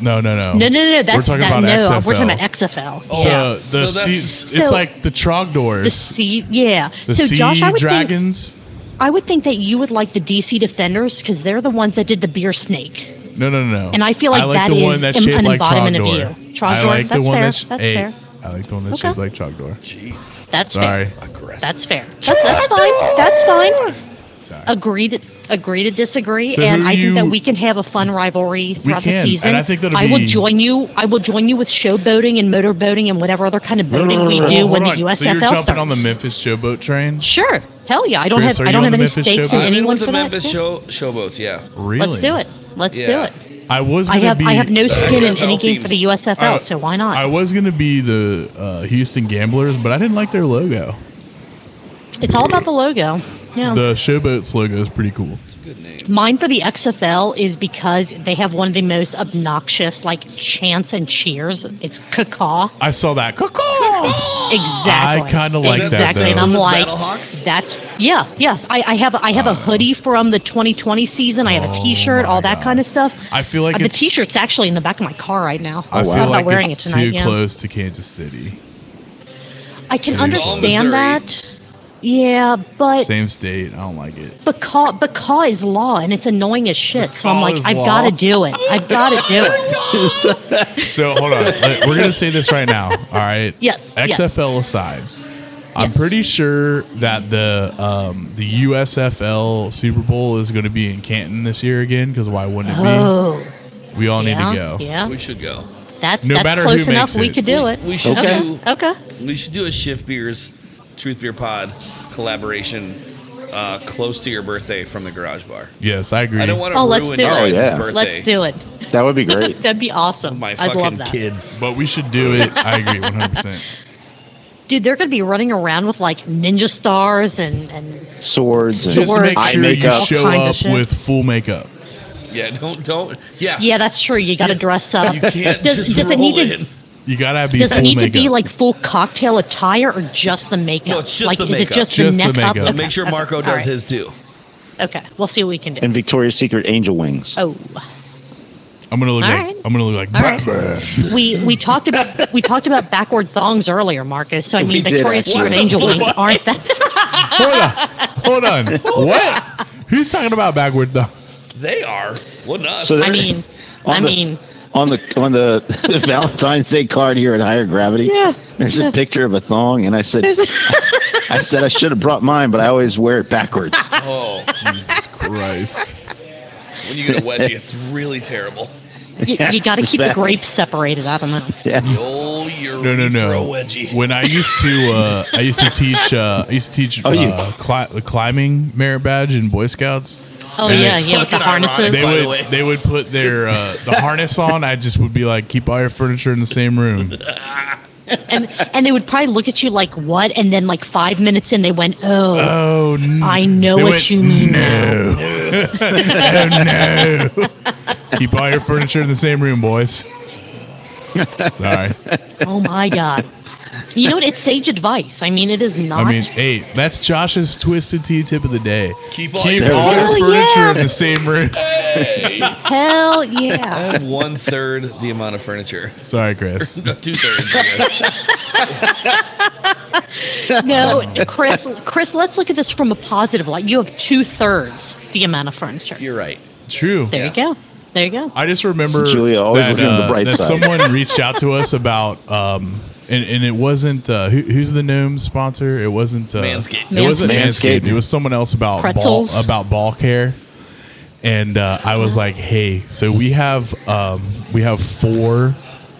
S2: no, no, no,
S10: no, no, no, no. That's
S2: talking
S10: that,
S2: about
S10: no,
S2: XFL.
S10: we're talking about XFL.
S2: So
S10: yeah,
S1: Oh, So
S2: the sea,
S1: that's-
S2: it's
S10: So-
S2: like
S10: the
S2: the Trogdors,
S10: sea, yeah.
S2: the
S10: so
S2: sea
S10: Josh, I would think
S2: dragons.
S10: I would think that you would like the DC Defenders because they're the ones that did the beer snake,
S2: no, no, no, no.
S10: and I feel like
S2: like
S10: that
S2: the
S10: is
S2: one that's
S10: an-
S2: shaped
S10: an
S2: like
S10: embodiment of
S2: Trogdor.
S10: you.
S2: I
S10: Trogdor,
S2: like the
S10: that's
S2: one
S10: fair,
S2: that's
S10: that's
S2: hey,
S10: fair.
S2: I like the one that's
S10: Okay.
S2: shaped like Trogdor.
S10: That's
S2: Sorry.
S10: fair. That's fair. That's, that's fine. That's fine.
S2: Sorry.
S10: Agree to agree to disagree,
S2: So
S10: and
S2: who
S10: I think that
S2: you-
S10: we can have a fun rivalry throughout
S2: can,
S10: the season.
S2: and I think that'll
S10: I will
S2: be-
S10: join you. I will join you with showboating and motor boating and whatever other kind of boating we
S2: Well,
S10: do
S2: hold
S10: when the
S2: on.
S10: USFL
S2: so you're jumping
S10: starts.
S2: on the Memphis showboat train?
S10: Sure, hell yeah! I don't
S2: Chris,
S10: have
S2: are
S10: I
S2: you
S10: don't
S2: on
S10: have
S2: the
S10: any
S2: Memphis
S10: stakes in
S2: showboat?
S1: I'm in
S10: anyone
S1: with the
S10: for that.
S1: Memphis
S10: Yeah.
S1: show showboats. Yeah.
S2: Really?
S10: Let's do it. Let's
S1: Yeah.
S10: do it.
S2: I was.
S10: I
S2: gonna
S10: have
S2: be,
S10: I have no skin in any
S1: XFL
S10: game for the
S1: teams.
S10: USFL,
S2: I-
S10: so why not?
S2: I was gonna be the uh, Houston Gamblers, but I didn't like their logo.
S10: it's all about the logo. Yeah.
S2: The Showboats logo is pretty cool.
S1: Good name.
S10: Mine for the XFL is because they have one of the most obnoxious like chants and cheers. It's cacaw.
S2: I saw that. Cuckoo!
S10: Oh, Exactly.
S2: I kinda like that,
S10: exactly.
S2: though. Uh.
S10: And I'm
S1: Those
S10: like,
S1: Battlehawks?
S10: that's yeah, yes. I, I have I have a hoodie from the 2020 season. I have a
S2: Oh
S10: T-shirt,
S2: my
S10: all that
S2: God.
S10: kind of stuff.
S2: I feel like
S10: Uh, the
S2: it's-
S10: T-shirt's actually in the back of my car right now.
S2: I feel
S10: I'm not
S2: like
S10: wearing
S2: it's
S10: it tonight.
S2: too
S10: yeah.
S2: close to Kansas City,
S10: I can
S2: It's all
S1: Missouri.
S10: understand that. Yeah, but
S2: same state. I don't like it.
S10: Because because is law and it's annoying as shit. So I'm
S2: Because
S10: like,
S2: is
S10: I've
S2: law.
S10: got to do it. I've got to do it.
S2: So hold on, Let- we're gonna say this right now. All right.
S10: Yes, yes.
S2: XFL aside, I'm
S10: Yes.
S2: pretty sure that the um, the USFL Super Bowl is gonna be in Canton this year again. Because why wouldn't it be?
S10: Oh,
S2: we all
S10: yeah,
S2: need to go.
S10: yeah.
S1: We should go.
S10: That's
S2: No
S10: that's
S2: matter
S10: close
S2: who
S10: enough.
S2: makes
S10: We
S2: it.
S10: could do it.
S1: We should
S7: Okay.
S1: do.
S10: Okay.
S1: We should do a Shift Beers Truth Beer Pod collaboration uh, close to your birthday from the garage bar.
S2: Yes, I agree.
S1: I don't want to
S10: Oh, let's
S1: ruin
S10: do
S1: your
S10: it.
S1: guys'
S7: Oh, yeah.
S1: birthday.
S10: Let's do it.
S7: That would be great.
S10: That'd be awesome.
S1: My
S10: I'd
S1: fucking
S10: love that.
S1: kids.
S2: but we should do it. I agree, 100. percent
S10: Dude, they're gonna be running around with like ninja stars and and
S7: Swords and
S2: Just to make
S7: eye
S2: sure you
S7: makeup.
S2: show
S10: All kinds of
S2: up
S10: shit.
S2: with full makeup.
S1: Yeah, don't don't. Yeah,
S10: yeah, that's true. You got to dress up.
S1: You can't
S10: does
S1: just
S10: does it
S1: roll
S10: need to
S1: in.
S2: You gotta be.
S10: does
S2: full
S10: it need
S2: makeup.
S10: to be like full cocktail attire or just the makeup?
S1: No, it's just
S10: like
S1: the
S10: is it
S1: makeup.
S10: just,
S2: Just
S10: the
S2: the
S10: neck up?
S2: makeup.
S10: Okay,
S1: Make sure
S10: okay,
S1: Marco
S10: all
S1: does
S10: right.
S1: his too.
S10: Okay, we'll see what we can do.
S7: and Victoria's Secret angel wings.
S10: oh.
S2: I'm gonna look
S10: All
S2: like
S10: right.
S2: I'm gonna look like
S10: All right.
S2: Batman.
S10: we we talked about we talked about backward thongs earlier, Marcus. So I
S7: We
S10: mean,
S7: did,
S10: Victoria's
S7: actually.
S10: Secret and Angel Wings aren't that?
S2: Hold on, hold on. what? Who's talking about backward though?
S1: They are. Well, not
S7: So
S10: I
S7: they're
S10: mean,
S7: On
S10: I
S7: the-
S10: mean,
S7: on the on the, the Valentine's Day card here at Higher Gravity.
S10: Yeah.
S7: There's a picture of a thong, and I said, I said I should have brought mine, but I always wear it backwards.
S1: oh,
S2: Jesus Christ!
S1: when you get a wedgie, it's really terrible.
S10: You, you got to keep the grapes separated. I don't know.
S1: Oh, you're
S2: no, no, no. When I used to, uh, I used to teach, uh, I used to teach
S10: Oh, you-
S2: uh, cli- climbing merit badge in Boy Scouts.
S10: Oh,
S2: And
S10: yeah,
S2: they-
S10: yeah, with the harnesses.
S2: They would, they would put their uh, the harness on. I just would be like, keep all your furniture in the same room.
S10: and and they would probably look at you like what, and then like five minutes in, they went, oh,
S2: oh,
S10: I know
S2: They
S10: what
S2: went,
S10: you mean.
S2: No. oh no. Keep all your furniture in the same room, boys. Sorry.
S10: Oh my god. You know what? It's sage advice. I mean, it is not.
S2: I mean, hey, that's Josh's twisted tea tip of the day. Keep
S1: all
S2: your
S1: your-
S10: Hell
S2: furniture
S10: Oh, yeah.
S2: in the same room.
S10: Hell
S1: I
S10: yeah.
S1: have one third the amount of furniture.
S2: Sorry, Chris.
S1: Two thirds. I guess.
S10: no, Chris. Chris, let's look at this from a positive light. You have two thirds the amount of furniture.
S1: You're right.
S2: True.
S10: There you go. There you go.
S2: I just remember
S7: Julia, always
S2: that,
S7: looking on the
S2: uh,
S7: bright
S2: that
S7: side.
S2: someone reached out to us about um and, and it wasn't uh, who, who's the gnome sponsor? It wasn't uh,
S1: Manscaped.
S2: It wasn't
S7: Manscaped.
S2: Manscaped. It was someone else about ball,
S10: Pretzels.
S2: about ball care. And uh, I was like, "Hey, so we have um, we have four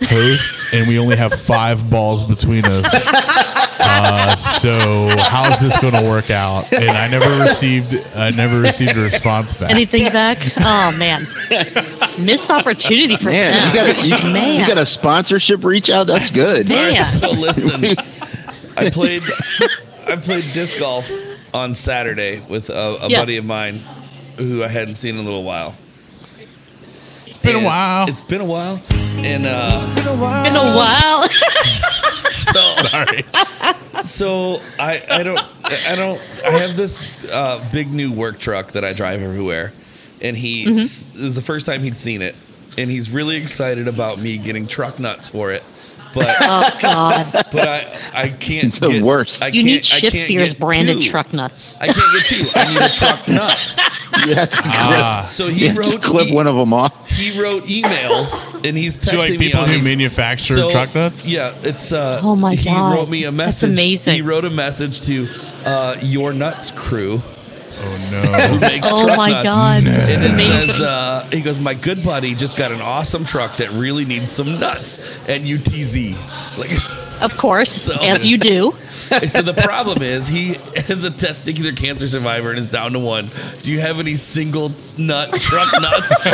S2: hosts, and we only have five balls between us. Uh, so how's this going to work out?" And I never received I never received a response back.
S10: Anything back? Oh man, missed opportunity for
S7: Man, you
S10: them.
S7: got a, you,
S10: man.
S7: you got a sponsorship reach out. That's good.
S10: Man. Yeah.
S1: So listen, I played I played disc golf on Saturday with a, a
S10: Yeah.
S1: buddy of mine who I hadn't seen in a little while. It's
S2: been a while.
S1: It's been a while, and uh,
S10: been a while.
S1: so
S2: Sorry.
S1: so I I don't I don't I have this uh, big new work truck that I drive everywhere, and he
S10: Mm-hmm.
S1: it was the first time he'd seen it, and he's really excited about me getting truck nuts for it, but.
S10: oh god.
S1: But I, I can't.
S7: The
S1: get-
S7: worst.
S1: I
S10: You need
S1: can't- I
S10: Shift
S1: can't
S10: Beer's
S1: get
S10: branded
S1: two.
S10: truck nuts.
S1: I can't get two. I need a truck nut.
S7: You have to clip,
S2: Ah.
S1: So
S7: you
S1: he
S7: have to
S1: wrote
S7: clip
S1: e-
S7: one of them off.
S1: he wrote emails and he's texting
S2: To like
S1: me
S2: people
S1: on
S2: who
S1: these-
S2: manufacture
S1: So,
S2: truck nuts.
S1: Yeah, it's uh
S10: Oh my
S1: He
S10: God.
S1: wrote me a
S10: That's
S1: message.
S10: amazing.
S1: He wrote a message to uh your nuts crew.
S2: Oh no.
S1: Makes
S10: Oh
S1: truck
S10: my
S1: nuts.
S10: god.
S1: And it
S10: Amazing.
S1: says, uh, he goes, My good buddy just got an awesome truck that really needs some nuts at UTZ. Like,
S10: Of course,
S1: So-
S10: as you do.
S1: so the problem is he is a testicular cancer survivor and is down to one. Do you have any single nut truck nuts for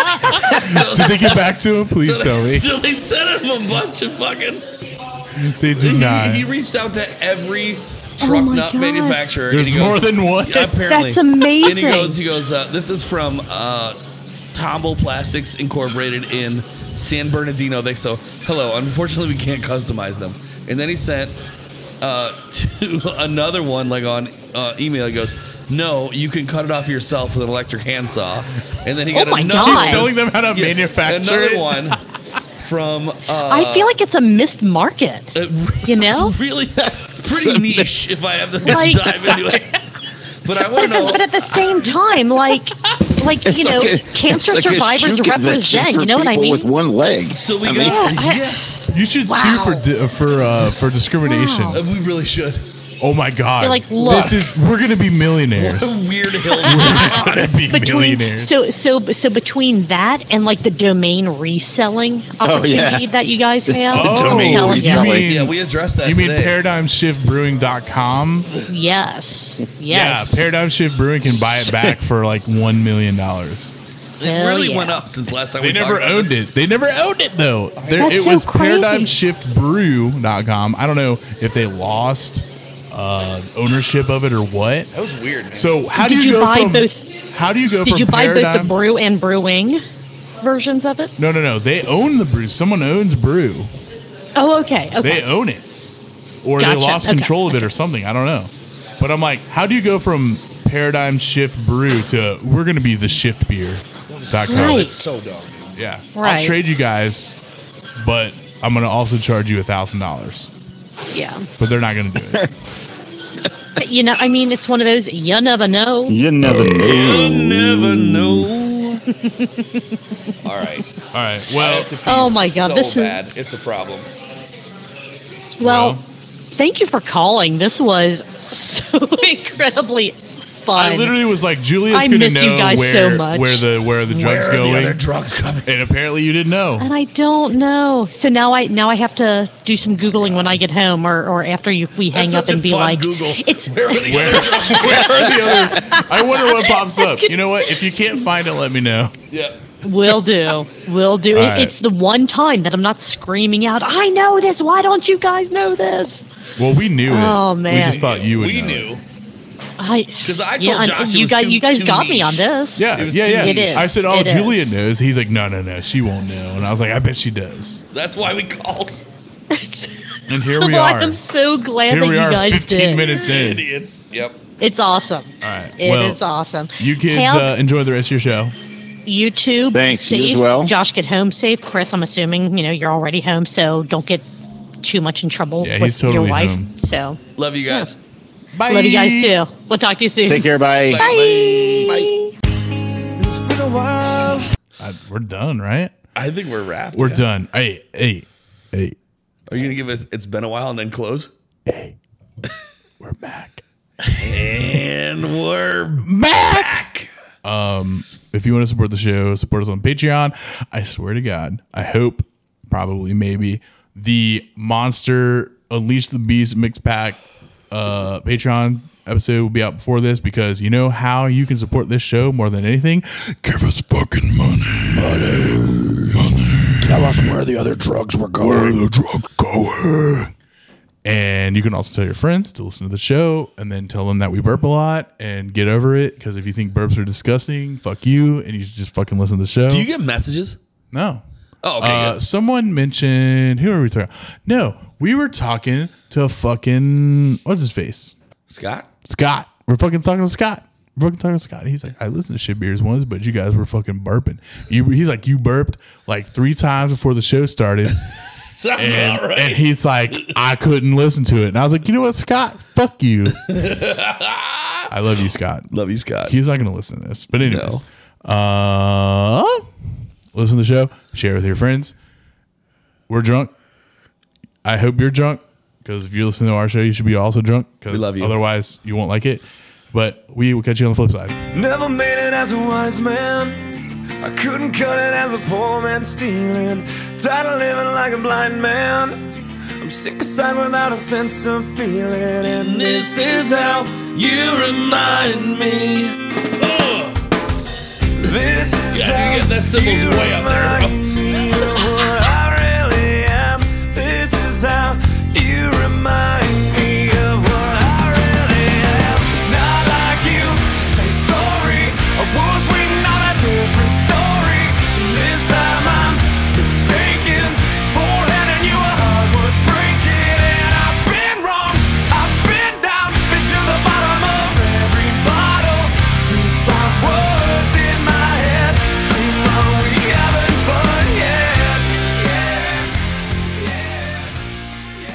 S1: sale?
S2: Did they get back to him? Please
S1: so
S2: tell
S1: they,
S2: me.
S1: So they sent him a bunch of fucking.
S2: They did not.
S1: He, he reached out to every truck
S10: Oh my
S1: nut
S10: God.
S1: manufacturer. and
S2: There's
S1: he
S2: more than one?
S1: Yeah, apparently.
S10: That's amazing.
S1: And he goes, he goes. Uh, this is from uh, Tombow Plastics Incorporated in San Bernardino. They so hello. Unfortunately, we can't customize them. And then he sent uh, to another one, like on uh, email. He goes. No, you can cut it off yourself with an electric handsaw. And then he
S10: Oh
S1: got
S10: my
S1: another
S10: God. He's
S2: telling them how to
S1: Yeah,
S2: manufacture
S1: another
S2: it?
S1: one from uh,
S10: I feel like it's a missed market.
S1: it re-
S10: You know?
S1: Uh, it's really, it's pretty niche. If I have to
S10: Like-
S1: dive into it, but I
S10: But at,
S1: want to know.
S10: the, but at the same time, like, like
S7: It's
S10: you know,
S7: like a-
S10: cancer
S7: it's like a
S10: survivors
S7: shoe convention
S10: represent.
S7: for
S10: You know what I
S7: people
S10: mean?
S7: With one leg.
S1: so we
S7: I mean,
S1: got
S10: Yeah, I-
S1: yeah.
S2: You should sue
S10: Wow.
S2: for di- for uh, for discrimination.
S10: Wow.
S1: uh, we really should.
S2: Oh my god!
S10: You're like, look.
S2: this is we're gonna be millionaires.
S1: What a weird hill.
S2: we're gonna be
S10: between
S2: millionaires.
S10: so so so between that and like the domain reselling
S7: Oh,
S10: opportunity
S7: yeah.
S10: that you guys have.
S2: Oh,
S10: I'm
S7: domain
S10: telling
S2: you
S10: you.
S7: reselling.
S2: mean
S1: yeah, we addressed that.
S2: you mean
S1: today.
S2: paradigmshiftbrewing.com?
S10: Yes. Yes.
S2: Yeah, Paradigm Shift Brewing can buy it back for like one million dollars.
S1: It
S10: Hell
S1: really
S10: yeah.
S1: went up since last time.
S2: They
S1: we talked
S2: never
S1: about
S2: owned
S1: this.
S2: it. They never owned it though. There,
S10: That's
S2: it
S10: so
S2: was
S10: crazy.
S2: paradigmshiftbrew.com. I don't know if they lost uh, ownership of it or what.
S1: That was weird, man.
S2: So how
S10: Did
S2: do you,
S10: you
S2: go
S10: buy
S2: from
S10: both-
S2: how do you go
S10: Did
S2: from
S10: you buy both
S2: paradigm?
S10: the brew and brewing versions of it?
S2: no, no, no. They own the brew. Someone owns brew.
S10: Oh, okay. Okay.
S2: They own it, or
S10: Gotcha.
S2: they lost
S10: Okay.
S2: control of it, or something. I don't know. But I'm like, how do you go from paradigm shift brew to we're going to be the shift beer? Dot com.
S10: Right.
S1: so dumb.
S2: Yeah, I'll
S10: Right.
S2: trade you guys, but I'm going to also charge you a thousand dollars.
S10: Yeah.
S2: But they're not going to do it.
S10: But, You know, I mean, it's one of those you never know.
S7: You never
S1: You
S7: know.
S1: never know. All right.
S2: All right.
S1: I
S2: Well,
S1: have to pee
S10: Oh my God,
S1: so
S10: this is-
S1: bad. It's a problem.
S10: Well,
S2: Well.
S10: thank you for calling. This was so incredibly fun.
S2: I literally was like, Julia's
S10: I
S2: gonna
S10: miss you
S2: know
S10: guys
S2: where,
S10: so much.
S2: where the where the drugs
S1: Where are the
S2: going.
S1: other drugs coming?
S2: And apparently you didn't know.
S10: and I don't know. So now I now I have to do some googling when I get home or, or after you, we hang up and be like, it's
S2: Where, where are the other? I wonder what pops up. You know what? If you can't find it, let me know.
S1: Yeah.
S10: Will do. Will do.
S2: All
S10: It,
S2: right.
S10: It's the one time that I'm not screaming out, I know this. Why don't you guys know this?
S2: Well, we knew it.
S10: Oh,
S2: we
S10: man.
S2: just thought you would.
S1: We
S2: know.
S1: knew.
S10: I
S1: 'Cause I told
S10: I-
S1: Josh it
S10: you
S1: was
S10: guys
S1: too-
S10: you guys
S1: too
S10: got me
S1: niche.
S10: on this.
S2: Yeah,
S1: was
S2: yeah,
S1: too
S2: yeah.
S10: It is.
S2: I said, "Oh,
S10: It is.
S2: Julia knows." He's like, "No, no, no, she won't know." And I was like, "I bet she does."
S1: That's why we called.
S2: And here we
S10: well,
S2: are.
S10: I'm so glad
S2: Here
S10: that
S2: we
S10: you
S2: are,
S10: guys
S2: 15
S10: did.
S2: minutes in. It
S1: Idiots. Yep.
S10: It's awesome.
S2: All right.
S10: It is
S2: well,
S10: awesome.
S2: You kids
S10: Have-
S2: uh, enjoy the rest of your show.
S10: you too. be
S2: Thanks, you
S10: safe.
S2: as well.
S10: Josh, get home safe. Chris, I'm assuming you know you're already home, so don't get too much in trouble
S2: Yeah,
S10: with
S2: he's totally
S10: your wife.
S2: home.
S10: So
S1: Love you guys.
S2: Bye.
S10: love you guys too. We'll talk to you soon.
S7: Take care. Bye.
S10: Bye.
S1: It's been a while.
S2: I, we're done, right?
S1: I think we're wrapped.
S2: We're
S1: yeah.
S2: done. Hey, hey, hey.
S1: Are you gonna give it? It's been a while and then close. Hey, we're back. And we're
S2: back. Um, if you want to support the show, support us on Patreon. I swear to God, I hope, probably, maybe the Monster Unleash the Beast mixed pack uh, Patreon episode will be out before this because you know how you can support this show more than anything. Give us fucking money. Tell us where the other drugs were going. Where the drug going? And you can also tell your friends to listen to the show and then tell them that we burp a lot and get over it. Because if you think burps are disgusting, fuck you. And you should just fucking listen to the show.
S1: Do you get messages?
S2: no.
S1: Oh, okay.
S2: Uh,
S1: good.
S2: someone mentioned, who are we talking No, we were talking to fucking, what's his face?
S1: Scott.
S2: Scott. We're fucking talking to Scott. We're fucking talking to Scott. He's like, I listened to shit beers once, but you guys were fucking burping. You, he's like, you burped like three times before the show started.
S1: Sounds
S2: and,
S1: about right.
S2: and he's like, I couldn't listen to it. And I was like, you know what, Scott? Fuck you. I love you, Scott.
S1: Love you, Scott.
S2: He's not going to listen to this. But anyways, uh, listen to the show. Share with your friends. We're drunk. I hope you're drunk because if you're listening to our show, you should be also drunk
S1: We
S2: because
S1: love you.
S2: otherwise you won't like it. But we will catch you on the flip side.
S11: Never made it as a wise man. I couldn't cut it as a poor man stealing. Tired of living like a blind man. I'm sick aside without a sense of feeling. And this is how you remind me. This is
S1: Yeah, you get-
S11: how
S1: that symbol's
S11: you
S1: way up there, bro.
S11: remind me of what I really am. This is how you remind me of what I really am. It's not like you to say sorry. I was waiting on a different story. And this time I'm mistaken for letting you a heart worth breaking. And I've been wrong. I've been down, been to the bottom of every bottle. These five words in my head scream, "Are we having fun yet?" Yeah.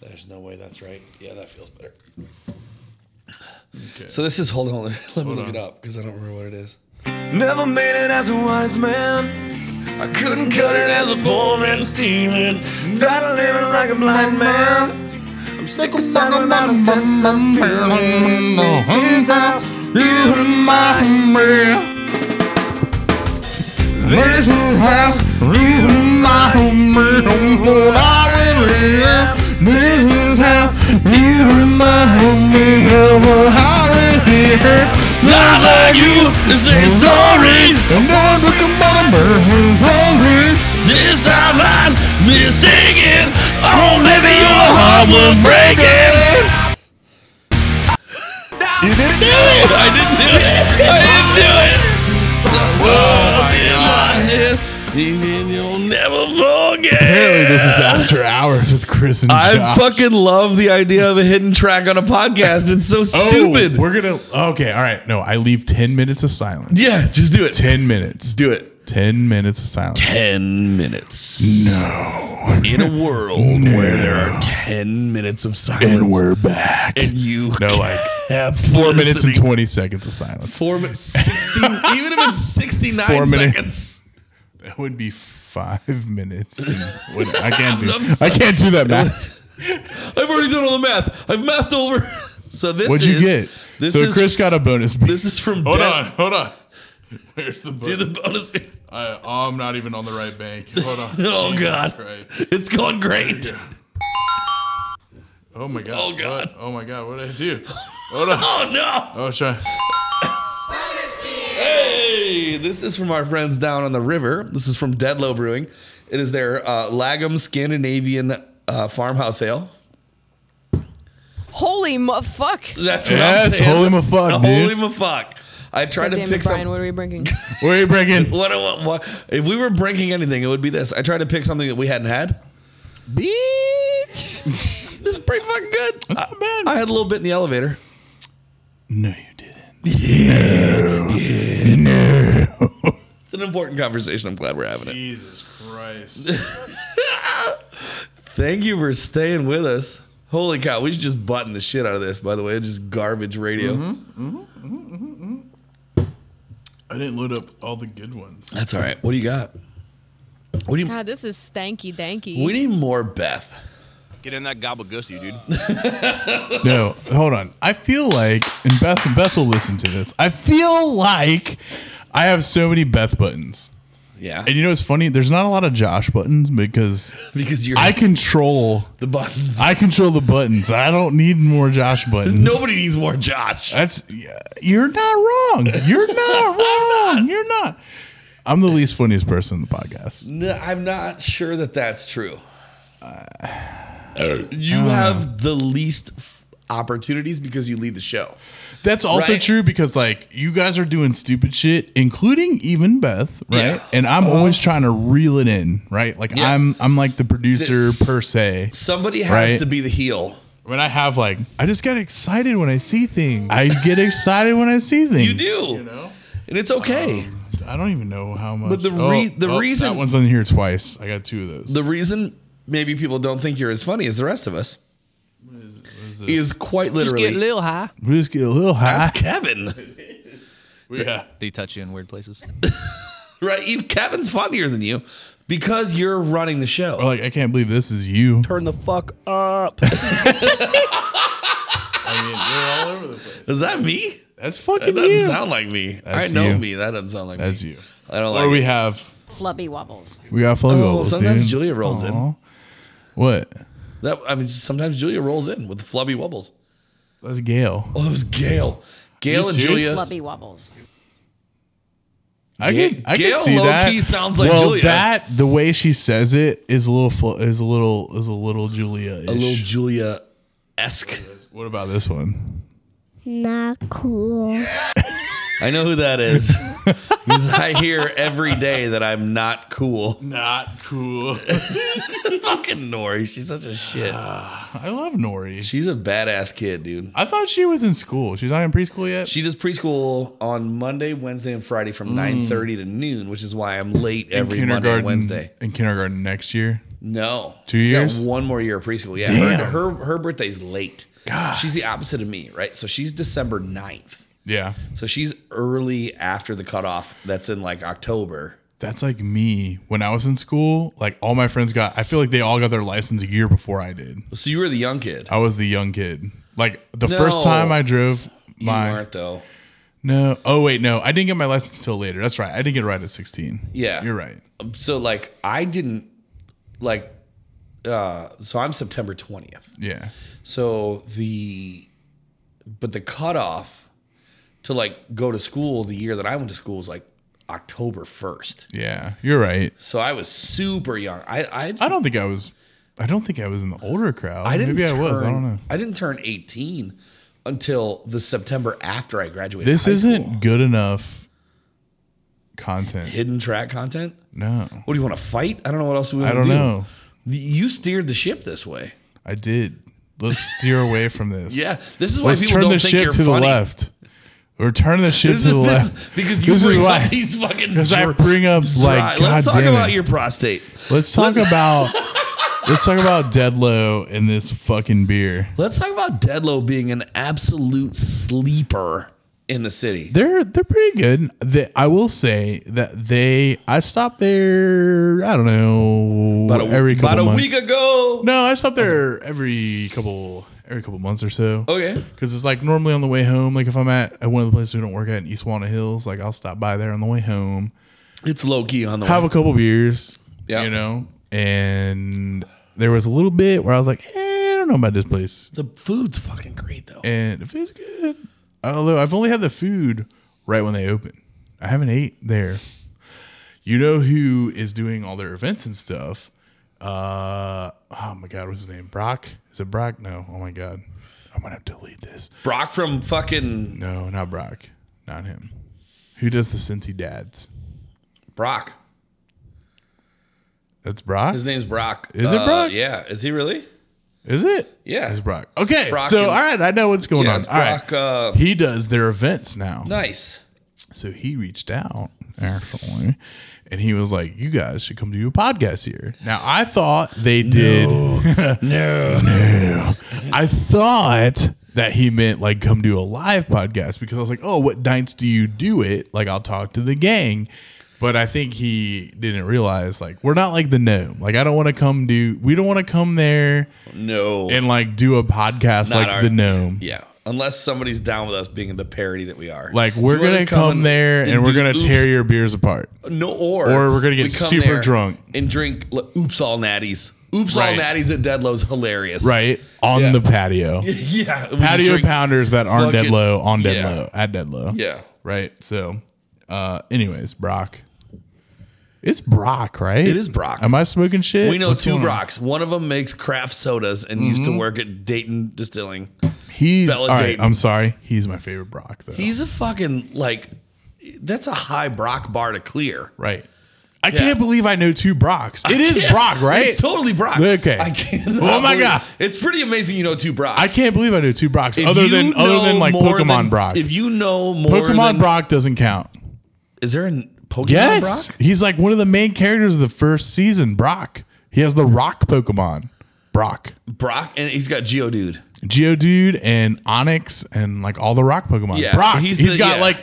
S1: There's no way that's right. Yeah, that feels better. So this is hold on. Let me
S11: Hold
S1: look
S11: on.
S1: it up because I don't remember what it is.
S11: Never made it as a wise man. I couldn't cut it as a poor man stealing. Tired of living like a blind man. I'm sick of sounding out of sense I'm feeling. This is how you remind me. This is how you remind me of what I really am. This is how you remind me of what I really am. It's not like you to say sorry. I'm not looking but I'm sorry. This time I'm missing it. Oh, maybe your heart was breaking. You didn't do it. I didn't do it. I didn't do it. The world's in my head. And you'll never forget.
S2: Apparently, this is after hours with Chris and
S1: I
S2: Josh.
S1: fucking love the idea of a hidden track on a podcast. It's so
S2: Oh,
S1: stupid.
S2: we're gonna okay. All right, no, I leave ten minutes of silence.
S1: Yeah, just do it.
S2: Ten minutes.
S1: Do it.
S2: Ten minutes of silence.
S1: Ten minutes.
S2: No.
S1: In a world where there are ten minutes of silence,
S2: And we're back.
S1: and you
S2: No, like
S1: have
S2: four minutes and twenty seconds of silence.
S1: four minutes, sixteen, even if it's sixty-nine
S2: Four minute-
S1: seconds.
S2: That would be five minutes. and what- I can't do.
S1: I'm sorry.
S2: I can't do that, man.
S1: I've already done all the math. I've mathed over. So this
S2: What'd you
S1: is-
S2: get?
S1: This
S2: so
S1: is
S2: Chris got a bonus. beat.
S1: this is from
S2: Hold
S1: Dan-
S2: on, hold on. Where's the bonus?
S1: Do the bonus.
S2: I, oh, I'm not even on the right bank. Hold on.
S1: Oh
S2: Jesus
S1: God,
S2: Christ.
S1: it's going great.
S2: Oh my god. Oh god. oh my god. What did I do? Hold on.
S1: Oh no.
S2: Oh, try.
S1: Hey, this is from our friends down on the river. This is from Deadlow Brewing. It is their uh, Lagum Scandinavian uh, farmhouse ale.
S12: Holy mu- fuck!
S1: That's what I'm
S2: Yes,
S1: saying.
S2: holy ma fuck,
S1: Holy
S2: dude.
S1: ma fuck. I tried
S12: God
S1: to
S12: damn
S1: pick
S12: it, Brian,
S1: some.
S12: what are we bringing?
S2: Where are you breaking?
S1: What, what, what, if we were drinking anything, it would be this. I tried to pick something that we hadn't had. Bitch, this is pretty fucking good. That's not bad. I had a little bit in the elevator.
S2: No,
S1: you didn't. Yeah. No. It's an important conversation. I'm glad we're having it.
S2: Jesus Christ.
S1: Thank you for staying with us. Holy cow, we should just button the shit out of this, by the way. It's just garbage radio.
S2: I didn't load up all the good ones.
S1: That's all right. What do you got? What do you
S12: God, this is stanky danky.
S1: We need more Beth.
S13: Get in that gobblegussy, dude.
S2: No, hold on. I feel like, and Beth and Beth will listen to this. I feel like I have so many Beth buttons.
S1: Yeah.
S2: And you know what's funny? There's not a lot of Josh buttons because
S1: because you're
S2: I control
S1: the buttons.
S2: I control the buttons. I don't need more Josh buttons.
S1: Nobody needs more Josh.
S2: That's you're not wrong. You're not wrong. You're not. I'm the least funniest person in the podcast.
S1: No, I'm not sure that that's true. Uh, you have the least f- opportunities because you lead the show.
S2: That's also
S1: Right.
S2: true because like you guys are doing stupid shit, including even Beth, right?
S1: Yeah. Uh-huh.
S2: And I'm always trying to reel it in, right? Like
S1: Yeah.
S2: I'm I'm like the producer per se.
S1: Somebody has
S2: Right.
S1: to be the heel.
S2: When I have like I just get excited when I see things. I get excited when I see things.
S1: You do. You know? And it's okay.
S2: I don't even know how much.
S1: But the
S2: Oh,
S1: re- the
S2: oh,
S1: reason
S2: that one's on here twice. I got two of those.
S1: the reason maybe people don't think you're as funny as the rest of us is, quite literally
S14: little high.
S2: We just get a little high.
S1: That's Kevin.
S2: yeah.
S14: Do you touch you in weird places?
S1: right? You, Kevin's funnier than you because you're running the show.
S2: Or like I can't believe this is you.
S1: Turn the fuck up.
S2: I mean, you're all over the place.
S1: Is that me?
S2: That's
S1: That
S2: fucking
S1: doesn't
S2: you.
S1: sound like me.
S2: That's
S1: I know
S2: you.
S1: me. That doesn't sound like
S2: That's
S1: me.
S2: you.
S1: I don't
S2: or
S1: like
S2: we
S1: it.
S2: have
S12: Flubby wobbles.
S2: we got flow
S1: Oh,
S2: goals.
S1: sometimes
S2: dude.
S1: Julia rolls in.
S2: Aw. What?
S1: That I mean, sometimes Julia rolls in with the flubby wobbles.
S2: That's Gail.
S1: Oh, it was Gail. Gail and
S2: serious?
S1: Julia.
S12: Flubby wobbles.
S2: I
S1: Ga-
S2: can I
S1: Gail
S2: can see that.
S1: low-key sounds like
S2: well,
S1: Julia.
S2: that the way she says it is a little fl- is a little is a little Julia
S1: A little Julia esque.
S2: What about this one?
S15: Not cool.
S1: I I know who that is. 'Cause I hear every day that I'm not cool.
S2: Not cool.
S1: Fucking Nori. She's such a shit.
S2: I love Nori.
S1: She's a badass kid, dude.
S2: I thought she was in school. She's not in preschool yet.
S1: She does preschool on Monday, Wednesday, and Friday from
S2: Mm.
S1: 9.30 to noon, which is why I'm late
S2: In
S1: every Monday and Wednesday.
S2: In kindergarten next year.
S1: No.
S2: Two
S1: We got
S2: years?
S1: one more year of preschool. Yeah.
S2: Damn.
S1: Her, her her birthday's late. She's the opposite of me, right? So she's December 9th.
S2: Yeah.
S1: So she's early after the cutoff that's in like October.
S2: That's like me when I was in school. Like all my friends got, I feel like they all got their license a year before I did.
S1: So you were the young kid.
S2: I was the young kid. Like the
S1: No.
S2: first time I drove
S1: You
S2: my.
S1: weren't though.
S2: No. Oh wait, no. I didn't get my license until later. That's right. I didn't get it right at sixteen.
S1: Yeah.
S2: You're right.
S1: So like I didn't like uh so I'm September 20th.
S2: Yeah.
S1: So the but the cutoff to like go to school the year that I went to school was like October 1st.
S2: Yeah. You're right.
S1: So I was super young. I I,
S2: I don't think I was. I don't think I was in the older crowd.
S1: I didn't
S2: Maybe I was. I
S1: turn-
S2: don't know.
S1: I didn't turn 18 until the September after I graduated.
S2: This
S1: high
S2: isn't
S1: school.
S2: good enough content.
S1: hidden track content.
S2: No.
S1: What do you want to fight? I don't know what else we want
S2: I
S1: to do.
S2: don't know.
S1: You steered the ship this way.
S2: I did. Let's steer away from this.
S1: Yeah, this is why
S2: Let's
S1: people
S2: turn
S1: don't
S2: the
S1: think
S2: ship
S1: you're
S2: to
S1: funny.
S2: the left. Or turn the ship
S1: This
S2: to
S1: is-
S2: the
S1: this-
S2: left.
S1: because you bring up these fucking
S2: Because I
S1: dr-
S2: bring up like.
S1: Right,
S2: God
S1: let's talk
S2: damn
S1: about
S2: it.
S1: your prostate.
S2: Let's talk about. let's talk about Deadlow and this fucking beer.
S1: Let's talk about Deadlow being an absolute sleeper in the city.
S2: They're they're pretty good. They, I will say that they. I stopped there. I don't know.
S1: About a,
S2: every couple
S1: about a
S2: months.
S1: week ago.
S2: No, I stop there every couple every couple months or so.
S1: Okay.
S2: Because it's like normally on the way home. Like if I'm at, at one of the places we don't work at in East Walnut Hills, like I'll stop by there on the way home,
S1: It's low key on the
S2: have
S1: way.
S2: a couple beers.
S1: Yeah.
S2: You know, and there was a little bit where I was like, eh, I don't know about this place,
S1: the food's fucking great though.
S2: and it feels good. Although I've only had the food right when they open. I haven't ate there. You know who is doing all their events and stuff? Uh, oh my god, what's his name? Brock? Is it Brock? No. Oh my god, I'm gonna have to delete this.
S1: Brock from fucking
S2: No, not Brock. Not him. Who does the Cincy dads?
S1: Brock.
S2: That's Brock.
S1: His name's Brock. Uh,
S2: Is it Brock?
S1: Yeah. Is he really?
S2: Is it?
S1: Yeah.
S2: it's Brock. Okay,
S1: Brock
S2: so
S1: and-
S2: all right, I know what's going
S1: Yeah,
S2: on.
S1: it's
S2: All right,
S1: Brock, uh,
S2: he does their events now.
S1: Nice.
S2: So he reached out actually, and he was like, "You guys should come do a podcast here." Now I thought they did. No, no, I thought that he meant like come do a live podcast because I was like, "Oh, what nights do you do it?" Like I'll talk to the gang. But I think he didn't realize like we're not like the gnome. Like I don't want to come do. We don't want to come there
S1: No.
S2: and like do a podcast
S1: Not
S2: like
S1: our-
S2: the gnome.
S1: Yeah. Unless somebody's down with us being the parody that we are.
S2: Like we're
S1: You wanna
S2: gonna come,
S1: and-
S2: there and we're
S1: do
S2: gonna tear
S1: oops-
S2: your beers apart.
S1: No, or
S2: Or we're gonna get
S1: we come
S2: super
S1: there
S2: drunk.
S1: and drink l- oops all natties. Oops
S2: Right.
S1: all natties at Deadlow's hilarious.
S2: right on
S1: Yeah.
S2: the patio.
S1: yeah. we just
S2: patio
S1: drink-
S2: pounders that aren't dead
S1: fucking-
S2: low on dead
S1: yeah.
S2: low at dead low.
S1: Yeah.
S2: right. So, uh, anyways, Brock, it's Brock, right?
S1: It is Brock.
S2: Am I smoking shit?
S1: We know
S2: What's
S1: two
S2: going on?
S1: Brocks. One of them makes craft sodas and used to
S2: Mhm.
S1: work at Dayton Distilling.
S2: He's
S1: Bella
S2: all right.
S1: Dayton.
S2: I'm sorry. He's my favorite Brock though.
S1: He's a fucking like. That's a high Brock bar to clear.
S2: right. I
S1: Yeah.
S2: can't believe I know two Brocks.
S1: I
S2: It is
S1: can't-
S2: Brock, right?
S1: It's totally Brock.
S2: Okay.
S1: I can't.
S2: Oh my god.
S1: It's pretty amazing. You know two Brocks.
S2: I can't believe I know two Brocks
S1: If
S2: other
S1: you
S2: than other
S1: know
S2: than like
S1: more
S2: Pokemon
S1: than-
S2: Brock.
S1: If you know more
S2: Pokemon
S1: than,
S2: Brock doesn't count.
S1: is there a Pokemon
S2: Yes,
S1: Brock?
S2: he's like one of the main characters of the first season. Brock. He has the Rock Pokemon. Brock,
S1: Brock, and he's got Geodude.
S2: Geodude, and Onyx, and like all the Rock Pokemon.
S1: Yeah,
S2: Brock.
S1: he's
S2: he's
S1: the-
S2: got
S1: yeah.
S2: like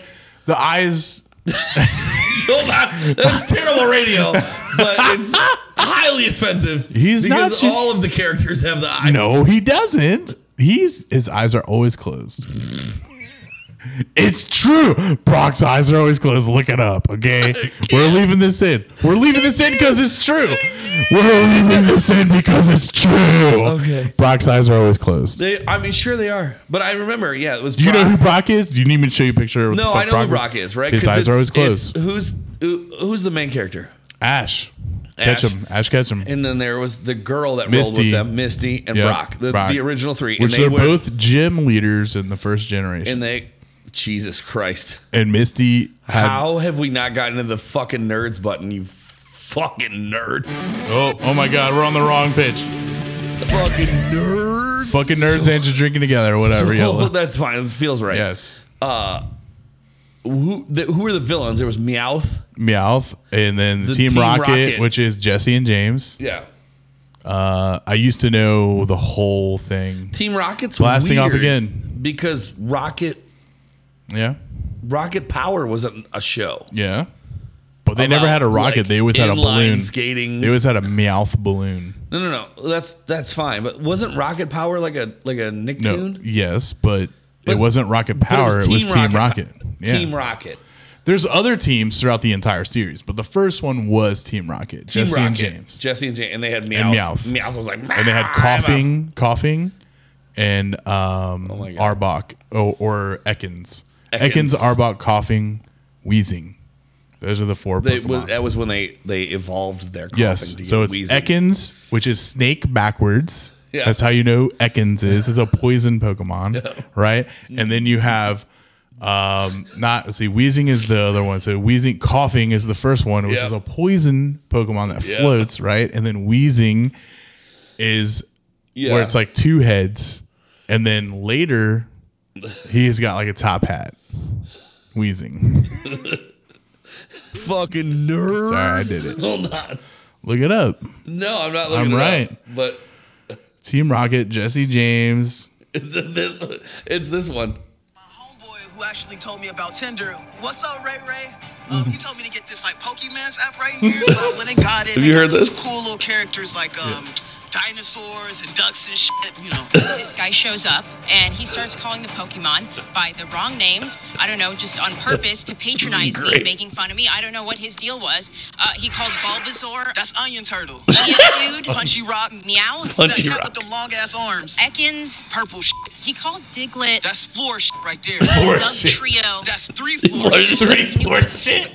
S2: the eyes.
S1: Hold on, that's terrible radio, but it's highly offensive.
S2: He's not
S1: because
S2: you-
S1: all of the characters have the eye.
S2: No, he doesn't. He's his eyes are always closed. it's true. Brock's eyes are always closed. Look it up, okay? We're leaving this in. We're leaving this in because it's true. We're leaving this in because it's true.
S1: Okay.
S2: Brock's eyes are always closed.
S1: They, I mean, sure they are, but I remember. Yeah, it was.
S2: Do you know
S1: Brock.
S2: who Brock is? Do you need me to show you a picture? Of what the
S1: No,
S2: fuck
S1: I know who
S2: was?
S1: Brock is. Right,
S2: His
S1: 'Cause
S2: eyes are
S1: it's-
S2: always
S1: it's-
S2: closed.
S1: Who's who, who's the main character?
S2: Ash.
S1: Ash.
S2: Catch him. Ash catch him.
S1: And then there was the girl that rolled
S2: Misty.
S1: with them, Misty and Brock, the, the original three, and
S2: Which
S1: they
S2: they're
S1: were,
S2: both gym leaders in the first generation.
S1: and they Jesus Christ.
S2: And Misty had-
S1: How have we not gotten to the fucking nerds button, you fucking nerd?
S2: Oh, oh my God, we're on the wrong pitch.
S1: Fucking nerds.
S2: Fucking nerds
S1: So-
S2: and just drinking together or whatever.
S1: So,
S2: yellow.
S1: That's fine. It feels right.
S2: Yes.
S1: Uh, who the, who were the villains? There was Meowth.
S2: Meowth, and then
S1: The
S2: Team,
S1: Team
S2: Rocket,
S1: Rocket.
S2: which is Jesse and James.
S1: Yeah.
S2: Uh, I used to know the whole thing.
S1: Team Rocket's
S2: Blasting off
S1: weird
S2: again.
S1: because Rocket
S2: Yeah,
S1: Rocket Power was a, a show.
S2: yeah. But they never
S1: About,
S2: had a rocket.
S1: like,
S2: they always had a
S1: inline
S2: balloon.
S1: skating.
S2: They always had a Meowth balloon.
S1: No, no, no. That's that's fine. But wasn't Rocket Power like a like a
S2: No,
S1: Nicktoon?
S2: yes, but, it wasn't Rocket
S1: but
S2: Power. It was Team, Rocket. Yeah.
S1: Team Rocket.
S2: There's other teams throughout the entire series, but the first one was Team Rocket.
S1: Team
S2: Jesse
S1: Rocket.
S2: and James.
S1: Jesse and James. And they had Meowth.
S2: And Meowth.
S1: was like, "Ah,
S2: and they
S1: "Meow, I'm
S2: had
S1: a-"
S2: coughing, coughing, and um, Arbok or, or Ekans. Ekans,
S1: Oh Ekans.
S2: Arbok, coughing, wheezing. Those are the four.
S1: They,
S2: Pokemon.
S1: was, that was when they they evolved their coughing
S2: yes,
S1: to
S2: so
S1: get
S2: it's
S1: wheezing.
S2: Ekans, which is snake backwards.
S1: Yeah.
S2: That's how you know Ekans is. It's a poison Pokemon, right? And then you have. Um, not let's see. Wheezing is the other one. So wheezing, coughing is the first one, which
S1: Yeah.
S2: is a poison Pokemon that
S1: Yeah.
S2: floats, right? And then wheezing is
S1: Yeah.
S2: where it's like two heads, and then later he's got like a top hat, wheezing.
S1: Fucking nerds.
S2: Sorry, I did it.
S1: Hold on.
S2: Look it up.
S1: No, I'm not
S2: I'm
S1: looking. it up,
S2: right.
S1: but
S2: Team Rocket, Jesse James.
S1: it's this. one- It's this one.
S14: who actually told me about Tinder. What's up, Ray Ray?
S15: Oh,
S14: Um, he told me to get this like Pokemon's app right here, so I went and got it.
S1: Have you
S14: They
S1: heard
S14: got these
S1: this?
S14: Cool little characters like um, dinosaurs and ducks and shit. You know.
S15: this guy shows up and he starts calling the Pokemon by the wrong names. I don't know, just on purpose to patronize me,
S14: Great.
S15: making fun of me. I don't know what his deal was. Uh, he called Bulbasaur.
S14: That's Onion Turtle.
S15: Yeah, dude.
S14: Punchy Rock.
S15: Meow.
S14: Punchy That cat Rock. with them long ass arms.
S15: Ekans.
S14: Purple shit.
S15: He called Diglett.
S14: That's floor shit right there.
S15: Floor
S14: Dub
S15: shit.
S14: Trio. That's three
S15: Floor-
S14: floors.
S15: three floor
S14: shit.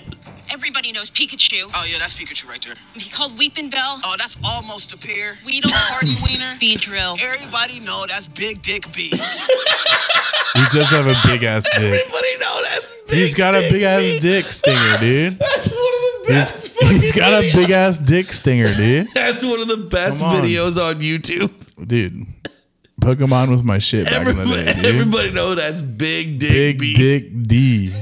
S15: Everybody knows Pikachu.
S14: Oh yeah, that's Pikachu right there.
S15: He called Weepin' Bell.
S14: Oh, that's almost a pair.
S15: Weedle.
S14: Party wiener.
S15: Beedrill.
S14: Everybody know that's Big Dick B.
S2: He does have a big ass dick.
S1: Everybody know that's
S2: He's got a big ass dick stinger, dude. He's, he's got a big ass dick stinger, dude.
S1: That's one of the best
S2: Come on.
S1: videos on YouTube.
S2: Dude, Pokemon was my shit back in the
S1: Everybody,
S2: day, dude.
S1: everybody know that's Big Dick
S2: Big
S1: B.
S2: Dick D.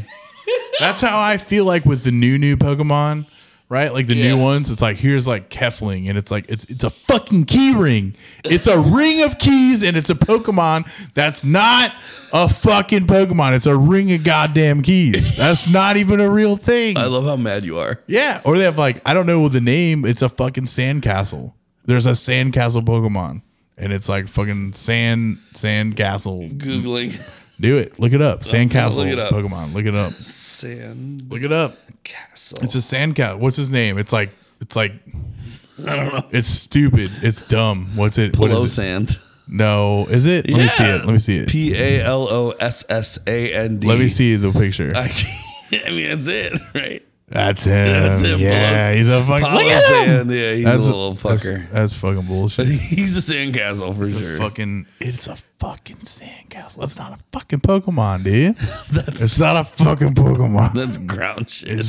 S2: That's how I feel like with the new new Pokemon, right? Like the new ones, it's like here's like Kefling, and it's like it's it's a fucking key ring. It's a ring of keys, and it's a Pokemon that's not a fucking Pokemon. It's a ring of goddamn keys. That's not even a real thing.
S1: I love how mad you are.
S2: Yeah, or they have like I don't know the name. It's a fucking sandcastle. There's a sandcastle Pokemon, and it's like fucking sand sandcastle.
S1: Googling
S2: Do it. Look it up.
S1: I'm gonna
S2: Sandcastle
S1: look it up.
S2: Pokemon. Look it up.
S1: sand.
S2: Look it up.
S1: Castle.
S2: It's a sandcastle. What's his name? It's like it's like
S1: I don't know.
S2: it's stupid. It's dumb. What's it? What is
S1: Pillow
S2: it?
S1: sand.
S2: No, is it? Let me see it. Let me see it.
S1: P A L O S S A N D.
S2: Let me see the picture.
S1: I, can't- I mean, that's it, right?
S2: That's him. yeah,
S1: Pillow-
S2: he's a fucking.
S1: Pillow
S2: Look at him.
S1: sand. Yeah, he's
S2: That's-
S1: a little
S2: that's-
S1: fucker.
S2: That's, fucking bullshit.
S1: he's a sandcastle for
S2: It's a
S1: sure.
S2: fucking. It's a fucking sandcastle. That's not a fucking Pokemon, dude. it's not a fucking Pokemon.
S1: That's ground shit.
S2: It's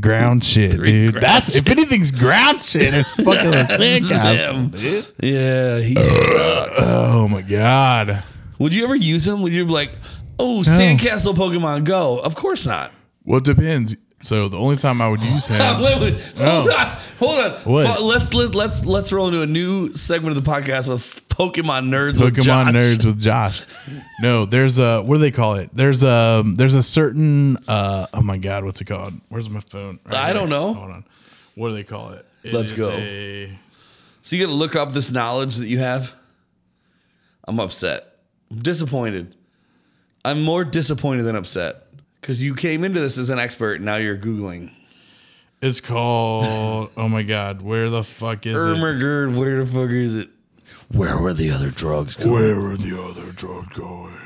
S2: ground shit, dude.
S1: ground
S2: That's if anything's ground shit, it's fucking a
S1: That's him,
S2: sandcastle.
S1: dude. Yeah, he sucks.
S2: Oh my god.
S1: Would you ever use him? Would you be like, oh, sandcastle Pokemon Go? Of course not.
S2: Well, it depends. So the only time I would use him.
S1: Wait, wait, hold
S2: No.
S1: on, hold on.
S2: Oh. What?
S1: Fu- Let's let, let's let's roll into a new segment of the podcast with Pokemon nerds. with Josh.
S2: Pokemon nerds with Josh. No, there's a what do they call it? There's a there's a certain uh oh my god, what's it called? Where's my phone? Right
S1: I
S2: here.
S1: don't know.
S2: Hold on. What do they call it? It
S1: Let's
S2: is
S1: go.
S2: a-
S1: So you got to look up this knowledge that you have. I'm upset. I'm disappointed. I'm more disappointed than upset because you came into this as an expert. And now you're googling.
S2: it's called oh my god, where the fuck is it?
S1: Ermagerd, where the fuck is it? Where were the other drugs going?
S2: Where were the other drugs going?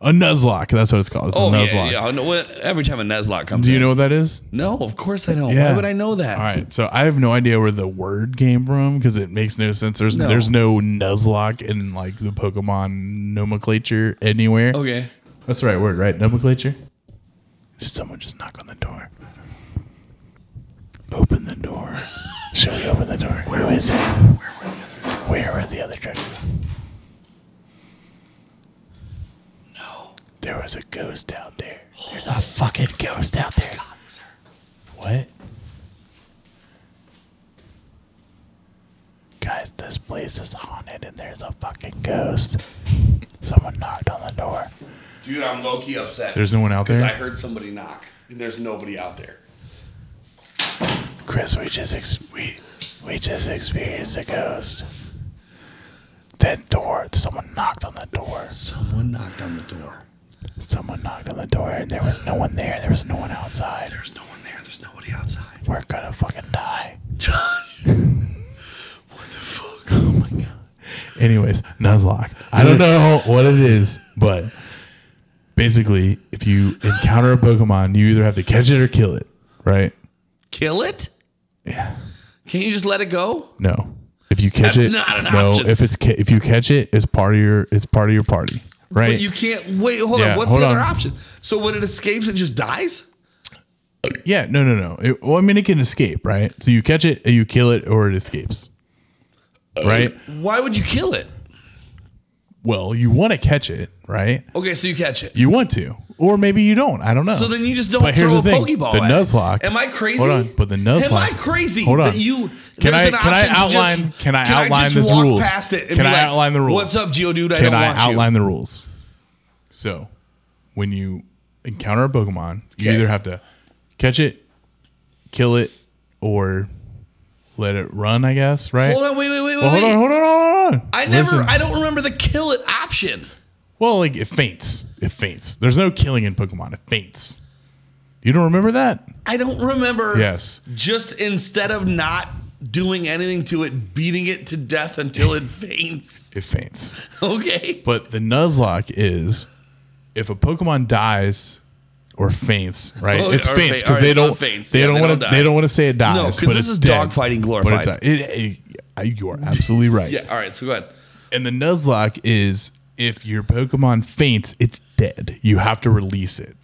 S2: A Nuzlocke. That's what it's called. It's
S1: Oh
S2: a
S1: yeah,
S2: Nuzlocke.
S1: yeah. I know what- Every time a Nuzlocke comes,
S2: Do you
S1: in.
S2: know what that is?
S1: No, of course I don't. Why
S2: Yeah.
S1: would I know that?
S2: All right. So I have no idea where the word came from because it makes no sense. There's
S1: No.
S2: there's no Nuzlocke in like the Pokemon nomenclature anywhere.
S1: Okay.
S2: That's the right word, right? Nomenclature? Did someone just knock on the door? Open the door. Shall we open the door? Where is it? Where are the other dresses? No. There was a ghost out there. There's a fucking ghost out there. What? Guys, this place is haunted and there's a fucking ghost. Someone knocked on the door.
S1: Dude, I'm low key upset.
S2: There's no one out
S1: 'Cause
S2: there?
S1: I heard somebody knock, and there's nobody out there.
S2: Chris, we just ex- we we just experienced a ghost. That door. Someone knocked on the door. Someone knocked on the door. Someone knocked on the door, and there was no one there. There was no one outside. There's no one there. There's nobody outside. We're gonna fucking die. John. what the fuck? Oh my god. Anyways, Nuzlocke. I don't know what it is, but basically, if you encounter a Pokemon, you either have to catch it or kill it, right?
S1: Kill it?
S2: Yeah.
S1: Can't you just let it go?
S2: No. If you catch
S1: That's
S2: it,
S1: not an
S2: no.
S1: option.
S2: If it's ca- if you catch it, it's part of your it's part of your party, right?
S1: But you can't. Wait, hold
S2: Yeah,
S1: on. What's
S2: hold
S1: the other
S2: on.
S1: option? So when it escapes, it just dies?
S2: yeah, no, no, no. It, well, I mean, it can escape, right? So you catch it, you kill it, or it escapes,
S1: Uh,
S2: right?
S1: Why would you kill it?
S2: Well, you want to catch it, right?
S1: Okay, so you catch it.
S2: You want to, or maybe you don't. I don't know.
S1: So then you just don't
S2: But here's
S1: throw a
S2: the thing,
S1: Pokeball
S2: The
S1: at it.
S2: Nuzlocke.
S1: Am I crazy?
S2: Hold on, but the Nuzlocke.
S1: Am I crazy
S2: Hold on.
S1: that you-
S2: can
S1: there's
S2: I
S1: an
S2: can I
S1: option to just-
S2: outline can I
S1: can I
S2: outline
S1: just
S2: these
S1: walk
S2: rules?
S1: past it and
S2: can
S1: be
S2: I
S1: like,
S2: outline the rules?
S1: "What's up, Geodude? I
S2: can
S1: don't
S2: I
S1: want you."
S2: outline the rules? So, when you encounter a Pokemon, you
S1: Okay.
S2: either have to catch it, kill it, or let it run. I guess right.
S1: Hold on, wait, wait, wait,
S2: Well,
S1: wait,
S2: hold on,
S1: wait.
S2: hold on, hold on, hold on.
S1: I never.
S2: Listen.
S1: I don't remember the kill it option.
S2: Well, like it faints. It faints. There's no killing in Pokemon. It faints. You don't remember that?
S1: I don't remember.
S2: Yes.
S1: Just instead of not doing anything to it, beating it to death until it faints.
S2: It faints.
S1: Okay.
S2: But the Nuzlocke is if a Pokemon dies or faints, right?
S1: Oh,
S2: it's
S1: or faint-
S2: faints because
S1: or
S2: they
S1: it's not
S2: don't
S1: faints.
S2: they
S1: Yeah,
S2: don't
S1: they
S2: want
S1: don't
S2: to
S1: die.
S2: they don't want to say it dies.
S1: No, 'cause
S2: because
S1: this is dogfighting glorified.
S2: It, it, I- you are absolutely right.
S1: Yeah. All right. So go ahead.
S2: And the Nuzlocke is if your Pokemon faints, it's dead. You have to release it,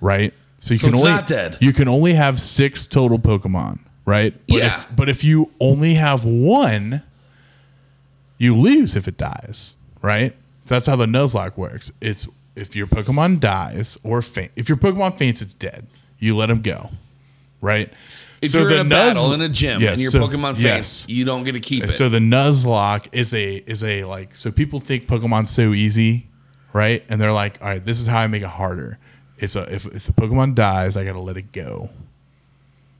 S2: right? So you
S1: So
S2: can
S1: it's
S2: only
S1: not dead.
S2: you can only have six total Pokemon, right? But
S1: Yeah.
S2: If, but if you only have one, you lose if it dies, right? That's how the Nuzlocke works. It's if your Pokemon dies or faint. If your Pokemon faints, it's dead. You let him go, right?
S1: If
S2: So
S1: you're
S2: the
S1: in a battle
S2: Nuzl-
S1: in a gym
S2: Yeah,
S1: and your
S2: so-
S1: Pokemon faints,
S2: yes.
S1: you don't get to keep it.
S2: So the Nuzlocke is a is a like so people think Pokemon's so easy, right? And they're like, all right, this is how I make it harder. It's a if if the Pokemon dies, I gotta let it go.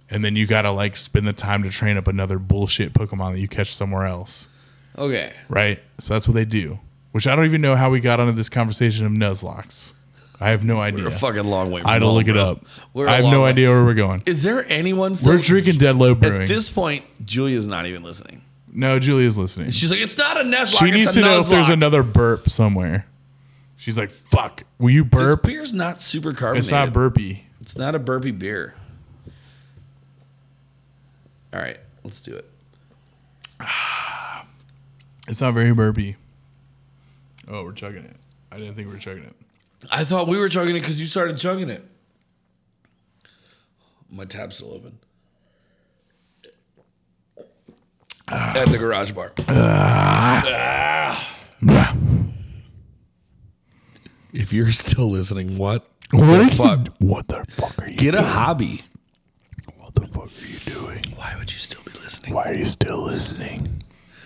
S2: And then you gotta like spend the time to train up another bullshit Pokemon that you catch somewhere else.
S1: okay.
S2: Right? So that's what they do. Which I don't even know how we got onto this conversation of Nuzlocks. I have no idea.
S1: We're a fucking long way. From
S2: I had to
S1: home,
S2: look it
S1: bro.
S2: up.
S1: We're a
S2: I have
S1: long
S2: no
S1: way.
S2: idea where we're going.
S1: Is there anyone?
S2: We're
S1: still-
S2: drinking Dead Low Brewing.
S1: At this point, Julia's not even listening.
S2: no, Julia's listening.
S1: She's like, it's not a Nuzlocke.
S2: She needs
S1: it's
S2: to
S1: a
S2: know if there's
S1: Nuzlocke."
S2: another burp somewhere. She's like, "Fuck, will you burp?"
S1: This beer's not super carbonated.
S2: It's not burpy.
S1: It's not a burpy beer. All right, let's do it.
S2: It's not very burpy. Oh, we're chugging it. I didn't think we were chugging it.
S1: I thought we were chugging it because you started chugging it. My tab's still open. At the garage bar. Ah. If you're still listening, what?
S2: What
S1: the
S2: are you-
S1: fuck?
S2: what the fuck are you
S1: Get a
S2: doing?
S1: hobby.
S2: Why would you still be listening? Why are you still listening?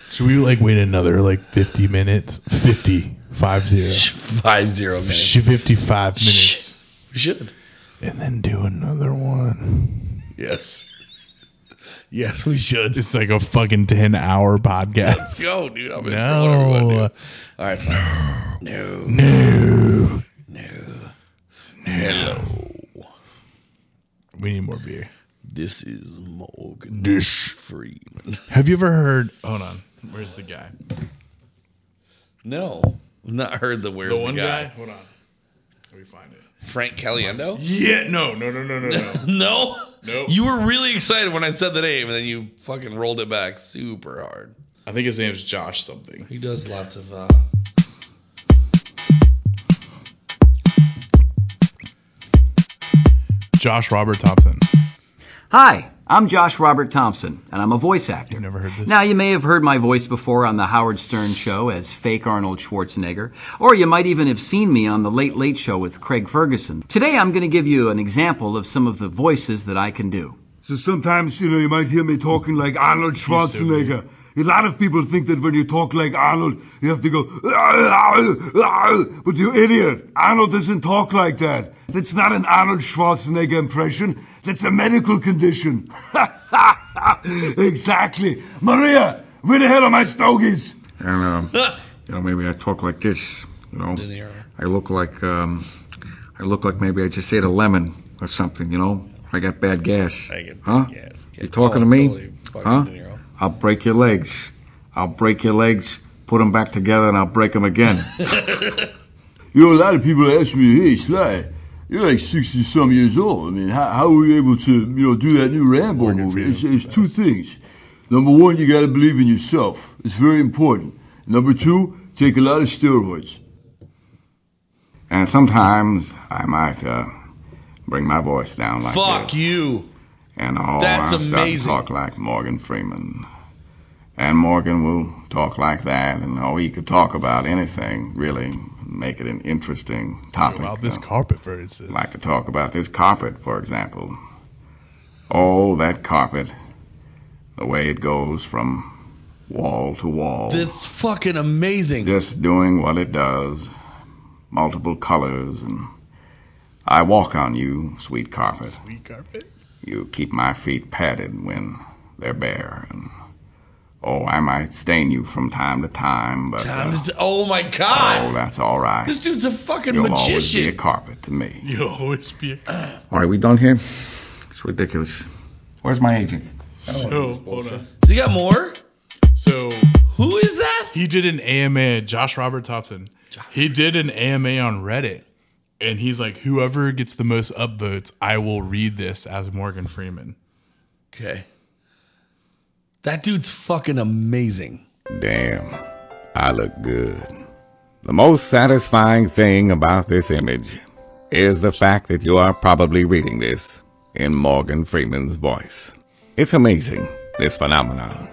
S2: Should we like wait another like 50 minutes? 50 five zero.
S1: Five zero minutes.
S2: Sh- 55 minutes.
S1: We should.
S2: And then do another one.
S1: Yes. Yes, we should.
S2: It's like a fucking 10 hour podcast.
S1: Let's go, Oh, dude. I'm in for whatever we want to do.
S2: no.
S1: All right, fine. No.
S2: No.
S1: Hello.
S2: We need more beer.
S1: This is Morgan
S2: Dish.
S1: Freeman.
S2: Have you ever heard? Hold on. Where's the guy?
S1: No, I've not heard the where's the,
S2: one
S1: guy?
S2: guy? Hold on. Let me find it.
S1: Frank Caliendo?
S2: Yeah. No. No. No. No. No. No.
S1: no.
S2: Nope.
S1: You were really excited when I said the name, and then you fucking rolled it back super hard.
S2: I think his name's Josh something.
S1: He does lots of. uh
S2: Josh Robert Thompson.
S16: Hi, I'm Josh Robert Thompson, and I'm a voice actor. You've never heard this. Now, you may have heard my voice before on The Howard Stern Show as fake Arnold Schwarzenegger, or you might even have seen me on The Late Late Show with Craig Ferguson. Today, I'm going to give you an example of some of the voices that I can do.
S17: So sometimes, you know, you might hear me talking like Arnold Schwarzenegger. a lot of people think that when you talk like Arnold, you have to go, but you idiot. Arnold doesn't talk like that. That's not an Arnold Schwarzenegger impression. That's a medical condition. exactly. Maria, where the hell are my stogies?
S18: and um, you know maybe I talk like this. You know, I look like um, I look like maybe I just ate a lemon or something. You know, I got bad gas. I get huh? gas. You talking to me? huh? I'll break your legs. I'll break your legs. Put them back together, and I'll break them again.
S17: You know, a lot of people ask me, hey, Sly, you're like 60 some years old. I mean, how, how were you able to, you know, do that new Rambo movie? It's, it's two things. Number one, you got to believe in yourself. It's very important. Number two, take a lot of steroids.
S18: and sometimes I might uh, bring my voice down like
S1: Fuck
S18: this.
S1: you.
S18: And all
S1: That's
S18: I'll start to
S1: amazing.
S18: talk like Morgan Freeman. And Morgan will talk like that, and oh, he could talk about anything, really, make it an interesting topic. Uh,
S2: About this carpet, for instance.
S18: Like to talk about this carpet, for example. Oh, that carpet. The way it goes from wall to wall.
S1: That's fucking amazing.
S18: Just doing what it does. Multiple colors and I walk on you, sweet carpet. Sweet
S2: carpet.
S18: You keep my feet padded when they're bare and oh I might stain you from time to time, but
S1: Time
S18: uh,
S1: to- oh my god.
S18: oh that's all right.
S1: This dude's a fucking
S18: You'll always be a
S1: magician.
S18: carpet to me.
S2: You'll always be a
S18: All right, we done here? It's ridiculous. Where's my agent?
S2: So, hold on.
S1: So you got more?
S2: So
S1: who is that?
S2: He did an AMA, Josh Robert Thompson. He did an AMA on Reddit. And he's like, whoever gets the most upvotes, I will read this as Morgan Freeman.
S1: Okay. That dude's fucking amazing.
S18: Damn, I look good. The most satisfying thing about this image is the fact that you are probably reading this in Morgan Freeman's voice. It's amazing, this phenomenon.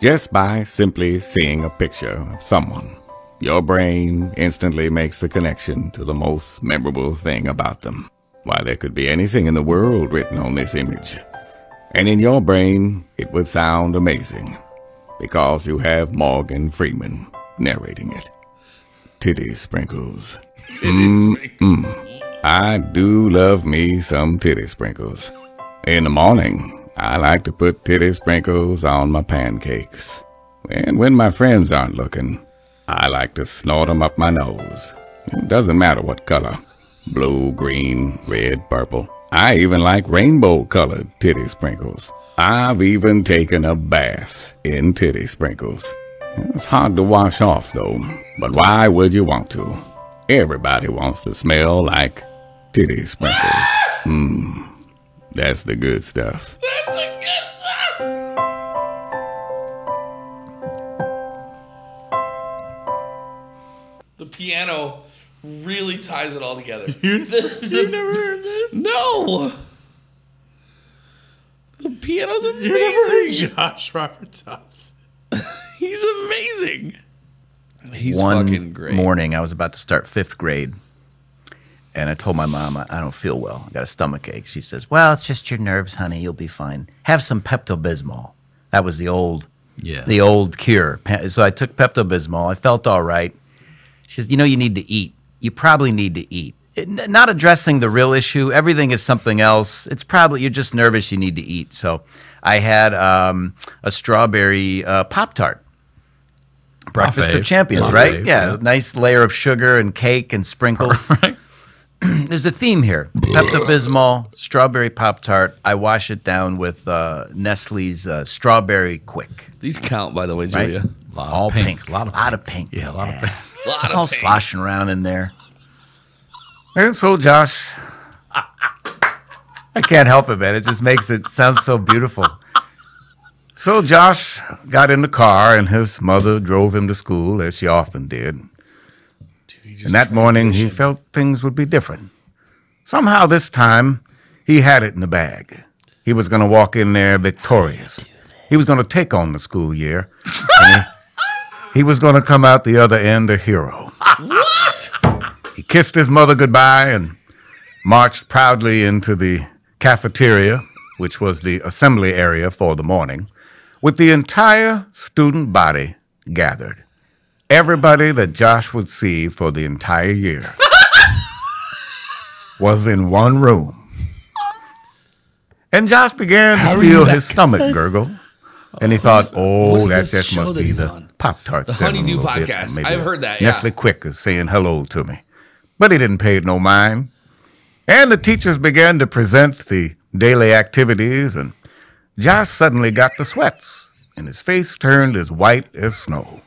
S18: Just by simply seeing a picture of someone, your brain instantly makes a connection to the most memorable thing about them. Why, there could be anything in the world written on this image. And in your brain, it would sound amazing because you have Morgan Freeman narrating it. Titty sprinkles. Mm-mm. I do love me some titty sprinkles. In the morning, I like to put titty sprinkles on my pancakes. And when my friends aren't looking, I like to snort 'em up my nose. It doesn't matter what color blue, green, red, purple. I even like rainbow colored titty sprinkles. I've even taken a bath in titty sprinkles. It's hard to wash off though, but why would you want to? Everybody wants to smell like titty sprinkles. Mmm, that's the good stuff.
S1: The piano really ties it all together. You, never heard this? No. The piano's amazing.
S2: You never heard Josh Robert Thompson.
S1: He's amazing. He's
S19: One
S1: fucking great.
S19: morning, I was about to start fifth grade, and I told my mom, I, I don't feel well. I got a stomach ache. She says, Well, it's just your nerves, honey. You'll be fine. Have some Pepto Bismol. That was the old,
S20: Yeah.
S19: the old cure. Pe- So I took Pepto Bismol. I felt all right. She says, You know, you need to eat. You probably need to eat. It- n- not addressing the real issue. Everything is something else. It's probably, you're just nervous. You need to eat. So I had um, a strawberry uh, Pop Tart. Breakfast
S20: fave.
S19: of Champions,
S20: My
S19: right?
S20: fave,
S19: yeah,
S20: yeah.
S19: nice layer of sugar and cake and sprinkles. There's a theme here: Pepto Bismol, strawberry Pop Tart. I wash it down with uh, Nestle's uh, strawberry Quick.
S1: These count, by the way,
S19: Right?
S1: Julia.
S20: Lot of
S19: All pink,
S20: pink,
S19: a lot of lot of pink, yeah, a lot of pink.
S1: Lot of
S19: All
S1: pink.
S19: sloshing around in there. And so, Josh, I can't help it, man. It just makes it sound so beautiful. So Josh got in the car, and his mother drove him to school, as she often did. and that morning, he felt things would be different. Somehow, this time,
S18: He had it in the bag. He was going to walk in there victorious. He was going to take on the school year. and he, he was going to come out the other end a hero.
S11: What?
S18: He kissed his mother goodbye and marched proudly into the cafeteria, which was the assembly area for the morning, with the entire student body gathered. Everybody that Josh would see for the entire year was in one room. And Josh began
S11: How
S18: to
S11: are
S18: feel
S11: you that
S18: his stomach
S11: good?
S18: gurgle. And he thought,
S1: What
S18: oh,
S1: is
S18: that
S1: this
S18: just
S1: show
S18: must
S1: that
S18: be
S1: he's
S18: the
S1: on?
S18: Pop Tart
S1: The Honeydew Podcast. I've heard that, yeah.
S18: Nestle Quick is saying hello to me. But he didn't pay it no mind. And the teachers began to present the daily activities, and Josh suddenly got the sweats, and his face turned as white as snow.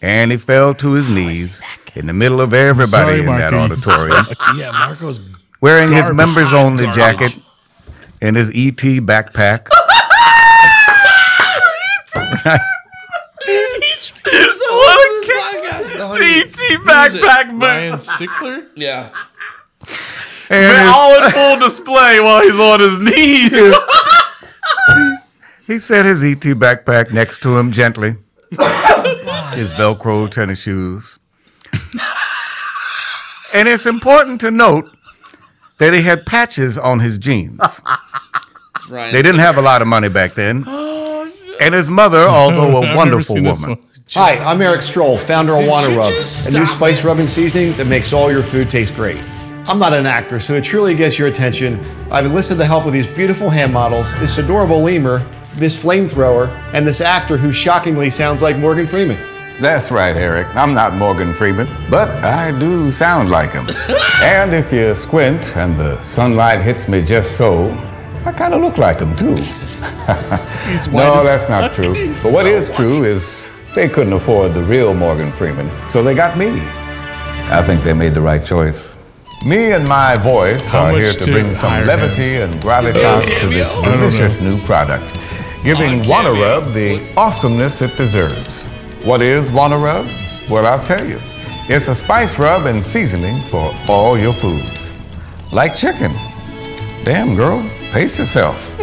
S18: And he fell to his knees in the middle of everybody
S2: Sorry,
S18: in that
S2: Marco, you
S18: auditorium,
S2: suck. yeah, Marco's
S18: wearing his
S2: garbage.
S18: members only
S2: Garbage.
S18: jacket and his ET backpack.
S1: He's he's the host of this podcast. The
S18: E
S11: ET
S1: backpack,
S11: Ryan
S2: Sickler.
S1: Yeah.
S11: They're
S18: his-
S11: all in full display while he's on his knees.
S18: He set his ET backpack next to him gently, his Velcro tennis shoes. And it's important to note that he had patches on his jeans.
S1: Ryan
S18: They didn't have a lot of money back then. And his mother, although a wonderful woman,
S20: Hi, I'm Eric Stroll, founder of
S18: Did
S20: Wanna
S18: you
S20: Rub,
S18: just
S20: a new
S18: stop
S20: spice rub and seasoning that makes all your food taste great. I'm not an actor, so to truly get your attention, I've enlisted the help of these beautiful hand models, this adorable lemur, this flamethrower, and this actor who shockingly sounds like Morgan Freeman.
S18: That's right, Eric. I'm not Morgan Freeman, but I do sound like him. and if you squint and the sunlight hits me just so, I kind of look like him too.
S11: white
S18: no,
S11: as
S18: that's not
S11: fuck.
S18: true.
S11: He's
S18: But what is true is they couldn't afford the real Morgan Freeman, so they got me. I think they made the right choice. Me and my voice
S11: How
S18: are
S11: much
S18: here to
S11: to
S18: bring some
S11: hire
S18: levity and gravitas to this delicious new product, giving Wanna-Rub the awesomeness it deserves. What is Wanna-Rub? Well, I'll tell you. It's a spice rub and seasoning for all your foods. Like chicken. Damn, girl, pace yourself.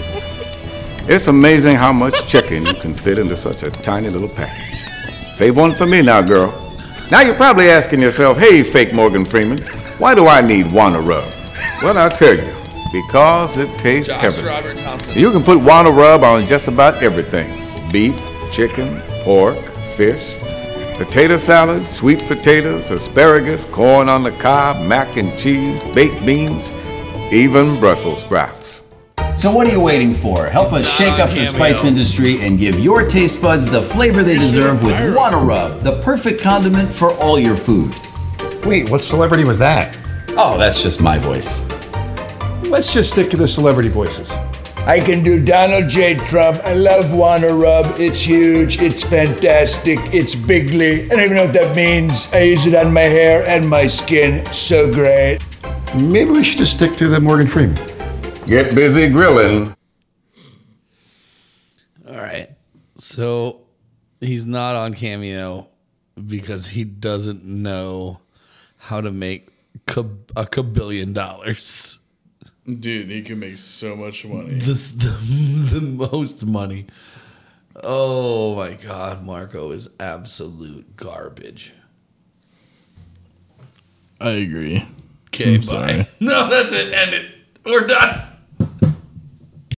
S18: It's amazing how much chicken you can fit into such a tiny little package. Save one for me now, girl. Now you're probably asking yourself, hey, fake Morgan Freeman, why do I need Wanna Rub? Well, I'll tell you, because it tastes
S1: Josh
S18: heavenly.
S1: Robert Thompson.
S18: You can put Wanna Rub on just about everything beef, chicken, pork, fish, potato salad, sweet potatoes, asparagus, corn on the cob, mac and cheese, baked beans, even Brussels sprouts.
S16: So what are you waiting for? Help us shake up the spice industry and give your taste buds the flavor they deserve with Wanna-Rub, the perfect condiment for all your food.
S20: Wait, what celebrity was that?
S16: Oh, that's just my voice.
S20: Let's just stick to the celebrity voices.
S21: I can do Donald J. Trump. I love Wanna Rub. It's huge. It's fantastic. It's bigly. I don't even know what that means. I use it on my hair and my skin. So great.
S20: Maybe we should just stick to the Morgan Freeman.
S18: Get busy grilling.
S1: All right. So he's not on Cameo because he doesn't know how to make ca- a cabillion dollars.
S2: Dude, he can make so much money.
S1: This the, the most money. Oh my God, Marco is absolute garbage.
S2: I agree.
S1: Okay, bye. No, that's it. End it. We're done.